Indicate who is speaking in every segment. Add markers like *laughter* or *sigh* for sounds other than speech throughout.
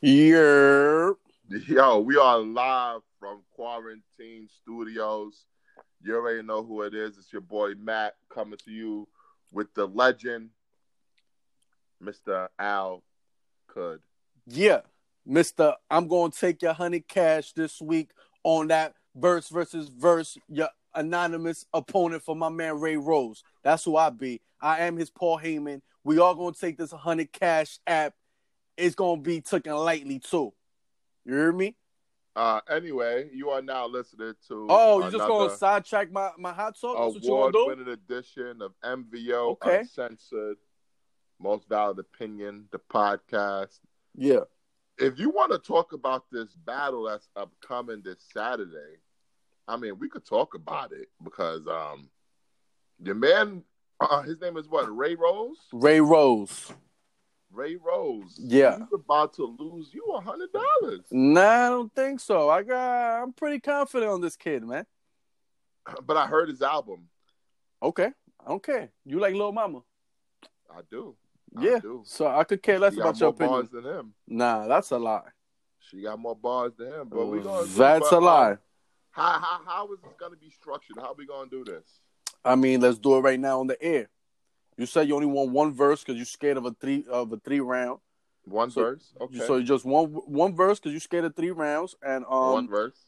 Speaker 1: Yeah.
Speaker 2: Yo, we are live from Quarantine Studios. You already know who it is. It's your boy Matt coming to you with the legend, Mr. Al Could.
Speaker 1: Yeah. Mr. I'm going to take your honey cash this week on that verse versus verse, your anonymous opponent for my man Ray Rose. That's who I be. I am his Paul Heyman. We all going to take this honey cash app. It's going to be taken lightly, too. You hear me?
Speaker 2: Uh, anyway, you are now listening to
Speaker 1: Oh, you
Speaker 2: another
Speaker 1: just gonna sidetrack my, my hot talk? That's what you wanna do?
Speaker 2: award-winning edition of MVO
Speaker 1: Okay.
Speaker 2: Uncensored, Most Valid Opinion, the podcast.
Speaker 1: Yeah.
Speaker 2: If you want to talk about this battle that's upcoming this Saturday, I mean, we could talk about it because um, your man, uh, his name is what? Ray Rose.
Speaker 1: Ray Rose.
Speaker 2: Ray Rose.
Speaker 1: Yeah.
Speaker 2: he's about to lose you a hundred dollars.
Speaker 1: Nah, I don't think so. I got I'm pretty confident on this kid, man.
Speaker 2: But I heard his album.
Speaker 1: Okay. I don't care. You like Lil Mama.
Speaker 2: I do. I
Speaker 1: Yeah.
Speaker 2: do.
Speaker 1: So I could care less
Speaker 2: She got
Speaker 1: about your
Speaker 2: more
Speaker 1: opinion.
Speaker 2: bars than him.
Speaker 1: Nah, that's a lie.
Speaker 2: She got more bars than him, but we gonna
Speaker 1: Mm, that's
Speaker 2: but,
Speaker 1: a lie.
Speaker 2: um, How, how how is this gonna be structured? How we gonna do this?
Speaker 1: I mean, let's do it right now on the air. You said you only want one verse because you're scared of a three of a three round.
Speaker 2: One
Speaker 1: So-
Speaker 2: verse, okay.
Speaker 1: So you just one one verse because you're scared of three rounds. And um,
Speaker 2: One verse.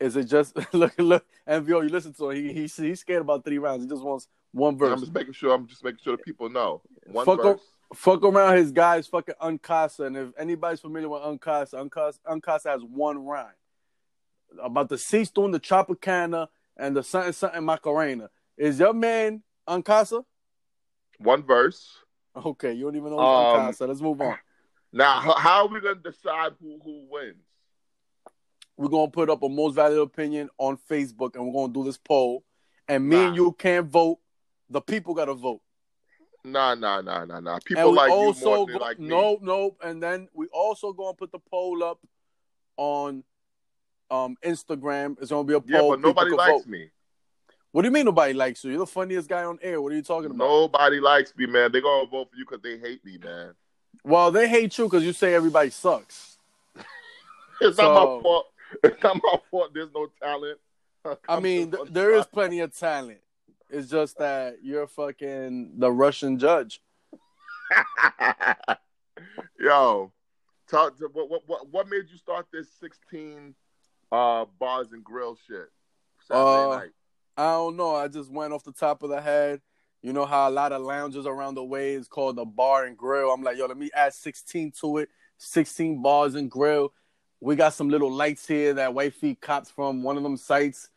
Speaker 1: is it just *laughs* look look MVO? You listen to him. He, he he's scared about three rounds. He just wants one
Speaker 2: I'm
Speaker 1: verse.
Speaker 2: just making sure. I'm just making sure the people know. One
Speaker 1: Fuck
Speaker 2: verse.
Speaker 1: fuck around his guys fucking Uncasa. And if anybody's familiar with Uncasa, Uncasa, Uncasa has one rhyme about the cease doing the Tropicana and the something something Macarena. Is your man Uncasa?
Speaker 2: One verse.
Speaker 1: Okay, you don't even know
Speaker 2: Um,
Speaker 1: Uncasa. Let's move on.
Speaker 2: Now, h- how are we gonna decide who who wins?
Speaker 1: We're gonna put up a most valuable opinion on Facebook, and we're gonna do this poll. And me
Speaker 2: Nah.
Speaker 1: and you can't vote. The people gotta vote.
Speaker 2: Nah, nah, nah, nah, nah.
Speaker 1: and
Speaker 2: People
Speaker 1: we
Speaker 2: like you
Speaker 1: also
Speaker 2: more than
Speaker 1: go-
Speaker 2: they like me.
Speaker 1: no, no, and then we also gonna put the poll up on um Instagram. It's gonna be a poll.
Speaker 2: Yeah, but
Speaker 1: People
Speaker 2: nobody
Speaker 1: can
Speaker 2: likes
Speaker 1: vote.
Speaker 2: me.
Speaker 1: What do you mean nobody likes you? You're the funniest guy on air. What are you talking about?
Speaker 2: Nobody likes me, man. They gonna vote for you because they hate me, man.
Speaker 1: Well, they hate you because you say everybody sucks.
Speaker 2: It's not
Speaker 1: So-
Speaker 2: my fault. *laughs* It's not my fault. There's no talent. *laughs*
Speaker 1: I mean, th- there is plenty of talent. It's just that you're fucking the Russian judge.
Speaker 2: Yo, talk to what what what what made you start this sixteen uh bars and grill shit Saturday
Speaker 1: Uh,
Speaker 2: night?
Speaker 1: I don't know. I just went off the top of the head. You know how a lot of lounges around the way is called the bar and grill. I'm like, yo, let me add 16 to it. 16 bars and grill. We got some little lights here that White Feet cops from one of them sites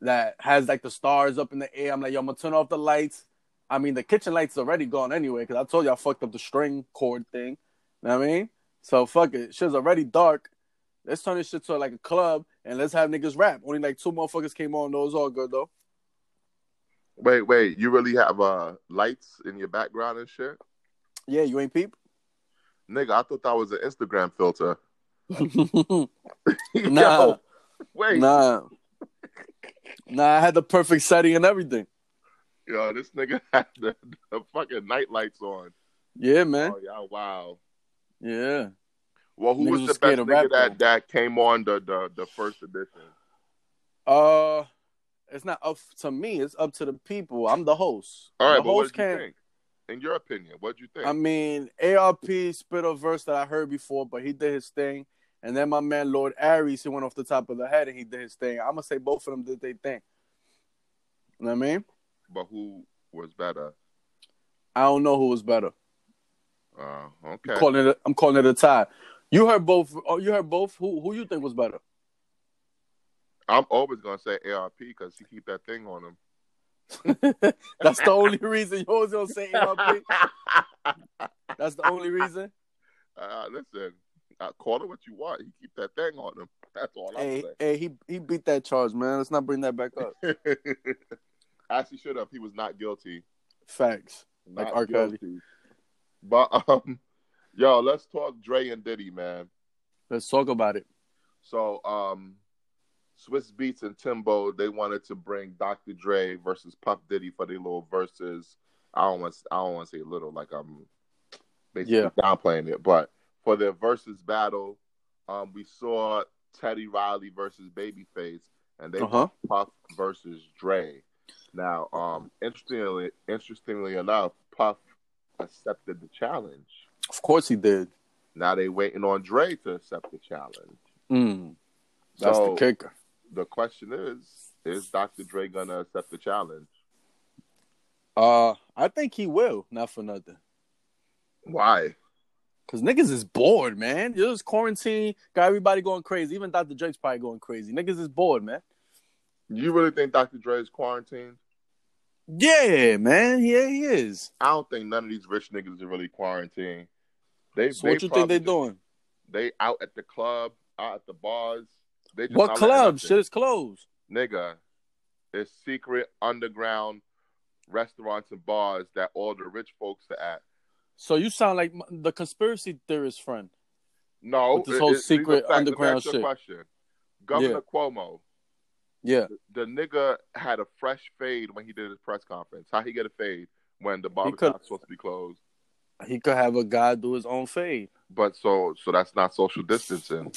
Speaker 1: that has like the stars up in the air. I'm like, yo, I'm gonna turn off the lights. I mean, the kitchen lights already gone anyway because I told you I fucked up the string cord thing. Know what I mean? So fuck it. Shit's already dark. Let's turn this shit to like a club and let's have niggas rap. Only like two motherfuckers came on. Those all good though.
Speaker 2: Wait, wait, you really have uh lights in your background and shit,
Speaker 1: Yeah, you
Speaker 2: *laughs*
Speaker 1: ain't peep.
Speaker 2: nigga? I thought that was an Instagram filter. *laughs* Yo,
Speaker 1: nah,
Speaker 2: wait,
Speaker 1: nah, nah. I had the perfect setting and everything.
Speaker 2: yo, this nigga *laughs* had the, the fucking night lights on.
Speaker 1: Yeah, man.
Speaker 2: Oh yeah, wow.
Speaker 1: Yeah.
Speaker 2: Well, who
Speaker 1: Niggas
Speaker 2: was
Speaker 1: was
Speaker 2: the
Speaker 1: scared
Speaker 2: best
Speaker 1: of
Speaker 2: nigga that,
Speaker 1: rap,
Speaker 2: that came on the, the the first edition?
Speaker 1: Uh, it's not up to me. It's up to the people. I'm the host.
Speaker 2: All right,
Speaker 1: the
Speaker 2: but what
Speaker 1: host
Speaker 2: did you
Speaker 1: can't.
Speaker 2: think? In your opinion, what did you think?
Speaker 1: I mean, ARP spit a verse that I heard before, but he did his thing. And then my man Lord Aries, he went off the top of the head and he did his thing. I'm gonna say both of them did their thing. You know what I mean?
Speaker 2: but who was better?
Speaker 1: I don't know who was better.
Speaker 2: Uh,
Speaker 1: I'm
Speaker 2: okay.
Speaker 1: calling it. A, I'm calling it a tie. You heard both. Oh, you heard both. Who who you think was better?
Speaker 2: I'm always gonna say ARP because he keep that thing on him.
Speaker 1: *laughs* That's the only reason you always gonna say
Speaker 2: *laughs*
Speaker 1: ARP. That's the only reason.
Speaker 2: uh, listen, uh, call it what you want. He keep that thing on him. *laughs* That's all I'm
Speaker 1: Hey, hey, he he beat that charge, man. Let's not bring that back up.
Speaker 2: saying. *laughs* Actually, should have. He was not guilty.
Speaker 1: Facts. Like
Speaker 2: Not
Speaker 1: R. Kelly.
Speaker 2: guilty. But um, yo, let's talk Dre and Diddy, man.
Speaker 1: Let's talk about it.
Speaker 2: So um, Swiss Beats and Timbo they wanted to bring Dr. Dre versus Puff Diddy for their little verses. I don't want I don't want to say little like I'm basically
Speaker 1: Yeah.
Speaker 2: downplaying it, but for their versus battle. Um, we saw Teddy Riley versus Babyface, and they
Speaker 1: Uh huh.
Speaker 2: Puff versus Dre. Now, um, interestingly, interestingly enough, Puff accepted the challenge.
Speaker 1: Of course he did.
Speaker 2: Now they waiting on Dre to accept the challenge.
Speaker 1: Mm. That's
Speaker 2: So-
Speaker 1: the kicker.
Speaker 2: The question is, is Dr. Dre gonna accept the challenge?
Speaker 1: Uh, I think he will. Not for nothing.
Speaker 2: Why?
Speaker 1: Cause niggas is bored, man. It was quarantine, got everybody going crazy. Even Dr. Drake's probably going crazy. Niggas is bored, man.
Speaker 2: You really think Dr. Dre is quarantined?
Speaker 1: Yeah, man. Yeah, he is.
Speaker 2: I don't think none of these rich niggas are really quarantined. They,
Speaker 1: So what you think
Speaker 2: probably
Speaker 1: they
Speaker 2: just-
Speaker 1: doing?
Speaker 2: They out at the club, out at the bars. They just
Speaker 1: What
Speaker 2: out at
Speaker 1: club?
Speaker 2: nothing.
Speaker 1: Shit is closed.
Speaker 2: nigga, it's secret underground restaurants and bars that all the rich folks are at.
Speaker 1: So you sound like m- the conspiracy theorist friend.
Speaker 2: No,
Speaker 1: With this whole
Speaker 2: these are
Speaker 1: secret
Speaker 2: facts. Let me
Speaker 1: underground
Speaker 2: ask you a
Speaker 1: shit.
Speaker 2: Question. Governor Cuomo,
Speaker 1: Yeah,
Speaker 2: the nigga had a fresh fade when he did his press conference. How he get a fade when the
Speaker 1: could-
Speaker 2: barbershop's supposed to be closed?
Speaker 1: he could have a guy do his own fade.
Speaker 2: But so so that's not social distancing.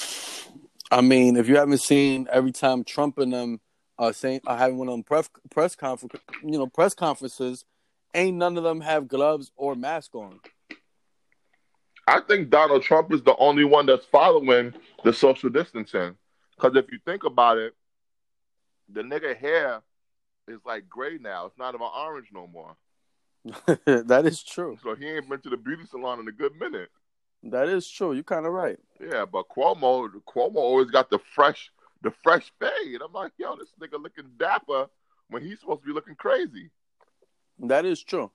Speaker 1: I mean, if you haven't seen every time Trump and them are saying are having one of them pref- press conference, you know, press conferences, ain't none of them have gloves or mask on.
Speaker 2: I think Donald Trump is the only one that's following the social distancing. Because if you think about it, the nigga hair is like gray now. It's not even orange no more.
Speaker 1: that is true.
Speaker 2: So he ain't been to the beauty salon in a good minute.
Speaker 1: That is true. You're kind of right.
Speaker 2: Yeah, but Cuomo, Cuomo always got the fresh, the fresh fade. I'm like, yo, this nigga looking dapper when he's supposed to be looking crazy.
Speaker 1: That is true.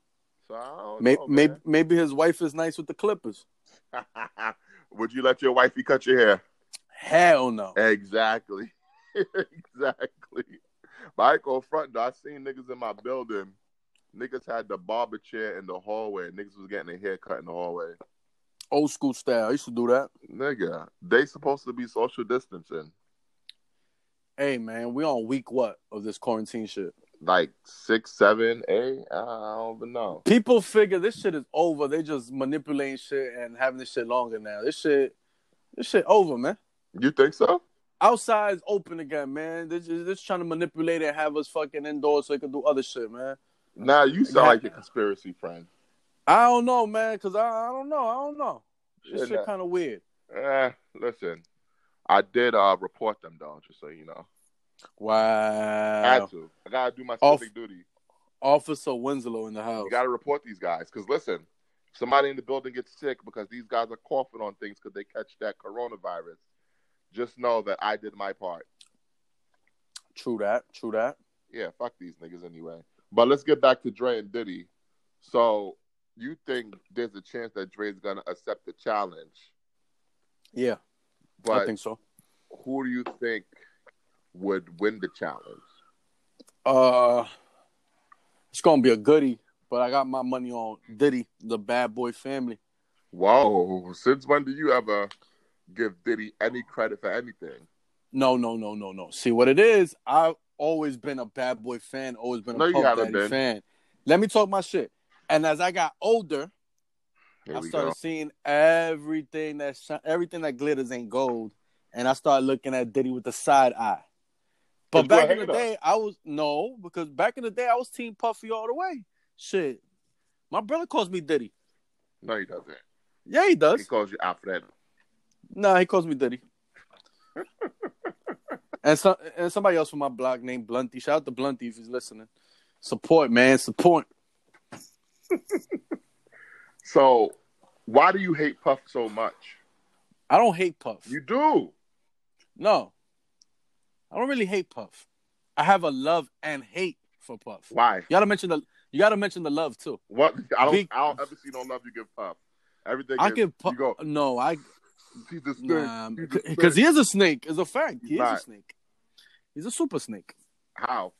Speaker 2: So I don't
Speaker 1: Maybe,
Speaker 2: know,
Speaker 1: maybe,
Speaker 2: Oh, man.
Speaker 1: maybe his wife is nice with the Clippers.
Speaker 2: *laughs* Would you let your wifey cut your hair?
Speaker 1: Hell no.
Speaker 2: Exactly, *laughs* exactly. But I go front though. I seen niggas in my building. Niggas had the barber chair in the hallway. Niggas was getting their hair cut in the hallway.
Speaker 1: Old school style. I used to do that.
Speaker 2: Nigga, they supposed to be social distancing.
Speaker 1: Hey man, we on week what of this quarantine shit?
Speaker 2: like six, seven, eight. I don't even know.
Speaker 1: People figure this shit is over. They just manipulating shit and having this shit longer now. This shit, this shit over, man.
Speaker 2: You think so?
Speaker 1: Outside is open again, man. They're just, they're just trying to manipulate and have us fucking indoors so they can do other shit, man.
Speaker 2: Nah, you sound
Speaker 1: Yeah.
Speaker 2: like a conspiracy friend.
Speaker 1: I don't know, man, cause I, I don't know. I don't know. This
Speaker 2: Shit,
Speaker 1: shit
Speaker 2: nah.
Speaker 1: kind of weird.
Speaker 2: Eh, listen, I did uh, report them though, just so you know. I
Speaker 1: Wow.
Speaker 2: had to. I gotta do my
Speaker 1: Off-
Speaker 2: civic duty.
Speaker 1: Officer Winslow in the house.
Speaker 2: You gotta report these guys because listen, somebody in the building gets sick because these guys are coughing on things because they catch that coronavirus. Just know that I did my part.
Speaker 1: True that. True that.
Speaker 2: Yeah, fuck these niggas anyway. But let's get back to Dre and Diddy. So you think there's a chance that Dre's gonna accept the challenge?
Speaker 1: Yeah, I
Speaker 2: But
Speaker 1: think so.
Speaker 2: who do you think would win the challenge?
Speaker 1: Uh, it's gonna be a goodie, but I got my money on Diddy, the Bad Boy Family.
Speaker 2: Whoa! Since when do you ever give Diddy any credit for anything?
Speaker 1: No, no, no, no, no. See what it is? I've always been a Bad Boy fan, always been a
Speaker 2: No, you
Speaker 1: Puff
Speaker 2: haven't
Speaker 1: Daddy
Speaker 2: been.
Speaker 1: fan. Let me talk my shit. And as I got older,
Speaker 2: Here
Speaker 1: I
Speaker 2: we
Speaker 1: started
Speaker 2: go.
Speaker 1: seeing everything that shi- everything that glitters ain't gold, and I started looking at Diddy with the side eye. But
Speaker 2: 'Cause you a
Speaker 1: back in
Speaker 2: hater.
Speaker 1: the day, I was no because back in the day I was Team Puffy all the way. Shit, my brother calls me Diddy.
Speaker 2: No, he doesn't.
Speaker 1: Yeah, he
Speaker 2: He
Speaker 1: does.
Speaker 2: calls you out for that.
Speaker 1: Nah, he calls me Diddy. and some and somebody else from my block named Blunty. Shout out to Blunty if he's listening. Support, man, support.
Speaker 2: So why do you hate Puff so much?
Speaker 1: I don't hate Puff.
Speaker 2: You do.
Speaker 1: No, I don't really hate Puff. I have a love and hate for Puff.
Speaker 2: Why?
Speaker 1: You gotta mention the you gotta mention the love too.
Speaker 2: What? I don't.
Speaker 1: Be-
Speaker 2: I don't ever see no love you give Puff. Everything.
Speaker 1: I
Speaker 2: is,
Speaker 1: give Puff.
Speaker 2: You go.
Speaker 1: No, I
Speaker 2: He's a snake. He's a snake."
Speaker 1: because he is a snake. Is a fact.
Speaker 2: He's
Speaker 1: He is a
Speaker 2: not.
Speaker 1: snake. He's a super snake.
Speaker 2: How?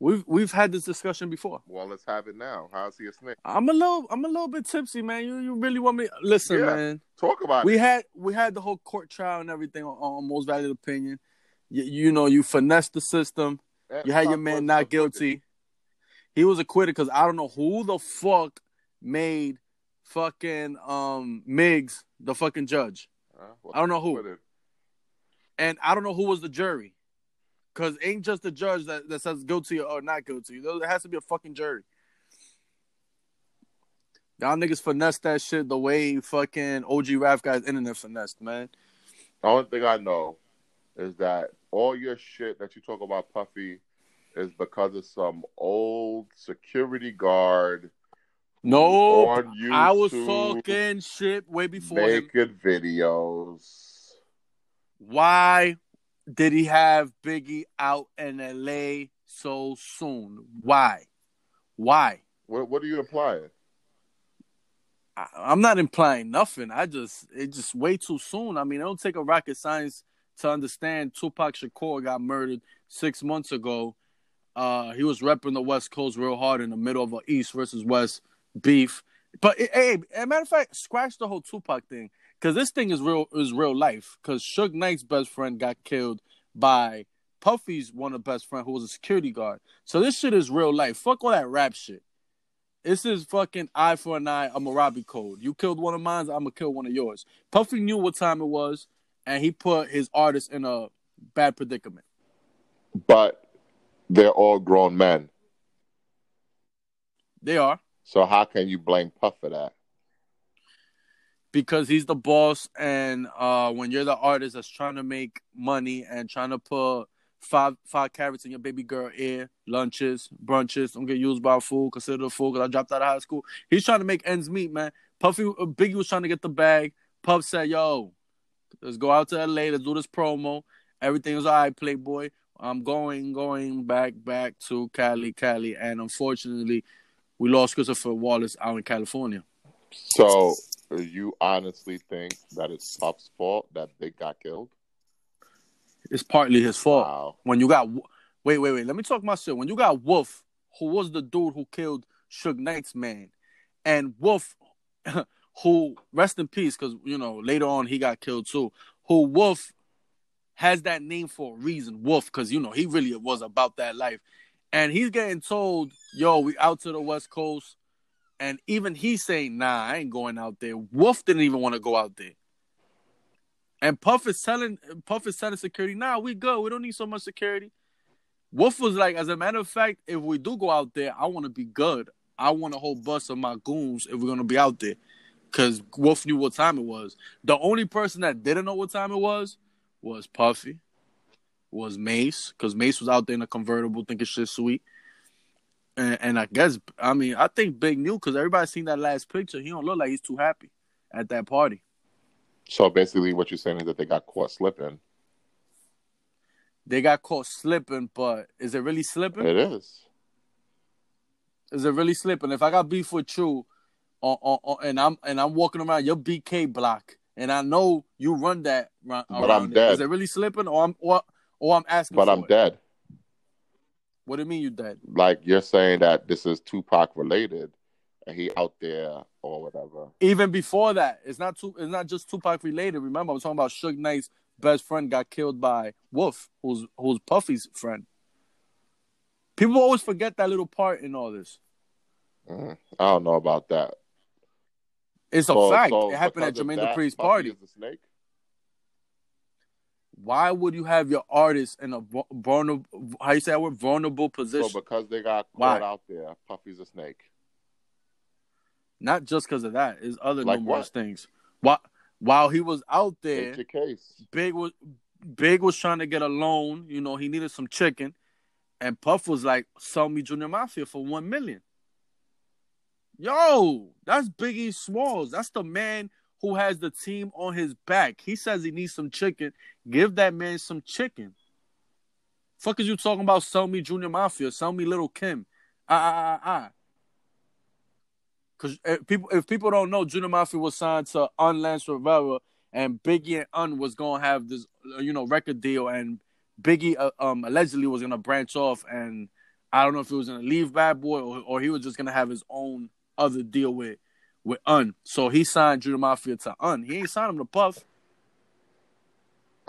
Speaker 1: We've we've had this discussion before.
Speaker 2: Well, let's have it now. How's he a snake?
Speaker 1: I'm a little I'm a little bit tipsy, man. You you really want me? Listen,
Speaker 2: Yeah.
Speaker 1: man.
Speaker 2: Talk about it.
Speaker 1: We had we had the whole court trial and everything on, on most valued opinion. You, you know, you finessed the system.
Speaker 2: That
Speaker 1: You had
Speaker 2: Puff
Speaker 1: your
Speaker 2: was
Speaker 1: man
Speaker 2: a
Speaker 1: not
Speaker 2: fucking-
Speaker 1: guilty. He was acquitted because I don't know who the fuck made fucking um Miggs the fucking judge,
Speaker 2: Huh? Well,
Speaker 1: I don't know who.
Speaker 2: put it-
Speaker 1: and I don't know who was the jury, because ain't just the judge that, that says guilty or not guilty. There has to be a fucking jury. Y'all niggas finessed that shit the way fucking OG Rap guys internet finessed, man.
Speaker 2: The only thing I know is that all your shit that you talk about Puffy is because of some old security guard
Speaker 1: No,
Speaker 2: on YouTube
Speaker 1: I was talking shit way before him.
Speaker 2: naked videos.
Speaker 1: why did he have Biggie out in LA so soon? Why? Why?
Speaker 2: What what are you implying?
Speaker 1: I, I'm not implying nothing. I just it's just way too soon. I mean, it don't take a rocket science to understand Tupac Shakur got murdered six months ago. Uh, he was repping the West Coast real hard in the middle of a East versus West beef. But eh, hey, as a matter of fact, scratch the whole Tupac thing because this thing is real is real life. Because Suge Knight's best friend got killed by Puffy's one of the best friend who was a security guard. So this shit is real life. Fuck all that rap shit. This is fucking eye for an eye, a Marabi code. You killed one of mine, I'm gonna kill one of yours. Puffy knew what time it was, and he put his artist in a bad predicament.
Speaker 2: But they're all grown men.
Speaker 1: They are
Speaker 2: So how can you blame Puff for that?
Speaker 1: because he's the boss, and uh, when you're the artist that's trying to make money and trying to put five five carrots in your baby girl ear, lunches, brunches, don't get used by a fool, considered a fool because I dropped out of high school. He's trying to make ends meet, man. Puffy uh, Biggie was trying to get the bag. Puff said, "Yo, let's go out to LA. Let's do this promo. Everything was all right, Playboy. I'm going, going back, back to Cali, Cali, and unfortunately, we lost Christopher Wallace out in California.
Speaker 2: So you honestly think that it's Puff's fault that Big got killed?
Speaker 1: It's partly his fault.
Speaker 2: Wow.
Speaker 1: When you got Wo- wait, wait, wait. Let me talk my shit. When you got Wolf, who was the dude who killed Suge Knight's man, and Wolf, *laughs* who rest in peace, because you know later on he got killed too. Who Wolf has that name for a reason, Wolf, because you know he really was about that life, and he's getting told, "Yo, we out to the West Coast," and even he's saying, "Nah, I ain't going out there." Wolf didn't even want to go out there. And Puff is telling Puff is telling security, nah, we good. We don't need so much security. Wolf was like, as a matter of fact, if we do go out there, I want to be good. I want a whole bus of my goons if we're gonna be out there. Cause Wolf knew what time it was. The only person that didn't know what time it was was Puffy, was Mace, because Mace was out there in a convertible thinking shit sweet. And, and I guess I mean I think Big knew because everybody seen that last picture. He don't look like he's too happy at that party.
Speaker 2: So basically what you're saying is that they got caught slipping.
Speaker 1: they got caught slipping, but is it really slipping?
Speaker 2: It is.
Speaker 1: Is it really slipping? If I got beef with you, on, on, on, and I'm and I'm walking around your BK block, and I know you run that run,
Speaker 2: But
Speaker 1: around
Speaker 2: I'm
Speaker 1: it,
Speaker 2: dead.
Speaker 1: Is it really slipping, or I'm or, or I'm asking?
Speaker 2: But
Speaker 1: for
Speaker 2: I'm
Speaker 1: it?
Speaker 2: dead.
Speaker 1: What do you mean you dead?
Speaker 2: like you're saying that this is Tupac related and he out there or whatever.
Speaker 1: Even before that, it's not too. It's not just Tupac related. Remember, I'm talking about Suge Knight's best friend got killed by Wolf, who's who's Puffy's friend. People always forget that little part in all this.
Speaker 2: Mm, I don't know about that.
Speaker 1: It's a
Speaker 2: So-
Speaker 1: fact.
Speaker 2: so
Speaker 1: it happened at
Speaker 2: because of
Speaker 1: Jermaine
Speaker 2: that,
Speaker 1: Dupri's
Speaker 2: Puffy
Speaker 1: party.
Speaker 2: is the snake?
Speaker 1: why would you have your artist in a vulnerable how you say that word vulnerable position
Speaker 2: So because they got
Speaker 1: Why?
Speaker 2: caught out there, Puffy's a snake.
Speaker 1: not just because of that is other
Speaker 2: Like
Speaker 1: numerous
Speaker 2: what?
Speaker 1: things while while he was out there
Speaker 2: Take your case.
Speaker 1: big was big was trying to get a loan you know he needed some chicken and puff was like sell me junior mafia for one million yo that's biggie smalls that's the man who has the team on his back he says he needs some chicken give that man some chicken Fuck is you talking about? Sell me Junior Mafia. Sell me Little Kim. Ah ah ah ah. Because if people, if people don't know, Junior Mafia was signed to Un Lance Rivera, and Biggie and Un was gonna have this, uh, you know, record deal, and Biggie uh, um allegedly was gonna branch off, and I don't know if he was gonna leave Bad Boy or or he was just gonna have his own other deal with with Un. So he signed Junior Mafia to Un. He ain't signed him to Puff.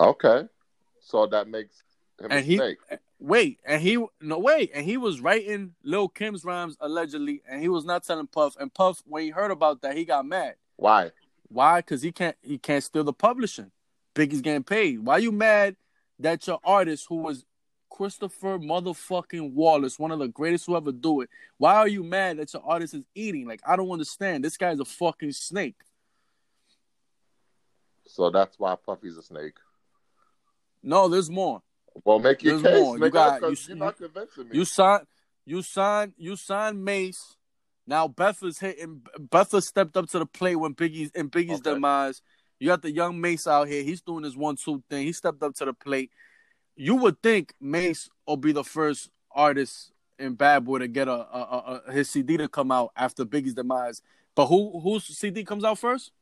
Speaker 2: Okay. So that makes him a
Speaker 1: And he-
Speaker 2: snake.
Speaker 1: Wait, and he no wait, and he was writing Lil Kim's rhymes allegedly, and he was not telling Puff. And Puff, when he heard about that, he got mad
Speaker 2: Why?
Speaker 1: Why? Because he can't he can't steal the publishing. Biggie's getting paid. Why you mad that your artist who was Christopher motherfucking Wallace, one of the greatest who ever do it. Why are you mad that your artist is eating? Like I don't understand. This guy's a fucking snake.
Speaker 2: So that's why Puffy's a snake.
Speaker 1: No, there's more.
Speaker 2: Well, make your
Speaker 1: There's
Speaker 2: case.
Speaker 1: more. You
Speaker 2: nigga,
Speaker 1: got-
Speaker 2: 'cause
Speaker 1: you-
Speaker 2: you're not convincing me.
Speaker 1: You sign, you sign, you sign Mace. Now Betha's hitting. Betha stepped up to the plate when Biggie's in Biggie's
Speaker 2: Okay.
Speaker 1: demise. You got the young Mace out here. He's doing his one-two thing. He stepped up to the plate. You would think Mace will be the first artist in Bad Boy to get a, a, a, a his CD to come out after Biggie's demise. But who whose CD comes out first?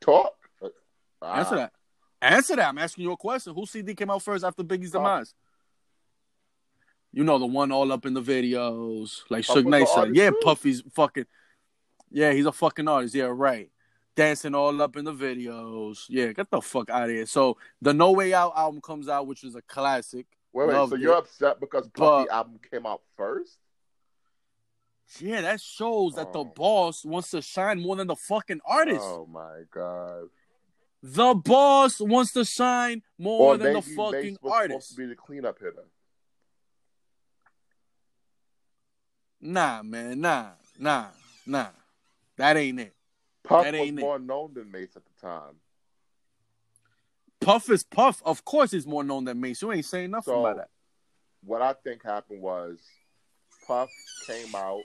Speaker 2: Talk. Uh, Ah.
Speaker 1: Answer that. Answer that. I'm asking you a question. Whose CD came out first after Biggie's
Speaker 2: Oh.
Speaker 1: demise? You know the one all up in the videos, like
Speaker 2: Puff was
Speaker 1: Suge
Speaker 2: an
Speaker 1: Knight said.
Speaker 2: artist
Speaker 1: Yeah,
Speaker 2: too.
Speaker 1: Puffy's fucking. Yeah, he's a fucking artist. Yeah, right. Dancing all up in the videos. Yeah, get the fuck out of here. So the No Way Out album comes out, which is a classic.
Speaker 2: Wait, wait.
Speaker 1: Loved
Speaker 2: So
Speaker 1: it.
Speaker 2: you're upset because
Speaker 1: But-
Speaker 2: Puffy album came out first?
Speaker 1: Yeah, that shows that the
Speaker 2: Oh.
Speaker 1: boss wants to shine more than the fucking artist.
Speaker 2: Oh my god.
Speaker 1: The boss wants to shine more
Speaker 2: or
Speaker 1: than the
Speaker 2: maybe
Speaker 1: fucking
Speaker 2: Mace was supposed
Speaker 1: artist.
Speaker 2: to be the cleanup hitter.
Speaker 1: Nah, man, nah, nah, nah. That ain't it.
Speaker 2: Puff
Speaker 1: That
Speaker 2: was
Speaker 1: ain't it.
Speaker 2: more known than Mace at the time.
Speaker 1: Puff is Puff. Of course, he's more known than Mace. You ain't saying nothing
Speaker 2: So-
Speaker 1: about that.
Speaker 2: What I think happened was Puff came out,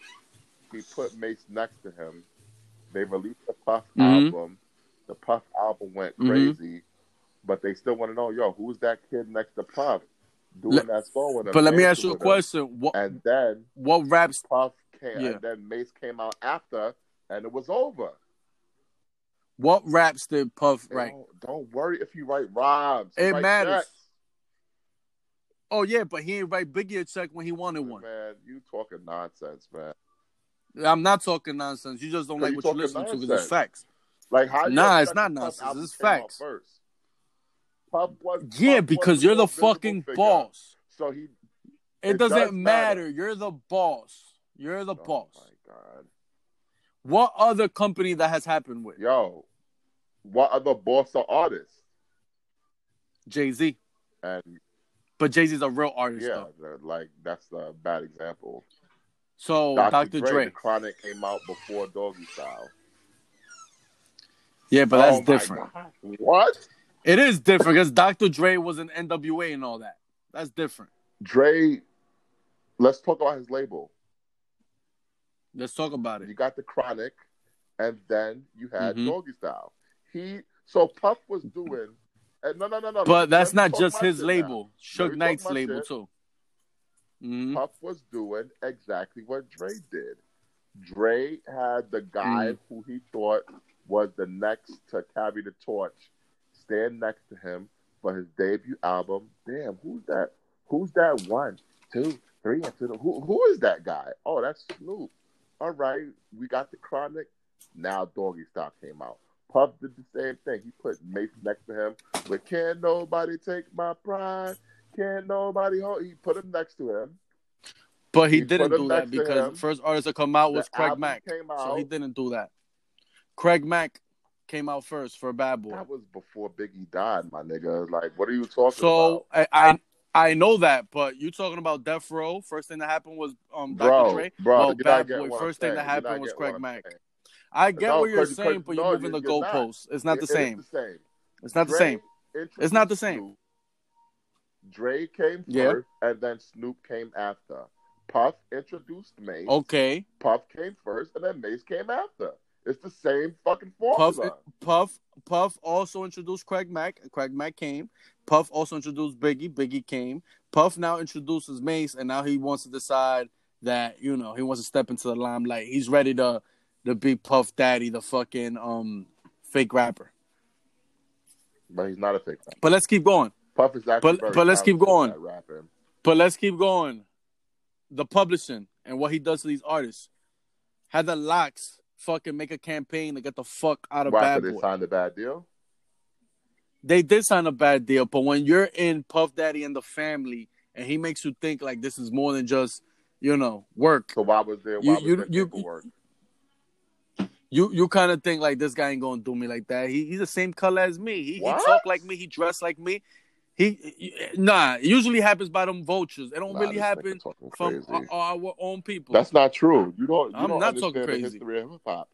Speaker 2: he put Mace next to him. They released the Puff
Speaker 1: Mhm.
Speaker 2: album. The Puff album went
Speaker 1: Mhm.
Speaker 2: crazy, but they still want to know, yo, who's that kid next to Puff doing
Speaker 1: Let-
Speaker 2: that song with him?
Speaker 1: But let me
Speaker 2: dancing
Speaker 1: ask you a
Speaker 2: with him?
Speaker 1: question. What
Speaker 2: And then
Speaker 1: what raps?
Speaker 2: Puff came,
Speaker 1: Yeah.
Speaker 2: and then Mace came out after, and it was over.
Speaker 1: What raps did Puff
Speaker 2: They
Speaker 1: write?
Speaker 2: Don't, don't worry if you write rhymes.
Speaker 1: It
Speaker 2: write
Speaker 1: matters.
Speaker 2: checks.
Speaker 1: Oh yeah, but he ain't write Biggie a check when he wanted one.
Speaker 2: Man, you talking nonsense, man.
Speaker 1: I'm not talking nonsense. You just don't
Speaker 2: No,
Speaker 1: like
Speaker 2: you
Speaker 1: what you're
Speaker 2: talking
Speaker 1: listening to because it's
Speaker 2: nonsense.
Speaker 1: facts.
Speaker 2: Like how? you
Speaker 1: Nah,
Speaker 2: expect
Speaker 1: it's not
Speaker 2: the Puff
Speaker 1: nonsense.
Speaker 2: album
Speaker 1: It's
Speaker 2: came out
Speaker 1: facts.
Speaker 2: First. Puff was,
Speaker 1: Yeah,
Speaker 2: Puff was
Speaker 1: because you're the
Speaker 2: more visible
Speaker 1: fucking
Speaker 2: figure.
Speaker 1: boss.
Speaker 2: So he.
Speaker 1: It,
Speaker 2: It
Speaker 1: doesn't
Speaker 2: does matter.
Speaker 1: matter. You're the boss. You're the
Speaker 2: oh
Speaker 1: boss.
Speaker 2: my god,
Speaker 1: What other company that has happened with
Speaker 2: yo, what other boss or artists?
Speaker 1: Jay Z?
Speaker 2: And
Speaker 1: But Jay Z's a real artist
Speaker 2: yeah,
Speaker 1: though.
Speaker 2: they're like that's a bad example.
Speaker 1: So Dr. Oh, Dre.
Speaker 2: The Chronic came out before Doggy Style.
Speaker 1: Yeah, but
Speaker 2: Oh
Speaker 1: that's
Speaker 2: my
Speaker 1: different.
Speaker 2: God. What?
Speaker 1: It is different because Dr. Dre was an NWA and all that. That's different.
Speaker 2: Dre. Let's talk about his label.
Speaker 1: Let's talk about
Speaker 2: You
Speaker 1: it.
Speaker 2: got the Chronic, and then you had
Speaker 1: Mhm.
Speaker 2: Doggy Style. He so Puff was doing, and no, no, no, no.
Speaker 1: But that's
Speaker 2: let me
Speaker 1: not
Speaker 2: talk
Speaker 1: just
Speaker 2: my
Speaker 1: his
Speaker 2: shit
Speaker 1: label.
Speaker 2: Let me
Speaker 1: Suge
Speaker 2: talk
Speaker 1: Knight's
Speaker 2: my
Speaker 1: label
Speaker 2: shit. Mm-hmm.
Speaker 1: too. Mhm.
Speaker 2: now. Puff was doing exactly what Dre did. Dre had the guy who he thought was the next to carry the torch stand next to him for his debut album. Damn, who's that? Who's that one, two, three, and to the who who is that guy? Oh, that's Snoop. All right, we got the chronic. Now Doggy Style came out. Puff did the same thing. He put Mace next to him. But can nobody take my pride? Can nobody hold? He put him next to him.
Speaker 1: But he
Speaker 2: You
Speaker 1: didn't
Speaker 2: put him
Speaker 1: do that
Speaker 2: next to
Speaker 1: because
Speaker 2: him.
Speaker 1: the first artist to come out
Speaker 2: The
Speaker 1: was Craig
Speaker 2: album
Speaker 1: Mack.
Speaker 2: Came out.
Speaker 1: So he didn't do that. Craig Mack came out first for Bad Boy.
Speaker 2: That was before Biggie died, my nigga. Like, what are you talking
Speaker 1: So I, I I know that, but you talking about Death Row. First thing that happened was um
Speaker 2: about?
Speaker 1: Dr.
Speaker 2: bro,
Speaker 1: Dre.
Speaker 2: bro,
Speaker 1: Well,
Speaker 2: you
Speaker 1: Bad
Speaker 2: not get
Speaker 1: Boy,
Speaker 2: what I'm
Speaker 1: first thing
Speaker 2: saying.
Speaker 1: that
Speaker 2: You not
Speaker 1: happened
Speaker 2: get
Speaker 1: was
Speaker 2: what
Speaker 1: Craig
Speaker 2: I'm
Speaker 1: Mack.
Speaker 2: saying.
Speaker 1: I get
Speaker 2: No,
Speaker 1: what you're
Speaker 2: 'cause- 'cause
Speaker 1: saying, but you're
Speaker 2: no,
Speaker 1: moving
Speaker 2: you-
Speaker 1: the
Speaker 2: you're not.
Speaker 1: goalposts. It's not
Speaker 2: It- it
Speaker 1: the
Speaker 2: is
Speaker 1: same.
Speaker 2: the same.
Speaker 1: It's not
Speaker 2: Dre
Speaker 1: the same. It's not the
Speaker 2: introduced
Speaker 1: same.
Speaker 2: Snoop. Dre came
Speaker 1: Yeah.
Speaker 2: first, and then Snoop came after. Puff introduced Mace.
Speaker 1: Okay.
Speaker 2: Puff came first, and then Mace came after. It's the same fucking
Speaker 1: Puff,
Speaker 2: formula.
Speaker 1: Puff, Puff also introduced Craig Mack. Craig Mack came. Puff also introduced Biggie. Biggie came. Puff now introduces Mace, and now he wants to decide that you know he wants to step into the limelight. He's ready to to be Puff Daddy, the fucking um fake rapper.
Speaker 2: But he's not a fake rapper.
Speaker 1: But let's keep going.
Speaker 2: Puff is actually
Speaker 1: But-
Speaker 2: very
Speaker 1: but let's keep
Speaker 2: talented at rapping.
Speaker 1: But let's keep going. The publishing and what he does to these artists. Had the locks fucking make a campaign to get the fuck out of
Speaker 2: Why
Speaker 1: Bad
Speaker 2: did they
Speaker 1: Boy.
Speaker 2: sign the bad deal?
Speaker 1: they did sign a bad deal, but when you're in Puff Daddy and the family, and he makes you think like this is more than just you know work,
Speaker 2: So why was there? Why
Speaker 1: You-
Speaker 2: was
Speaker 1: you-
Speaker 2: there
Speaker 1: you-
Speaker 2: paperwork?
Speaker 1: you you kind of think like this guy ain't gonna do me like that. He he's the same color as me. He, he
Speaker 2: What?
Speaker 1: talk like me. He dress like me. He, he- nah. It usually happens by them vultures. It don't
Speaker 2: Nah,
Speaker 1: really
Speaker 2: this nigga
Speaker 1: happen
Speaker 2: talking
Speaker 1: from
Speaker 2: crazy.
Speaker 1: our, our own people.
Speaker 2: That's not true. You don't. You
Speaker 1: I'm
Speaker 2: don't
Speaker 1: not talking
Speaker 2: understand the
Speaker 1: crazy.
Speaker 2: history of hip hop.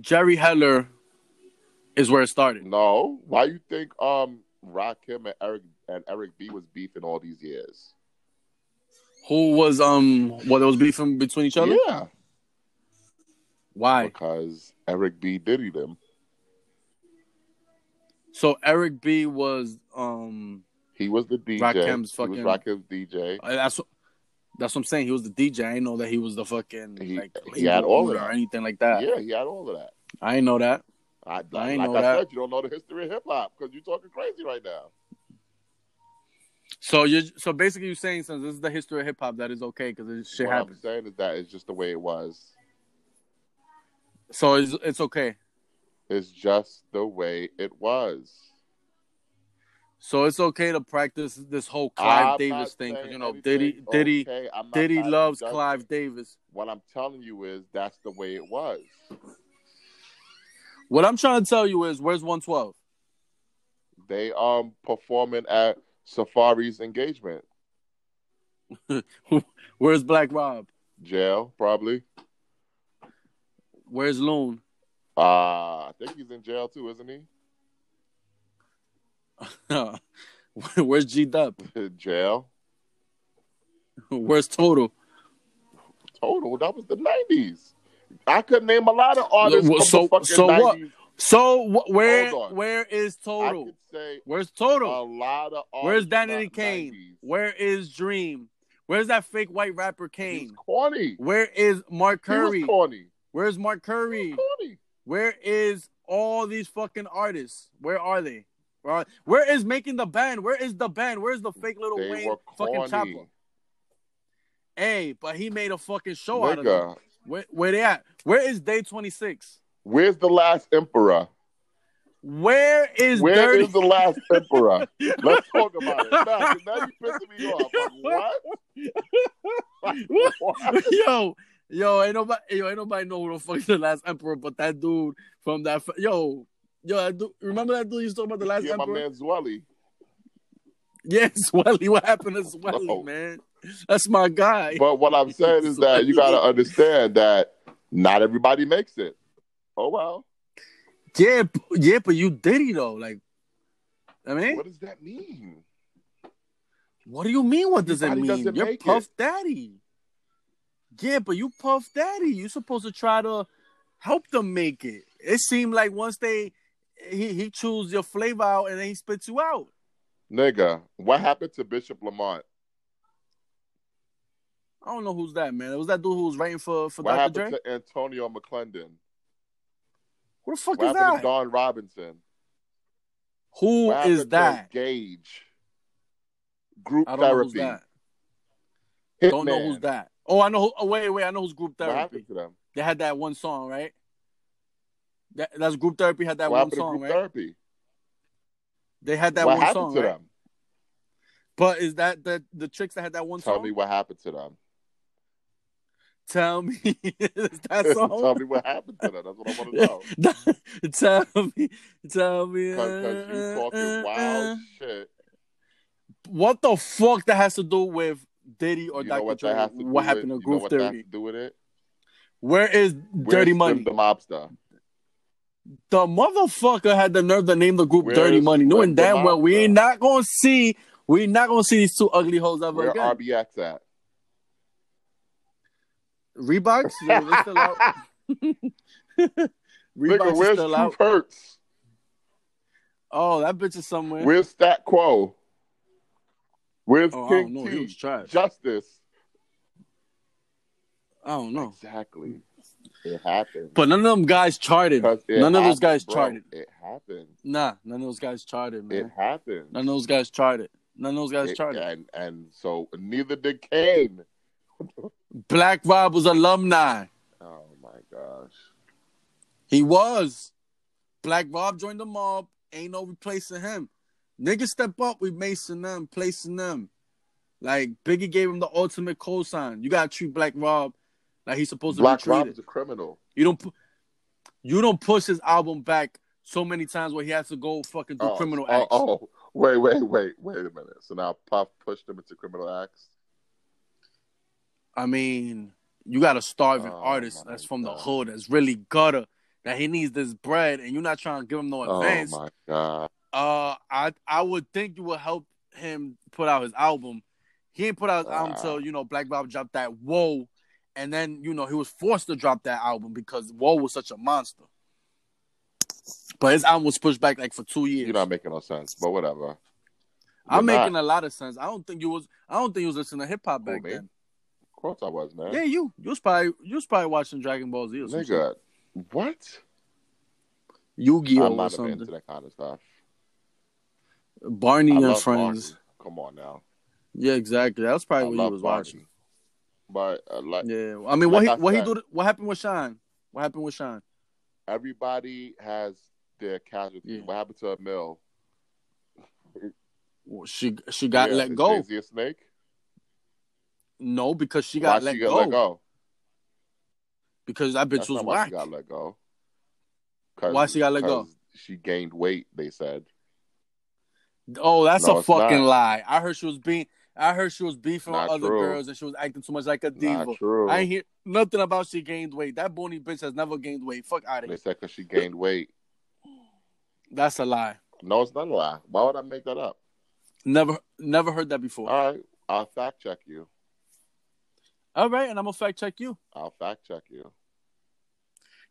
Speaker 1: Jerry Heller is where it started.
Speaker 2: No. Why you think um Rakim and Eric and Eric B was beefing all these years?
Speaker 1: Who was um what there was beefing between each other?
Speaker 2: Yeah,
Speaker 1: Why?
Speaker 2: because Eric B diddy them.
Speaker 1: So Eric B was um
Speaker 2: He was the DJ.
Speaker 1: Rakim's
Speaker 2: he was
Speaker 1: fucking-
Speaker 2: Rakim's DJ.
Speaker 1: I- Uh, that's that's what I'm saying. He was the DJ. I didn't know that he was the fucking
Speaker 2: He-
Speaker 1: like
Speaker 2: he had all of
Speaker 1: owner
Speaker 2: that.
Speaker 1: or anything like that.
Speaker 2: Yeah, he had all of that.
Speaker 1: I didn't know that.
Speaker 2: I, like
Speaker 1: I
Speaker 2: I,
Speaker 1: ain't know that.
Speaker 2: said, you don't know the history of hip hop because you're talking crazy right now.
Speaker 1: So you so basically you're saying since this is the history of hip hop that is okay because this shit
Speaker 2: what
Speaker 1: happens.
Speaker 2: I'm saying is that it's just the way it was.
Speaker 1: So it's it's okay.
Speaker 2: It's just the way it was.
Speaker 1: So it's okay to practice this whole Clive
Speaker 2: I'm
Speaker 1: Davis
Speaker 2: not
Speaker 1: thing 'cause,
Speaker 2: saying
Speaker 1: you know
Speaker 2: anything
Speaker 1: Diddy Diddy
Speaker 2: okay. I'm not
Speaker 1: Diddy
Speaker 2: mad at
Speaker 1: loves
Speaker 2: you.
Speaker 1: Clive Davis.
Speaker 2: What I'm telling you is that's the way it was.
Speaker 1: What I'm trying to tell you is where's 112?
Speaker 2: They um performing at Safari's engagement
Speaker 1: Where's Black Rob?
Speaker 2: jail probably.
Speaker 1: Where's Loon? *laughs*
Speaker 2: Uh I think he's in jail too, isn't he? *laughs*
Speaker 1: Where's G Dub?
Speaker 2: jail.
Speaker 1: *laughs* Where's Total?
Speaker 2: Total. That was the '90s. I could name a lot of artists
Speaker 1: Well,
Speaker 2: from
Speaker 1: so-
Speaker 2: the fucking
Speaker 1: so what?
Speaker 2: 90s.
Speaker 1: So wh- where
Speaker 2: Hold on.
Speaker 1: where is
Speaker 2: I could
Speaker 1: Total?
Speaker 2: say
Speaker 1: Where's
Speaker 2: a
Speaker 1: Total?
Speaker 2: lot of artists.
Speaker 1: Where's
Speaker 2: from
Speaker 1: Danny
Speaker 2: the
Speaker 1: Kane?
Speaker 2: 90s.
Speaker 1: Where is Dream? Where's that fake white rapper
Speaker 2: He's
Speaker 1: Kane?
Speaker 2: corny.
Speaker 1: Where is Mark
Speaker 2: He was
Speaker 1: Curry?
Speaker 2: corny.
Speaker 1: Where's
Speaker 2: He
Speaker 1: Mark Curry?
Speaker 2: was corny.
Speaker 1: Where is all these fucking artists? Where are they? Where, are- where is making the band? Where is the band? Where's the fake little
Speaker 2: They
Speaker 1: Wayne
Speaker 2: were
Speaker 1: fucking
Speaker 2: corny.
Speaker 1: chopper? Hey, but he made a fucking show out of them.
Speaker 2: Nigga,
Speaker 1: Where, where they at? Where is Day 26?
Speaker 2: where's the last emperor?
Speaker 1: Where
Speaker 2: Where
Speaker 1: is
Speaker 2: is
Speaker 1: Dirty?
Speaker 2: the
Speaker 1: *laughs*
Speaker 2: last emperor? Let's talk about it. Nah, 'cause now you pissing me off. Like, what?
Speaker 1: *laughs*
Speaker 2: *laughs* Like, what?
Speaker 1: yo, yo, ain't nobody, yo, ain't nobody know who the fuck is the last emperor, but that dude from that, fu- yo, yo, that dude, remember that dude you was talking about the last
Speaker 2: yeah, my
Speaker 1: emperor?
Speaker 2: man Zwelly.
Speaker 1: Yes, *laughs* Swelly. What
Speaker 2: *laughs*
Speaker 1: happened to Swelly,
Speaker 2: No.
Speaker 1: man? That's my guy.
Speaker 2: But what I'm saying is that you
Speaker 1: *laughs*
Speaker 2: gotta understand that not everybody makes it. Oh well.
Speaker 1: yeah, b- yeah, but you Diddy though. Like, I mean,
Speaker 2: What
Speaker 1: what,
Speaker 2: does that mean?
Speaker 1: do you mean? What does it
Speaker 2: Everybody
Speaker 1: mean?
Speaker 2: doesn't
Speaker 1: You're
Speaker 2: make it.
Speaker 1: Puff Daddy. Yeah, but you Puff Daddy. You supposed to try to help them make it. It seemed like once they he he chews your flavor out and then he spits you out.
Speaker 2: Nigga, what happened to Bishop Lamont?
Speaker 1: I don't know who's that man. It was that dude who was writing for for
Speaker 2: What
Speaker 1: Dr. Dre.
Speaker 2: happened to Antonio McClendon?
Speaker 1: Who the fuck
Speaker 2: What
Speaker 1: is
Speaker 2: happened
Speaker 1: that?
Speaker 2: to Don Robinson?
Speaker 1: Who
Speaker 2: What
Speaker 1: is
Speaker 2: happened to
Speaker 1: that?
Speaker 2: Gage. Group
Speaker 1: I don't know who's
Speaker 2: therapy.
Speaker 1: that.
Speaker 2: Hitman.
Speaker 1: Don't know who's that. Oh, I know. Who, oh, wait, wait. I know who's group
Speaker 2: What happened
Speaker 1: therapy.
Speaker 2: to them?
Speaker 1: They had that one song, right? That, that's group therapy had that
Speaker 2: what
Speaker 1: one
Speaker 2: happened to
Speaker 1: song,
Speaker 2: group
Speaker 1: right?
Speaker 2: therapy?
Speaker 1: They had that
Speaker 2: what
Speaker 1: one
Speaker 2: happened
Speaker 1: song,
Speaker 2: to
Speaker 1: right?
Speaker 2: them?
Speaker 1: But is that the the tricks that had that one
Speaker 2: Tell
Speaker 1: song?
Speaker 2: me what happened to them.
Speaker 1: *laughs* Tell me, *laughs* is
Speaker 2: *laughs*
Speaker 1: that
Speaker 2: Tell
Speaker 1: song?
Speaker 2: me what happened to them. That's what I want
Speaker 1: *laughs*
Speaker 2: to know.
Speaker 1: tell me, tell me.
Speaker 2: Because you
Speaker 1: uh,
Speaker 2: talking wild shit.
Speaker 1: What the fuck that has to do with Diddy or
Speaker 2: you know
Speaker 1: Dr.
Speaker 2: what
Speaker 1: Dre?
Speaker 2: that has to do
Speaker 1: What happened
Speaker 2: with,
Speaker 1: to Group
Speaker 2: you know what that has
Speaker 1: Therapy?
Speaker 2: to do with it?
Speaker 1: Where is
Speaker 2: Where's
Speaker 1: Dirty
Speaker 2: Slim
Speaker 1: Money?
Speaker 2: The mobster.
Speaker 1: the motherfucker had the nerve to name the group
Speaker 2: Where
Speaker 1: Dirty
Speaker 2: is
Speaker 1: Money,
Speaker 2: Slim
Speaker 1: knowing damn well we
Speaker 2: Democrat?
Speaker 1: ain't not gonna see we not gonna see these two ugly hoes ever
Speaker 2: Where
Speaker 1: again.
Speaker 2: RBX at? *laughs*
Speaker 1: Reeboks, yeah, they still out. *laughs*
Speaker 2: Nigga,
Speaker 1: Reeboks is
Speaker 2: where's
Speaker 1: still out.
Speaker 2: Steve Hurts?
Speaker 1: Oh, that bitch is somewhere.
Speaker 2: Where's Stat Quo? Where's
Speaker 1: oh, I don't
Speaker 2: King
Speaker 1: know. He was
Speaker 2: T?
Speaker 1: trash.
Speaker 2: Justice.
Speaker 1: I don't know.
Speaker 2: Exactly. It happened.
Speaker 1: But none of them guys charted.
Speaker 2: Because it
Speaker 1: None of those
Speaker 2: happened,
Speaker 1: guys
Speaker 2: bro.
Speaker 1: charted.
Speaker 2: It happened.
Speaker 1: Nah, none of those guys charted, man.
Speaker 2: It happened.
Speaker 1: None of those guys charted. None of those guys
Speaker 2: It-
Speaker 1: charted.
Speaker 2: and and so neither did Kane.
Speaker 1: Black Rob was alumni.
Speaker 2: Oh my gosh.
Speaker 1: He was. Black Rob joined the mob. Ain't no replacing him. Niggas step up. We macing them, placing them. Like Biggie gave him the ultimate cosign. You gotta treat Black Rob Like he's supposed to
Speaker 2: Black
Speaker 1: be treated.
Speaker 2: Rob is a criminal.
Speaker 1: You don't pu- you don't push his album back so many times where he has to go fucking do
Speaker 2: Oh,
Speaker 1: criminal
Speaker 2: oh,
Speaker 1: acts.
Speaker 2: oh, wait, wait, wait, wait a minute. So now Puff pushed him into criminal acts.
Speaker 1: I mean, you got a starving
Speaker 2: Oh,
Speaker 1: artist
Speaker 2: my
Speaker 1: that's from the
Speaker 2: God.
Speaker 1: hood that's really gutter that he needs this bread and you're not trying to give him no advance.
Speaker 2: Oh my god.
Speaker 1: uh, I I would think you would help him put out his album. He ain't put out his album
Speaker 2: Wow.
Speaker 1: until you know Black Bob dropped that Whoa, and then you know he was forced to drop that album because Whoa was such a monster. But his album was pushed back like for two years.
Speaker 2: You're not making no sense, but whatever.
Speaker 1: I'm
Speaker 2: You're not.
Speaker 1: making a lot of sense. I don't think you was. I don't think you was listening to hip hop
Speaker 2: Who,
Speaker 1: back
Speaker 2: me?
Speaker 1: then.
Speaker 2: Of course I was, man.
Speaker 1: Yeah, you. You was probably you was probably watching Dragon Ball Z or something.
Speaker 2: Nigga, what?
Speaker 1: Yu Gi
Speaker 2: I'm
Speaker 1: Oh or
Speaker 2: not into
Speaker 1: something.
Speaker 2: that kind of stuff.
Speaker 1: Barney
Speaker 2: I
Speaker 1: and
Speaker 2: love
Speaker 1: Friends.
Speaker 2: Barney. Come on now.
Speaker 1: Yeah, exactly. That's
Speaker 2: I
Speaker 1: probably what you
Speaker 2: love
Speaker 1: was
Speaker 2: Barney.
Speaker 1: watching.
Speaker 2: But uh, like
Speaker 1: Yeah, I mean, what
Speaker 2: Like I
Speaker 1: he, what he
Speaker 2: said.
Speaker 1: do? to- What happened with Shine? What happened with Shine?
Speaker 2: everybody has their casualties.
Speaker 1: Yeah.
Speaker 2: What happened to Emil?
Speaker 1: Well, She she got
Speaker 2: Yeah,
Speaker 1: let
Speaker 2: is
Speaker 1: go.
Speaker 2: Jay-Z a snake?
Speaker 1: No, because she got,
Speaker 2: Why
Speaker 1: let,
Speaker 2: she
Speaker 1: go
Speaker 2: got let go?
Speaker 1: because that bitch
Speaker 2: That's
Speaker 1: was
Speaker 2: not why she
Speaker 1: whack.
Speaker 2: got let go. 'Cause-
Speaker 1: Why she got let go?
Speaker 2: 'cause She gained weight. They said.
Speaker 1: Oh, that's
Speaker 2: No,
Speaker 1: a
Speaker 2: it's
Speaker 1: fucking
Speaker 2: not.
Speaker 1: lie. I heard she was being. I heard she was beefing
Speaker 2: Not
Speaker 1: with other
Speaker 2: true.
Speaker 1: girls and she was acting too much like a diva.
Speaker 2: Not true.
Speaker 1: I ain't hear nothing about she gained weight. That bony bitch has never gained weight. Fuck out of
Speaker 2: They
Speaker 1: here.
Speaker 2: said because she gained weight.
Speaker 1: That's a lie.
Speaker 2: No, it's not a lie. Why would I make that up?
Speaker 1: Never never heard that before.
Speaker 2: All right, I'll fact check you.
Speaker 1: All right, and I'm gonna fact check you
Speaker 2: I'll fact check you.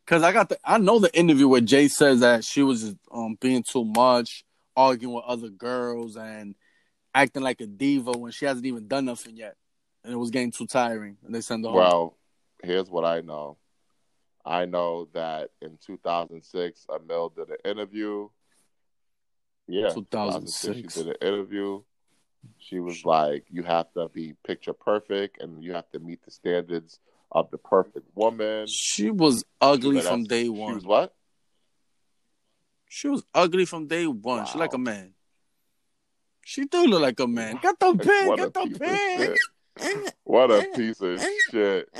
Speaker 1: because I got the. I know the interview where Jay says that she was um being too much, arguing with other girls, and acting like a diva when she hasn't even done nothing yet, and it was getting too tiring, and they send her home.
Speaker 2: Well, here's what I know. I know that in 2006, Emil did an interview. Yeah,
Speaker 1: 2006.
Speaker 2: She did an interview. She was like, "You have to be picture perfect, and you have to meet the standards of the perfect woman."
Speaker 1: She was ugly from day one.
Speaker 2: She was what?
Speaker 1: She was ugly from day one. She like a
Speaker 2: Wow.
Speaker 1: man. She do look like a man.
Speaker 2: *laughs*
Speaker 1: Get the pig.
Speaker 2: What
Speaker 1: Get
Speaker 2: a
Speaker 1: the
Speaker 2: piece of
Speaker 1: pig.
Speaker 2: shit!
Speaker 1: *laughs*
Speaker 2: What a piece of shit!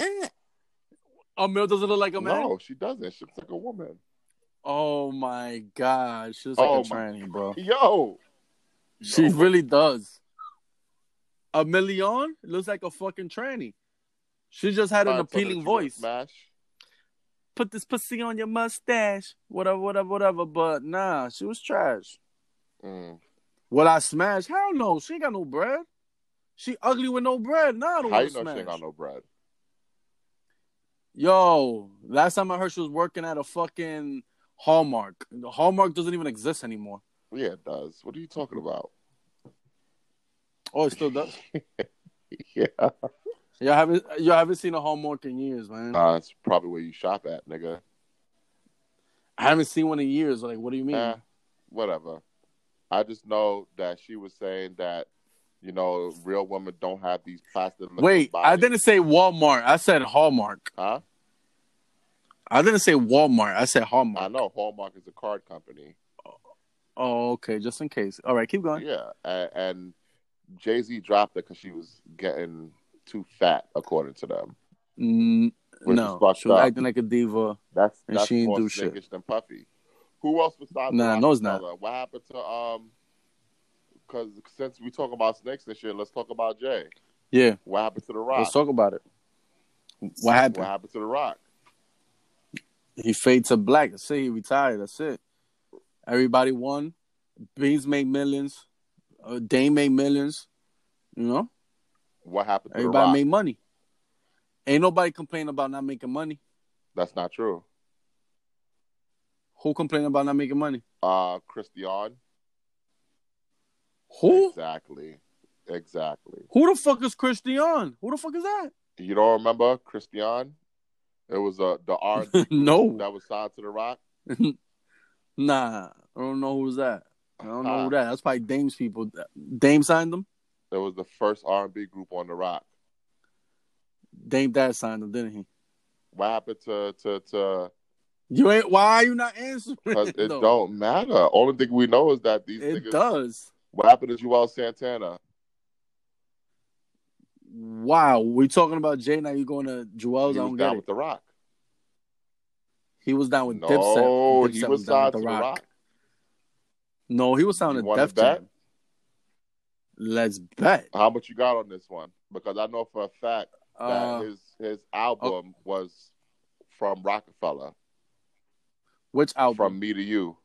Speaker 1: Amil doesn't look like a man.
Speaker 2: No, she doesn't. She looks like a woman.
Speaker 1: Oh my god, she looks like
Speaker 2: Oh
Speaker 1: a
Speaker 2: my-
Speaker 1: tranny, bro.
Speaker 2: Yo,
Speaker 1: She
Speaker 2: No.
Speaker 1: really does. A million looks like a fucking tranny. She just had an
Speaker 2: Fine, tell me that
Speaker 1: appealing
Speaker 2: you wanna
Speaker 1: voice.
Speaker 2: Smash.
Speaker 1: Put this pussy on your mustache, whatever, whatever, whatever. But nah, she was trash.
Speaker 2: Mm.
Speaker 1: Will I smash? Hell no. She ain't got no bread. She ugly with no bread. Nah, I don't
Speaker 2: How
Speaker 1: want
Speaker 2: you
Speaker 1: to
Speaker 2: know
Speaker 1: smash.
Speaker 2: she ain't got no bread?
Speaker 1: Yo, last time I heard she was working at a fucking Hallmark. The Hallmark doesn't even exist anymore.
Speaker 2: Yeah, it does. What are you talking about?
Speaker 1: Oh, it still *laughs* does.
Speaker 2: Yeah,
Speaker 1: Y'all haven't y'all haven't seen a Hallmark in years, man.
Speaker 2: nah, that's probably where you shop at, nigga.
Speaker 1: I haven't seen one in years. Like, what do you mean?
Speaker 2: Eh, whatever. I just know that she was saying that, you know, real women don't have these plastic.
Speaker 1: Wait, I didn't say Walmart. I said Hallmark.
Speaker 2: Huh?
Speaker 1: I didn't say Walmart. I said
Speaker 2: I
Speaker 1: Hallmark.
Speaker 2: know Hallmark is a card company.
Speaker 1: Oh, okay. Just in case. All right, keep going.
Speaker 2: Yeah, and, and Jay Z dropped it because she was getting too fat, according to them.
Speaker 1: Mm,
Speaker 2: Which
Speaker 1: no,
Speaker 2: is fucked
Speaker 1: she was
Speaker 2: up.
Speaker 1: acting like a diva.
Speaker 2: That's
Speaker 1: And
Speaker 2: that's
Speaker 1: she ain't
Speaker 2: more
Speaker 1: do
Speaker 2: snakeish
Speaker 1: shit.
Speaker 2: than Puffy. Who else besides
Speaker 1: Nah, no, it's not.
Speaker 2: Rockefeller? What happened to um? Because since we talking about snakes and shit, let's talk about Jay.
Speaker 1: Yeah,
Speaker 2: What happened to the Rock?
Speaker 1: let's talk about it. What
Speaker 2: What
Speaker 1: happened?
Speaker 2: happened to the Rock?
Speaker 1: He fades to black. I say he retired. That's it. Everybody won. Beans made millions. Uh, Dame made millions. You know,
Speaker 2: What happened to the
Speaker 1: everybody
Speaker 2: Rock?
Speaker 1: made money. Ain't nobody complaining about not making money.
Speaker 2: That's not true.
Speaker 1: Who complaining about not making money?
Speaker 2: Uh, Christian.
Speaker 1: Who?
Speaker 2: Exactly. Exactly.
Speaker 1: Who the fuck is Christian? Who the fuck is that?
Speaker 2: You don't remember Christian? It was uh, the R
Speaker 1: *laughs* no,
Speaker 2: that was signed to the Rock.
Speaker 1: nah, I don't know who's that. I don't know who
Speaker 2: Uh.
Speaker 1: that. That's probably Dame's people. Dame signed them.
Speaker 2: It was the first R and B group on the Rock.
Speaker 1: Dame dad signed them, didn't he?
Speaker 2: What happened to to to?
Speaker 1: You ain't. Why are you not answering? *laughs*
Speaker 2: Because it
Speaker 1: though?
Speaker 2: don't matter. Only thing we know is that these
Speaker 1: It
Speaker 2: niggas.
Speaker 1: does.
Speaker 2: What happened to Joel Santana?
Speaker 1: Wow, we talking about Jay now. You going to Joel's?
Speaker 2: he
Speaker 1: I
Speaker 2: was
Speaker 1: don't get
Speaker 2: down
Speaker 1: it.
Speaker 2: with The Rock.
Speaker 1: He was down with
Speaker 2: no,
Speaker 1: Dipset. Dipset
Speaker 2: he was
Speaker 1: down
Speaker 2: signed
Speaker 1: with
Speaker 2: to The Rock.
Speaker 1: No, he was sounding
Speaker 2: You wanna
Speaker 1: Def
Speaker 2: bet?
Speaker 1: Jam. Let's bet.
Speaker 2: How much you got on this one? Because I know for a fact that
Speaker 1: Uh, oh.
Speaker 2: his his album was from Rockefeller,
Speaker 1: which album?
Speaker 2: from me to you.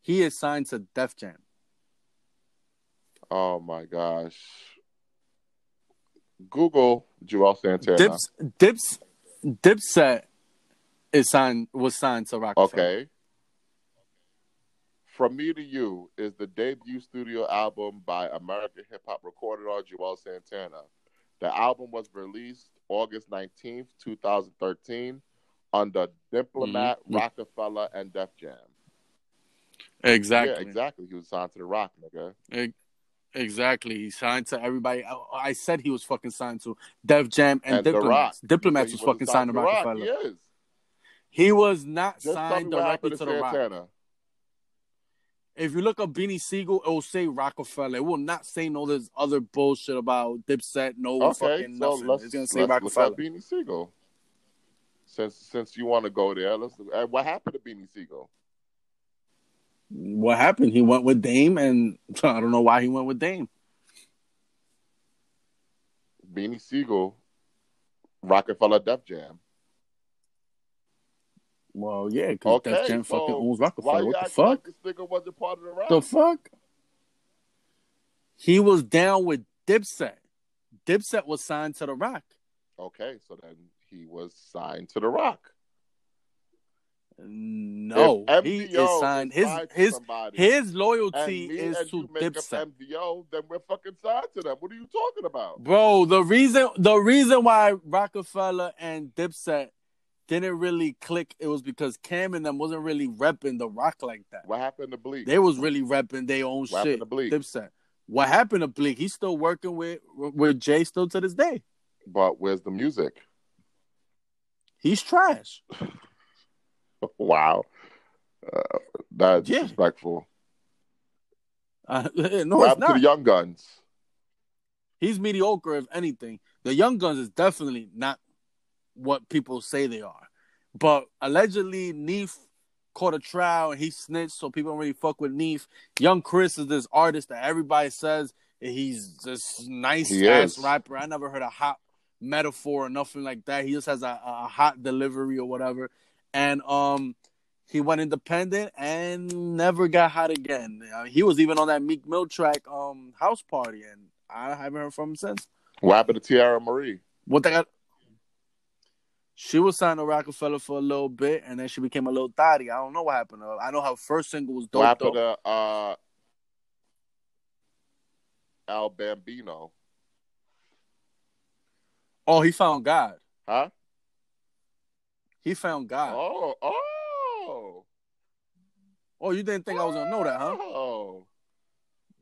Speaker 1: He is signed to Def Jam.
Speaker 2: Oh my gosh! Google Joel Santana.
Speaker 1: Dips, Dips, Dipset is signed. Was signed to Rockefeller.
Speaker 2: Okay. From Me to You is the debut studio album by American hip hop recorded on Joel Santana. The album was released August 19th, 2013, under Diplomat,
Speaker 1: Mhm.
Speaker 2: Rockefeller, and Def Jam.
Speaker 1: Exactly.
Speaker 2: Yeah, exactly. He was signed to The Rock, nigga.
Speaker 1: Ex- Exactly. He signed to everybody. I, I said he was fucking signed to Def Jam and,
Speaker 2: The
Speaker 1: Diplomats.
Speaker 2: Rock.
Speaker 1: Diplomats
Speaker 2: You
Speaker 1: was
Speaker 2: said he wasn't
Speaker 1: fucking signed to
Speaker 2: The Rock.
Speaker 1: Rockefeller.
Speaker 2: He is.
Speaker 1: He was not
Speaker 2: Just tell me
Speaker 1: signed
Speaker 2: what
Speaker 1: directly
Speaker 2: happened
Speaker 1: to
Speaker 2: to
Speaker 1: the Rock.
Speaker 2: Santana.
Speaker 1: If you look up Beanie Siegel, it will say Rockefeller. It will not say no this other bullshit about Dipset, no
Speaker 2: Okay,
Speaker 1: fucking
Speaker 2: so
Speaker 1: nothing.
Speaker 2: let's,
Speaker 1: it's gonna
Speaker 2: let's
Speaker 1: say
Speaker 2: look
Speaker 1: Rockefeller.
Speaker 2: up Beanie Siegel. Since since you want to go there, let's. Look, uh, what happened to Beanie Siegel?
Speaker 1: What happened? He went with Dame, and *laughs* I don't know why he went with Dame.
Speaker 2: Beanie Siegel, Rockefeller Def Jam.
Speaker 1: Well, yeah, because
Speaker 2: Okay,
Speaker 1: Def Jam
Speaker 2: so
Speaker 1: fucking owns
Speaker 2: why
Speaker 1: Rockefeller.
Speaker 2: you
Speaker 1: What the
Speaker 2: act
Speaker 1: fuck?
Speaker 2: like this nigga wasn't part of the rock?
Speaker 1: the fuck? He was down with Dipset. Dipset was signed to The Rock.
Speaker 2: okay, so then he was signed to the Rock.
Speaker 1: No,
Speaker 2: If
Speaker 1: he is
Speaker 2: MVO
Speaker 1: signed. His
Speaker 2: to
Speaker 1: his
Speaker 2: somebody,
Speaker 1: his
Speaker 2: and
Speaker 1: loyalty
Speaker 2: me
Speaker 1: is
Speaker 2: and
Speaker 1: to
Speaker 2: you make
Speaker 1: Dipset.
Speaker 2: up MVO, then we're fucking signed to them. What are you talking about?
Speaker 1: Bro, the reason the reason why Rockefeller and Dipset didn't really click it was because Cam and them wasn't really repping The Rock like that.
Speaker 2: What happened to Bleak?
Speaker 1: They was really repping their own
Speaker 2: what
Speaker 1: shit.
Speaker 2: happened to Bleak?
Speaker 1: Dipset. What happened to Bleak? He's still working with with Jay still to this day.
Speaker 2: but where's the music?
Speaker 1: He's trash. *laughs*
Speaker 2: Wow, uh, that's
Speaker 1: Yeah.
Speaker 2: disrespectful.
Speaker 1: Uh, *laughs* no,
Speaker 2: what
Speaker 1: it's
Speaker 2: happened to
Speaker 1: not.
Speaker 2: the Young Guns?
Speaker 1: He's mediocre, if anything. The Young Guns is definitely not what people say they are. But allegedly, Neef caught a trial and he snitched, so people don't really fuck with Neef. Young Chris is this artist that everybody says he's this nice
Speaker 2: He
Speaker 1: ass
Speaker 2: is.
Speaker 1: rapper. I never heard a hot metaphor or nothing like that. He just has a, a hot delivery or whatever. And um, he went independent and never got hot again. Uh, he was even on that Meek Mill track, um, House Party, and I haven't heard from him since.
Speaker 2: What happened to Tiara Marie?
Speaker 1: What they got? She was signed to Rockefeller for a little bit, and then she became a little thotty. I don't know what happened to her. I know her first single was
Speaker 2: what
Speaker 1: dope.
Speaker 2: happened
Speaker 1: Though.
Speaker 2: to uh, Al Bambino?
Speaker 1: Oh, he found God.
Speaker 2: Huh?
Speaker 1: He found God. Oh,
Speaker 2: Oh, oh.
Speaker 1: you didn't think I was gonna know that, huh?
Speaker 2: Oh.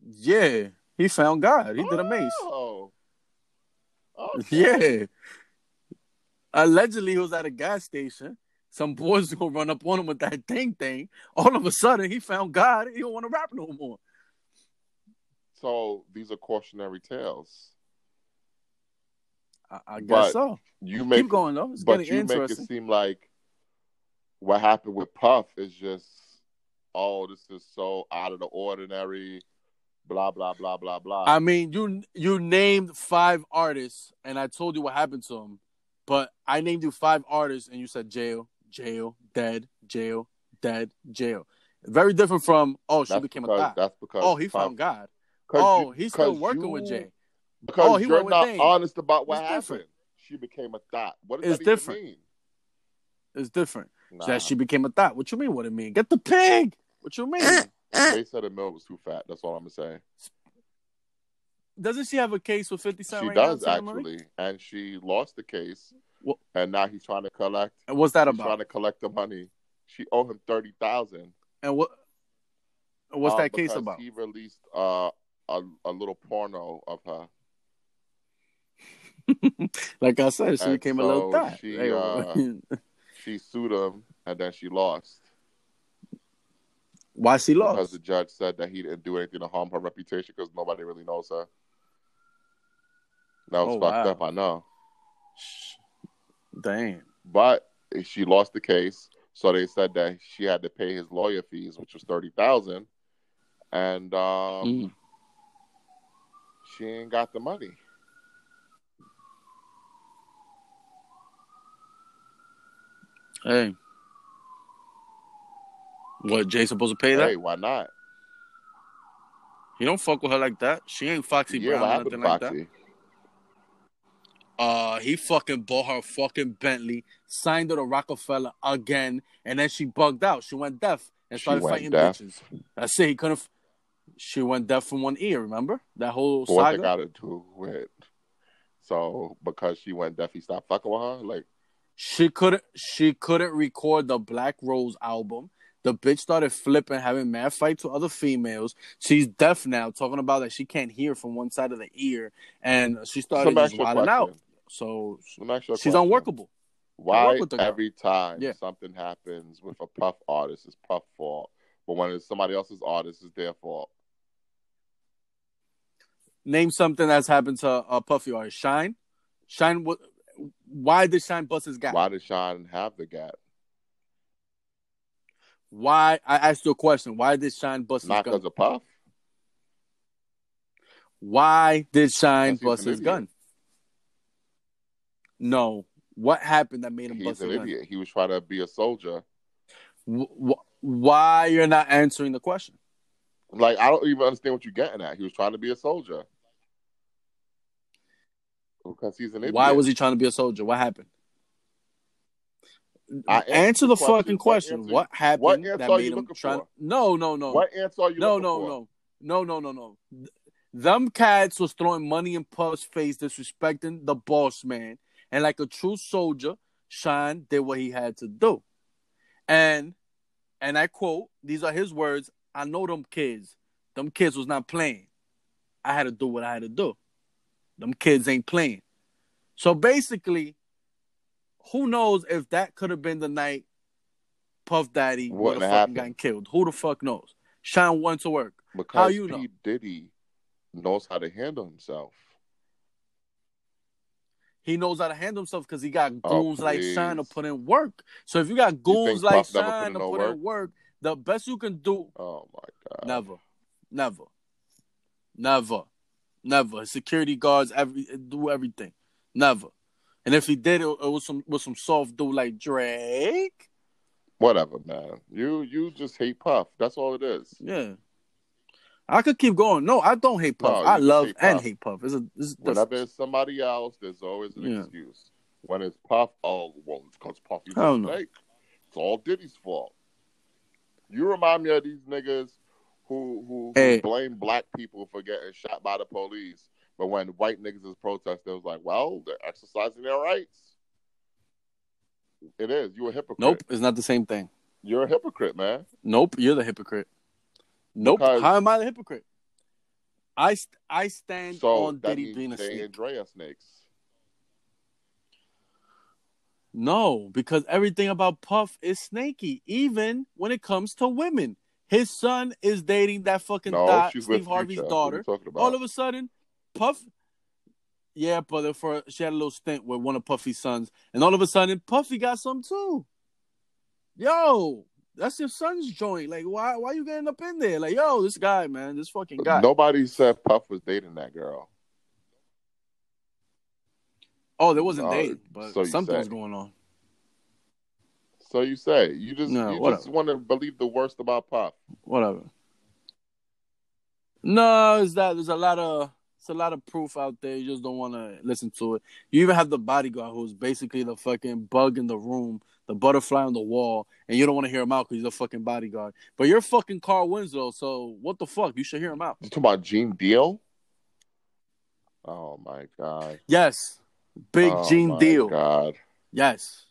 Speaker 1: Yeah, he found God. He did a mace.
Speaker 2: Oh. Okay.
Speaker 1: *laughs* Yeah. Allegedly, he was at a gas station. Some boys *laughs* gonna run up on him with that thing thing. All of a sudden, he found God. He don't want to rap no more.
Speaker 2: So these are cautionary tales.
Speaker 1: I, I guess
Speaker 2: But
Speaker 1: so.
Speaker 2: You make,
Speaker 1: Keep going though. It's
Speaker 2: but
Speaker 1: getting
Speaker 2: you make it
Speaker 1: interesting.
Speaker 2: seem like what happened with Puff is just, oh, this is so out of the ordinary. Blah blah blah blah blah.
Speaker 1: I mean, you you named five artists, and I told you what happened to them. But I named you five artists, and you said jail, jail, dead, jail, dead, jail. Very different from oh she
Speaker 2: that's
Speaker 1: became
Speaker 2: because,
Speaker 1: a thought.
Speaker 2: That's because
Speaker 1: Oh he
Speaker 2: Puff-
Speaker 1: found God.
Speaker 2: 'cause
Speaker 1: Oh
Speaker 2: you-
Speaker 1: he's still
Speaker 2: 'cause
Speaker 1: working with
Speaker 2: you-
Speaker 1: Jay.
Speaker 2: Because
Speaker 1: Oh, he
Speaker 2: you're
Speaker 1: went with
Speaker 2: not
Speaker 1: Dame.
Speaker 2: honest about what
Speaker 1: It's
Speaker 2: happened.
Speaker 1: different.
Speaker 2: She became a thought. What does
Speaker 1: It's
Speaker 2: that even
Speaker 1: different.
Speaker 2: mean?
Speaker 1: It's different.
Speaker 2: Nah,
Speaker 1: That *laughs* she became a thought. What you mean? What it mean? Get the pig. What you
Speaker 2: Eh.
Speaker 1: mean?
Speaker 2: they said the mill was too fat. That's all I'm gonna say.
Speaker 1: Doesn't she have a case with Fifty Cent
Speaker 2: she
Speaker 1: right
Speaker 2: does
Speaker 1: now? Tana Marie?
Speaker 2: actually, and she lost the case,
Speaker 1: Wha-
Speaker 2: and now he's trying to collect.
Speaker 1: And what's that
Speaker 2: He's trying
Speaker 1: about?
Speaker 2: to collect the money. She owed him thirty thousand.
Speaker 1: And what? What's that case about?
Speaker 2: Uh, He released uh, a a little porno of her.
Speaker 1: Like I said, she
Speaker 2: And
Speaker 1: became a little
Speaker 2: so
Speaker 1: thot.
Speaker 2: she,
Speaker 1: Hey, *laughs*
Speaker 2: uh, She sued him, and then she lost
Speaker 1: Why she
Speaker 2: because
Speaker 1: lost?
Speaker 2: the judge said that he didn't do anything to harm her reputation because nobody really knows her. That was
Speaker 1: Oh,
Speaker 2: fucked
Speaker 1: wow.
Speaker 2: up, I know.
Speaker 1: Damn.
Speaker 2: But she lost the case, so they said that she had to pay his lawyer fees, which was thirty thousand, and um,
Speaker 1: Mm.
Speaker 2: she ain't got the money.
Speaker 1: Hey. What Jay supposed to pay that?
Speaker 2: Hey, why not?
Speaker 1: You don't fuck with her like that. She ain't Foxy
Speaker 2: yeah,
Speaker 1: Brown
Speaker 2: what
Speaker 1: or
Speaker 2: happened,
Speaker 1: nothing like that.
Speaker 2: Foxy?
Speaker 1: Uh, he fucking bought her a fucking Bentley, signed her to Rockefeller again, and then she bugged out. She went deaf and
Speaker 2: She
Speaker 1: started
Speaker 2: went
Speaker 1: fighting
Speaker 2: deaf.
Speaker 1: bitches. That's it. He couldn't. F- she went deaf from one ear. Remember that whole
Speaker 2: But what
Speaker 1: saga?
Speaker 2: they got to do with? So because she went deaf, he stopped fucking with her. Like
Speaker 1: She couldn't. She couldn't record the Black Rose album. The bitch started flipping, having mad fight to other females. She's deaf now, talking about that she can't hear from one side of the ear, and she started
Speaker 2: Somebody
Speaker 1: just
Speaker 2: ask you a
Speaker 1: wilding out.
Speaker 2: question.
Speaker 1: So
Speaker 2: Let me ask you a
Speaker 1: she's
Speaker 2: question.
Speaker 1: unworkable.
Speaker 2: Why
Speaker 1: work with the girl.
Speaker 2: every time
Speaker 1: Yeah.
Speaker 2: something happens with a puff artist, it's puff fault, but when it's somebody else's artist, it's their fault.
Speaker 1: Name something that's happened to uh, Puffy or Shine. Shine. What? Why did Shine bust his gap? Why?
Speaker 2: Why did Sean have the gap?
Speaker 1: I asked you a question. Why did Shine bust his
Speaker 2: Not
Speaker 1: gun?
Speaker 2: because of puff.
Speaker 1: Why did Shine
Speaker 2: 'Cause he was
Speaker 1: bust
Speaker 2: an
Speaker 1: his
Speaker 2: idiot.
Speaker 1: gun? No. What happened that made him
Speaker 2: He's
Speaker 1: bust
Speaker 2: an
Speaker 1: his gun?
Speaker 2: idiot. He was trying to be a soldier.
Speaker 1: Wh- wh- why you're not answering the question?
Speaker 2: Like I don't even understand what you're getting at. He was trying to be a soldier because he's an idiot.
Speaker 1: Why was he trying to be a soldier? What happened?
Speaker 2: I answered
Speaker 1: answer the
Speaker 2: the question.
Speaker 1: fucking
Speaker 2: What
Speaker 1: question.
Speaker 2: answer-
Speaker 1: What happened
Speaker 2: what answer
Speaker 1: that
Speaker 2: are
Speaker 1: made
Speaker 2: you
Speaker 1: him
Speaker 2: looking
Speaker 1: try?
Speaker 2: for?
Speaker 1: No, no, no.
Speaker 2: What answer are you
Speaker 1: no,
Speaker 2: looking
Speaker 1: no,
Speaker 2: for?
Speaker 1: no, no, no, no, no. Th- Them cats was throwing money in Puff's face, disrespecting the boss man, and like a true soldier, Sean did what he had to do. And and I quote: "These are his words. I know them kids. Them kids was not playing. I had to do what I had to do. Them kids ain't playing. So basically, who knows if that could have been the night Puff Daddy would
Speaker 2: Wouldn't
Speaker 1: have fucking
Speaker 2: have happened.
Speaker 1: gotten killed? Who the fuck knows? Sean went to work.
Speaker 2: Because
Speaker 1: How you
Speaker 2: P.
Speaker 1: know?
Speaker 2: Diddy knows how to handle himself.
Speaker 1: He knows how to handle himself because he got
Speaker 2: Oh,
Speaker 1: goons like Shine to
Speaker 2: please.
Speaker 1: put in work. So if you got goons
Speaker 2: think
Speaker 1: like
Speaker 2: Puff never put
Speaker 1: Shine
Speaker 2: in
Speaker 1: to
Speaker 2: no
Speaker 1: put in work, the best you can do
Speaker 2: Oh my god.
Speaker 1: never, never, never, never. Security guards every do everything, never. And if he did it, it was some with some soft dude like Drake.
Speaker 2: Whatever, man. You you just hate Puff. That's all it is.
Speaker 1: Yeah, I could keep going. No, I don't hate Puff.
Speaker 2: No,
Speaker 1: I
Speaker 2: Oh, you
Speaker 1: love
Speaker 2: hate
Speaker 1: and
Speaker 2: Puff.
Speaker 1: hate Puff. It's a this is
Speaker 2: Whenever it's somebody else, there's always an
Speaker 1: Yeah.
Speaker 2: excuse. When it's Puff, oh well, it's because Puffy's
Speaker 1: Hell
Speaker 2: a
Speaker 1: no.
Speaker 2: snake. It's all Diddy's fault. You remind me of these niggas who who,
Speaker 1: Hey.
Speaker 2: who blame black people for getting shot by the police, but when white niggas is protesting, it was like, well, they're exercising their rights. It is. You're a hypocrite.
Speaker 1: Nope, it's not the same thing.
Speaker 2: You're a hypocrite, man.
Speaker 1: Nope, you're the hypocrite. Nope.
Speaker 2: Because-
Speaker 1: How am I the hypocrite? I st- I stand
Speaker 2: So
Speaker 1: on
Speaker 2: that
Speaker 1: Diddy
Speaker 2: means
Speaker 1: being a
Speaker 2: they
Speaker 1: snake.
Speaker 2: Andrea snakes.
Speaker 1: No, because everything about Puff is snaky, even when it comes to women. His son is dating that fucking
Speaker 2: No,
Speaker 1: dot,
Speaker 2: she's
Speaker 1: Steve
Speaker 2: with
Speaker 1: Harvey's
Speaker 2: Future. What are you
Speaker 1: daughter.
Speaker 2: talking about?
Speaker 1: All of a sudden, Puff. Yeah, but for she had a little stint with one of Puffy's sons, and all of a sudden, Puffy got some too. Yo, that's your son's joint. Like, why why you getting up in there? Like, yo, this guy, man, this fucking guy.
Speaker 2: Nobody said Puff was dating that girl.
Speaker 1: Oh, there wasn't
Speaker 2: No,
Speaker 1: dating, but
Speaker 2: so you
Speaker 1: something
Speaker 2: say.
Speaker 1: was going on.
Speaker 2: So you say you just
Speaker 1: No,
Speaker 2: you just
Speaker 1: whatever.
Speaker 2: want to believe the worst about Puff.
Speaker 1: Whatever. No, it's that there's a lot of it's a lot of proof out there. You just don't want to listen to it. You even have the bodyguard who's basically the fucking bug in the room, the butterfly on the wall, and you don't want to hear him out because he's a fucking bodyguard. But you're fucking Carl Winslow, so what the fuck? You should hear him out.
Speaker 2: You talking about Gene Deal? Oh my god!
Speaker 1: Yes, Big
Speaker 2: oh
Speaker 1: Gene
Speaker 2: my
Speaker 1: Deal.
Speaker 2: God.
Speaker 1: Yes.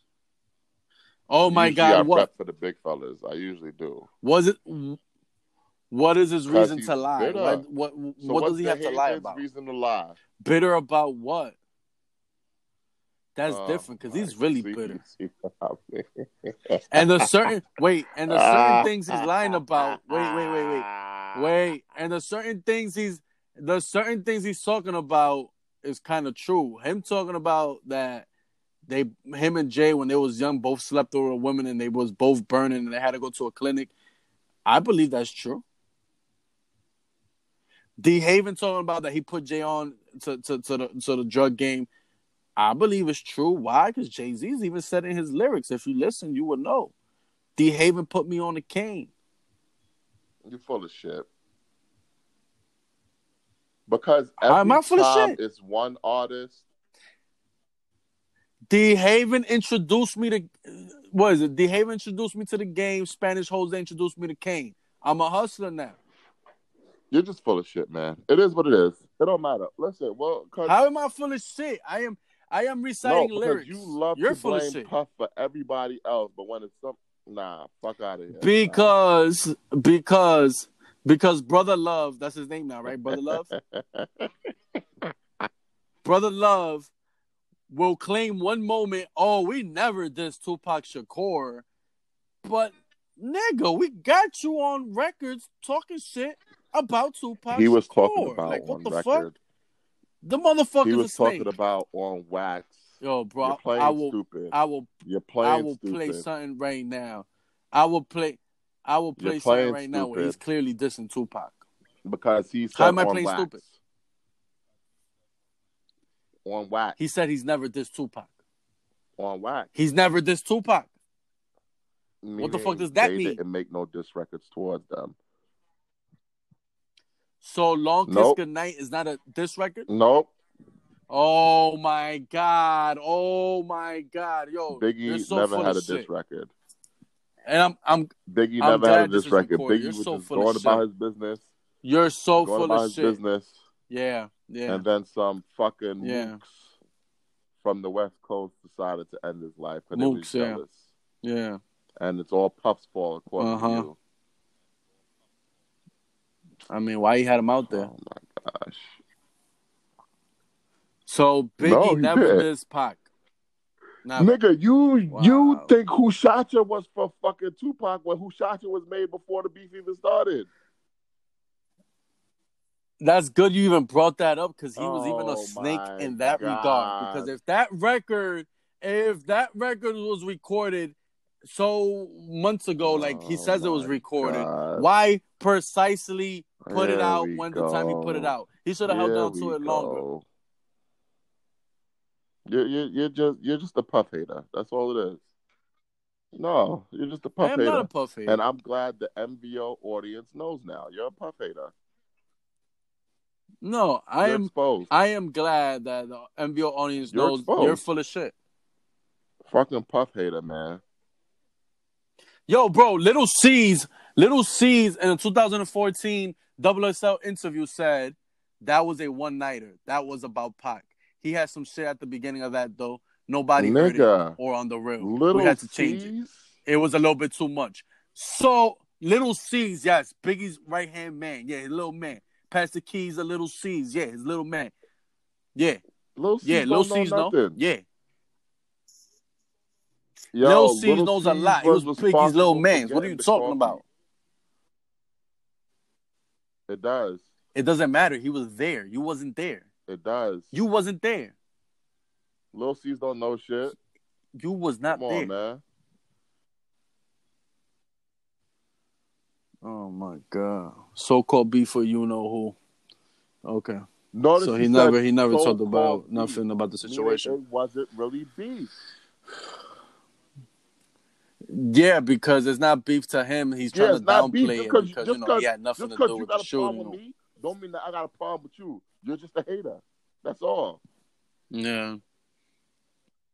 Speaker 1: Oh my
Speaker 2: Usually I
Speaker 1: God! What
Speaker 2: prep for the big fellas. I usually do.
Speaker 1: was it? What is his
Speaker 2: 'Cause
Speaker 1: reason
Speaker 2: he's
Speaker 1: to lie?
Speaker 2: bitter.
Speaker 1: What what,
Speaker 2: So
Speaker 1: what
Speaker 2: what's
Speaker 1: does he
Speaker 2: the
Speaker 1: have to
Speaker 2: hate
Speaker 1: lie
Speaker 2: is
Speaker 1: about?
Speaker 2: Reason to lie.
Speaker 1: bitter about what? That's
Speaker 2: Oh
Speaker 1: different because
Speaker 2: my-
Speaker 1: he's
Speaker 2: *laughs*
Speaker 1: really
Speaker 2: see-
Speaker 1: bitter.
Speaker 2: see what I mean?
Speaker 1: And the certain wait, and the
Speaker 2: *laughs*
Speaker 1: certain
Speaker 2: Ah.
Speaker 1: things he's lying about. Wait, wait,
Speaker 2: *laughs*
Speaker 1: wait, wait, wait. And the certain things he's the certain things he's talking about is kind of true. Him talking about that they him and Jay when they was young both slept over a woman and they was both burning and they had to go to a clinic. I believe that's true. D Haven talking about that he put Jay on to to, to the to the drug game. I believe it's true. Why? Because Jay Z's even said in his lyrics. If you listen, you would know. D Haven put me on the cane.
Speaker 2: You're full of shit. Because every
Speaker 1: Am I full of
Speaker 2: time
Speaker 1: shit?
Speaker 2: it's one artist.
Speaker 1: D Haven introduced me to what is it? D Haven introduced me to the game. Spanish Jose introduced me to Kane. I'm a hustler now.
Speaker 2: You're just full of shit, man. It is what it is. It don't matter. Listen, well, cause,
Speaker 1: How am I full of shit? I am I am
Speaker 2: no,
Speaker 1: reciting
Speaker 2: because
Speaker 1: lyrics.
Speaker 2: you love
Speaker 1: You're
Speaker 2: to
Speaker 1: full of
Speaker 2: blame
Speaker 1: shit.
Speaker 2: Puff for everybody else, but when it's some, nah, fuck out of here.
Speaker 1: Because because because brother love, that's his name now, right?
Speaker 2: *laughs*
Speaker 1: Brother love. brother love will claim one moment, oh, we never dissed Tupac Shakur, but nigga, we got you on records talking shit about Tupac.
Speaker 2: he was
Speaker 1: Shakur.
Speaker 2: talking about
Speaker 1: like, what
Speaker 2: one
Speaker 1: the fuck?
Speaker 2: record.
Speaker 1: The motherfucker's
Speaker 2: He
Speaker 1: a
Speaker 2: was
Speaker 1: snake.
Speaker 2: talking about on wax.
Speaker 1: Yo,
Speaker 2: You're
Speaker 1: bro,
Speaker 2: playing
Speaker 1: I will,
Speaker 2: stupid.
Speaker 1: I will,
Speaker 2: You're
Speaker 1: I
Speaker 2: playing
Speaker 1: will play
Speaker 2: stupid.
Speaker 1: something right now. I will play, I will
Speaker 2: You're
Speaker 1: play something
Speaker 2: playing
Speaker 1: right now where
Speaker 2: stupid.
Speaker 1: he's clearly dissing Tupac.
Speaker 2: because he said
Speaker 1: How am I
Speaker 2: on
Speaker 1: playing
Speaker 2: wax.
Speaker 1: stupid?
Speaker 2: On wax.
Speaker 1: He said he's never dissed Tupac.
Speaker 2: on wax.
Speaker 1: He's never dissed Tupac. the fuck
Speaker 2: Meaning
Speaker 1: does that
Speaker 2: they
Speaker 1: mean?
Speaker 2: didn't make no diss records towards them.
Speaker 1: So long kiss
Speaker 2: Nope.
Speaker 1: goodnight is not a diss record.
Speaker 2: Nope.
Speaker 1: Oh my god! Oh my god! Yo, Oh, you're
Speaker 2: Biggie
Speaker 1: so
Speaker 2: never
Speaker 1: full
Speaker 2: had a
Speaker 1: of shit.
Speaker 2: diss record.
Speaker 1: And I'm, I'm,
Speaker 2: Biggie
Speaker 1: I'm
Speaker 2: never had a
Speaker 1: glad this
Speaker 2: diss
Speaker 1: is
Speaker 2: record.
Speaker 1: recorded.
Speaker 2: Biggie
Speaker 1: You're
Speaker 2: was
Speaker 1: so
Speaker 2: just
Speaker 1: full of
Speaker 2: going
Speaker 1: shit.
Speaker 2: about his business,
Speaker 1: you're so
Speaker 2: going
Speaker 1: full
Speaker 2: about
Speaker 1: of
Speaker 2: his
Speaker 1: shit.
Speaker 2: business,
Speaker 1: Yeah, yeah.
Speaker 2: and then some fucking
Speaker 1: Yeah.
Speaker 2: mooks from the West Coast decided to end his life because they was
Speaker 1: Mooks, yeah.
Speaker 2: jealous.
Speaker 1: Yeah.
Speaker 2: And it's all Puff's fault, according
Speaker 1: Uh-huh.
Speaker 2: to you.
Speaker 1: I mean, why he had him out there?
Speaker 2: Oh my gosh.
Speaker 1: So
Speaker 2: No,
Speaker 1: Biggie
Speaker 2: he
Speaker 1: never
Speaker 2: did.
Speaker 1: dissed Pac. Never.
Speaker 2: Nigga, you you
Speaker 1: Wow.
Speaker 2: think Who Shot Ya was for fucking Tupac when Who Shot Ya was made before the beef even started?
Speaker 1: That's good you even brought that up because he was even
Speaker 2: Oh,
Speaker 1: a
Speaker 2: my
Speaker 1: snake in that
Speaker 2: God.
Speaker 1: regard. Because if that record, if that record was recorded so months ago, like he
Speaker 2: Oh,
Speaker 1: says it was
Speaker 2: my
Speaker 1: recorded,
Speaker 2: God.
Speaker 1: why precisely put it
Speaker 2: Here
Speaker 1: out
Speaker 2: we
Speaker 1: when the time he put it
Speaker 2: go.
Speaker 1: out? He should have held
Speaker 2: Here
Speaker 1: on to
Speaker 2: we
Speaker 1: it longer.
Speaker 2: go. You're, you're, you're just you're just a puff hater. That's all it is. No, you're just a
Speaker 1: I
Speaker 2: puff
Speaker 1: am
Speaker 2: hater.
Speaker 1: not a puff hater.
Speaker 2: And I'm glad the MBO audience knows now. You're a puff hater.
Speaker 1: no, I
Speaker 2: you're
Speaker 1: am.
Speaker 2: exposed.
Speaker 1: I am glad that the MVO audience
Speaker 2: You're
Speaker 1: knows
Speaker 2: exposed.
Speaker 1: you're full of shit.
Speaker 2: Fucking puff hater, man.
Speaker 1: Yo, bro, Little C's, Little C's in a 2014 WSL interview said that was a one nighter. That was about Pac. He had some shit at the beginning of that though. Nobody heard it
Speaker 2: Nigga.
Speaker 1: or on the real.
Speaker 2: Little
Speaker 1: we had to change it.
Speaker 2: C's?
Speaker 1: It was a little bit too much. So Little C's, yes, Biggie's right hand man. Yeah, his little man. Pastor Keys, a Little C's. Yeah, his little man. Yeah,
Speaker 2: Lil C's
Speaker 1: yeah,
Speaker 2: don't
Speaker 1: Little
Speaker 2: know
Speaker 1: C's no.
Speaker 2: nothing.
Speaker 1: Yeah.
Speaker 2: Yo,
Speaker 1: Lil C's knows a
Speaker 2: C's
Speaker 1: lot. He was Biggie's
Speaker 2: responsible
Speaker 1: little
Speaker 2: for
Speaker 1: man. What are
Speaker 2: getting
Speaker 1: you
Speaker 2: the
Speaker 1: talking
Speaker 2: coffee.
Speaker 1: about?
Speaker 2: It does.
Speaker 1: It doesn't matter. He was there. You wasn't there.
Speaker 2: It does.
Speaker 1: You wasn't there.
Speaker 2: Lil C's don't know shit.
Speaker 1: You was not
Speaker 2: Come on,
Speaker 1: there.
Speaker 2: man.
Speaker 1: Oh my god. So called beef for you know who. Okay.
Speaker 2: Notice
Speaker 1: so
Speaker 2: he
Speaker 1: he never
Speaker 2: said
Speaker 1: he never
Speaker 2: so-called
Speaker 1: talked about
Speaker 2: beef,
Speaker 1: nothing about the
Speaker 2: meaning
Speaker 1: situation.
Speaker 2: It wasn't really beef.
Speaker 1: Yeah, because it's not beef to him. He's
Speaker 2: Yeah,
Speaker 1: trying
Speaker 2: it's
Speaker 1: to
Speaker 2: not beef.
Speaker 1: downplay
Speaker 2: Just
Speaker 1: it
Speaker 2: 'cause-
Speaker 1: because
Speaker 2: just
Speaker 1: you know
Speaker 2: 'cause-
Speaker 1: he had nothing
Speaker 2: Just
Speaker 1: to
Speaker 2: because
Speaker 1: do
Speaker 2: you
Speaker 1: with
Speaker 2: got
Speaker 1: the
Speaker 2: a problem with
Speaker 1: shooting.
Speaker 2: me, don't mean that I got a problem with you. You're just a hater. That's all.
Speaker 1: Yeah.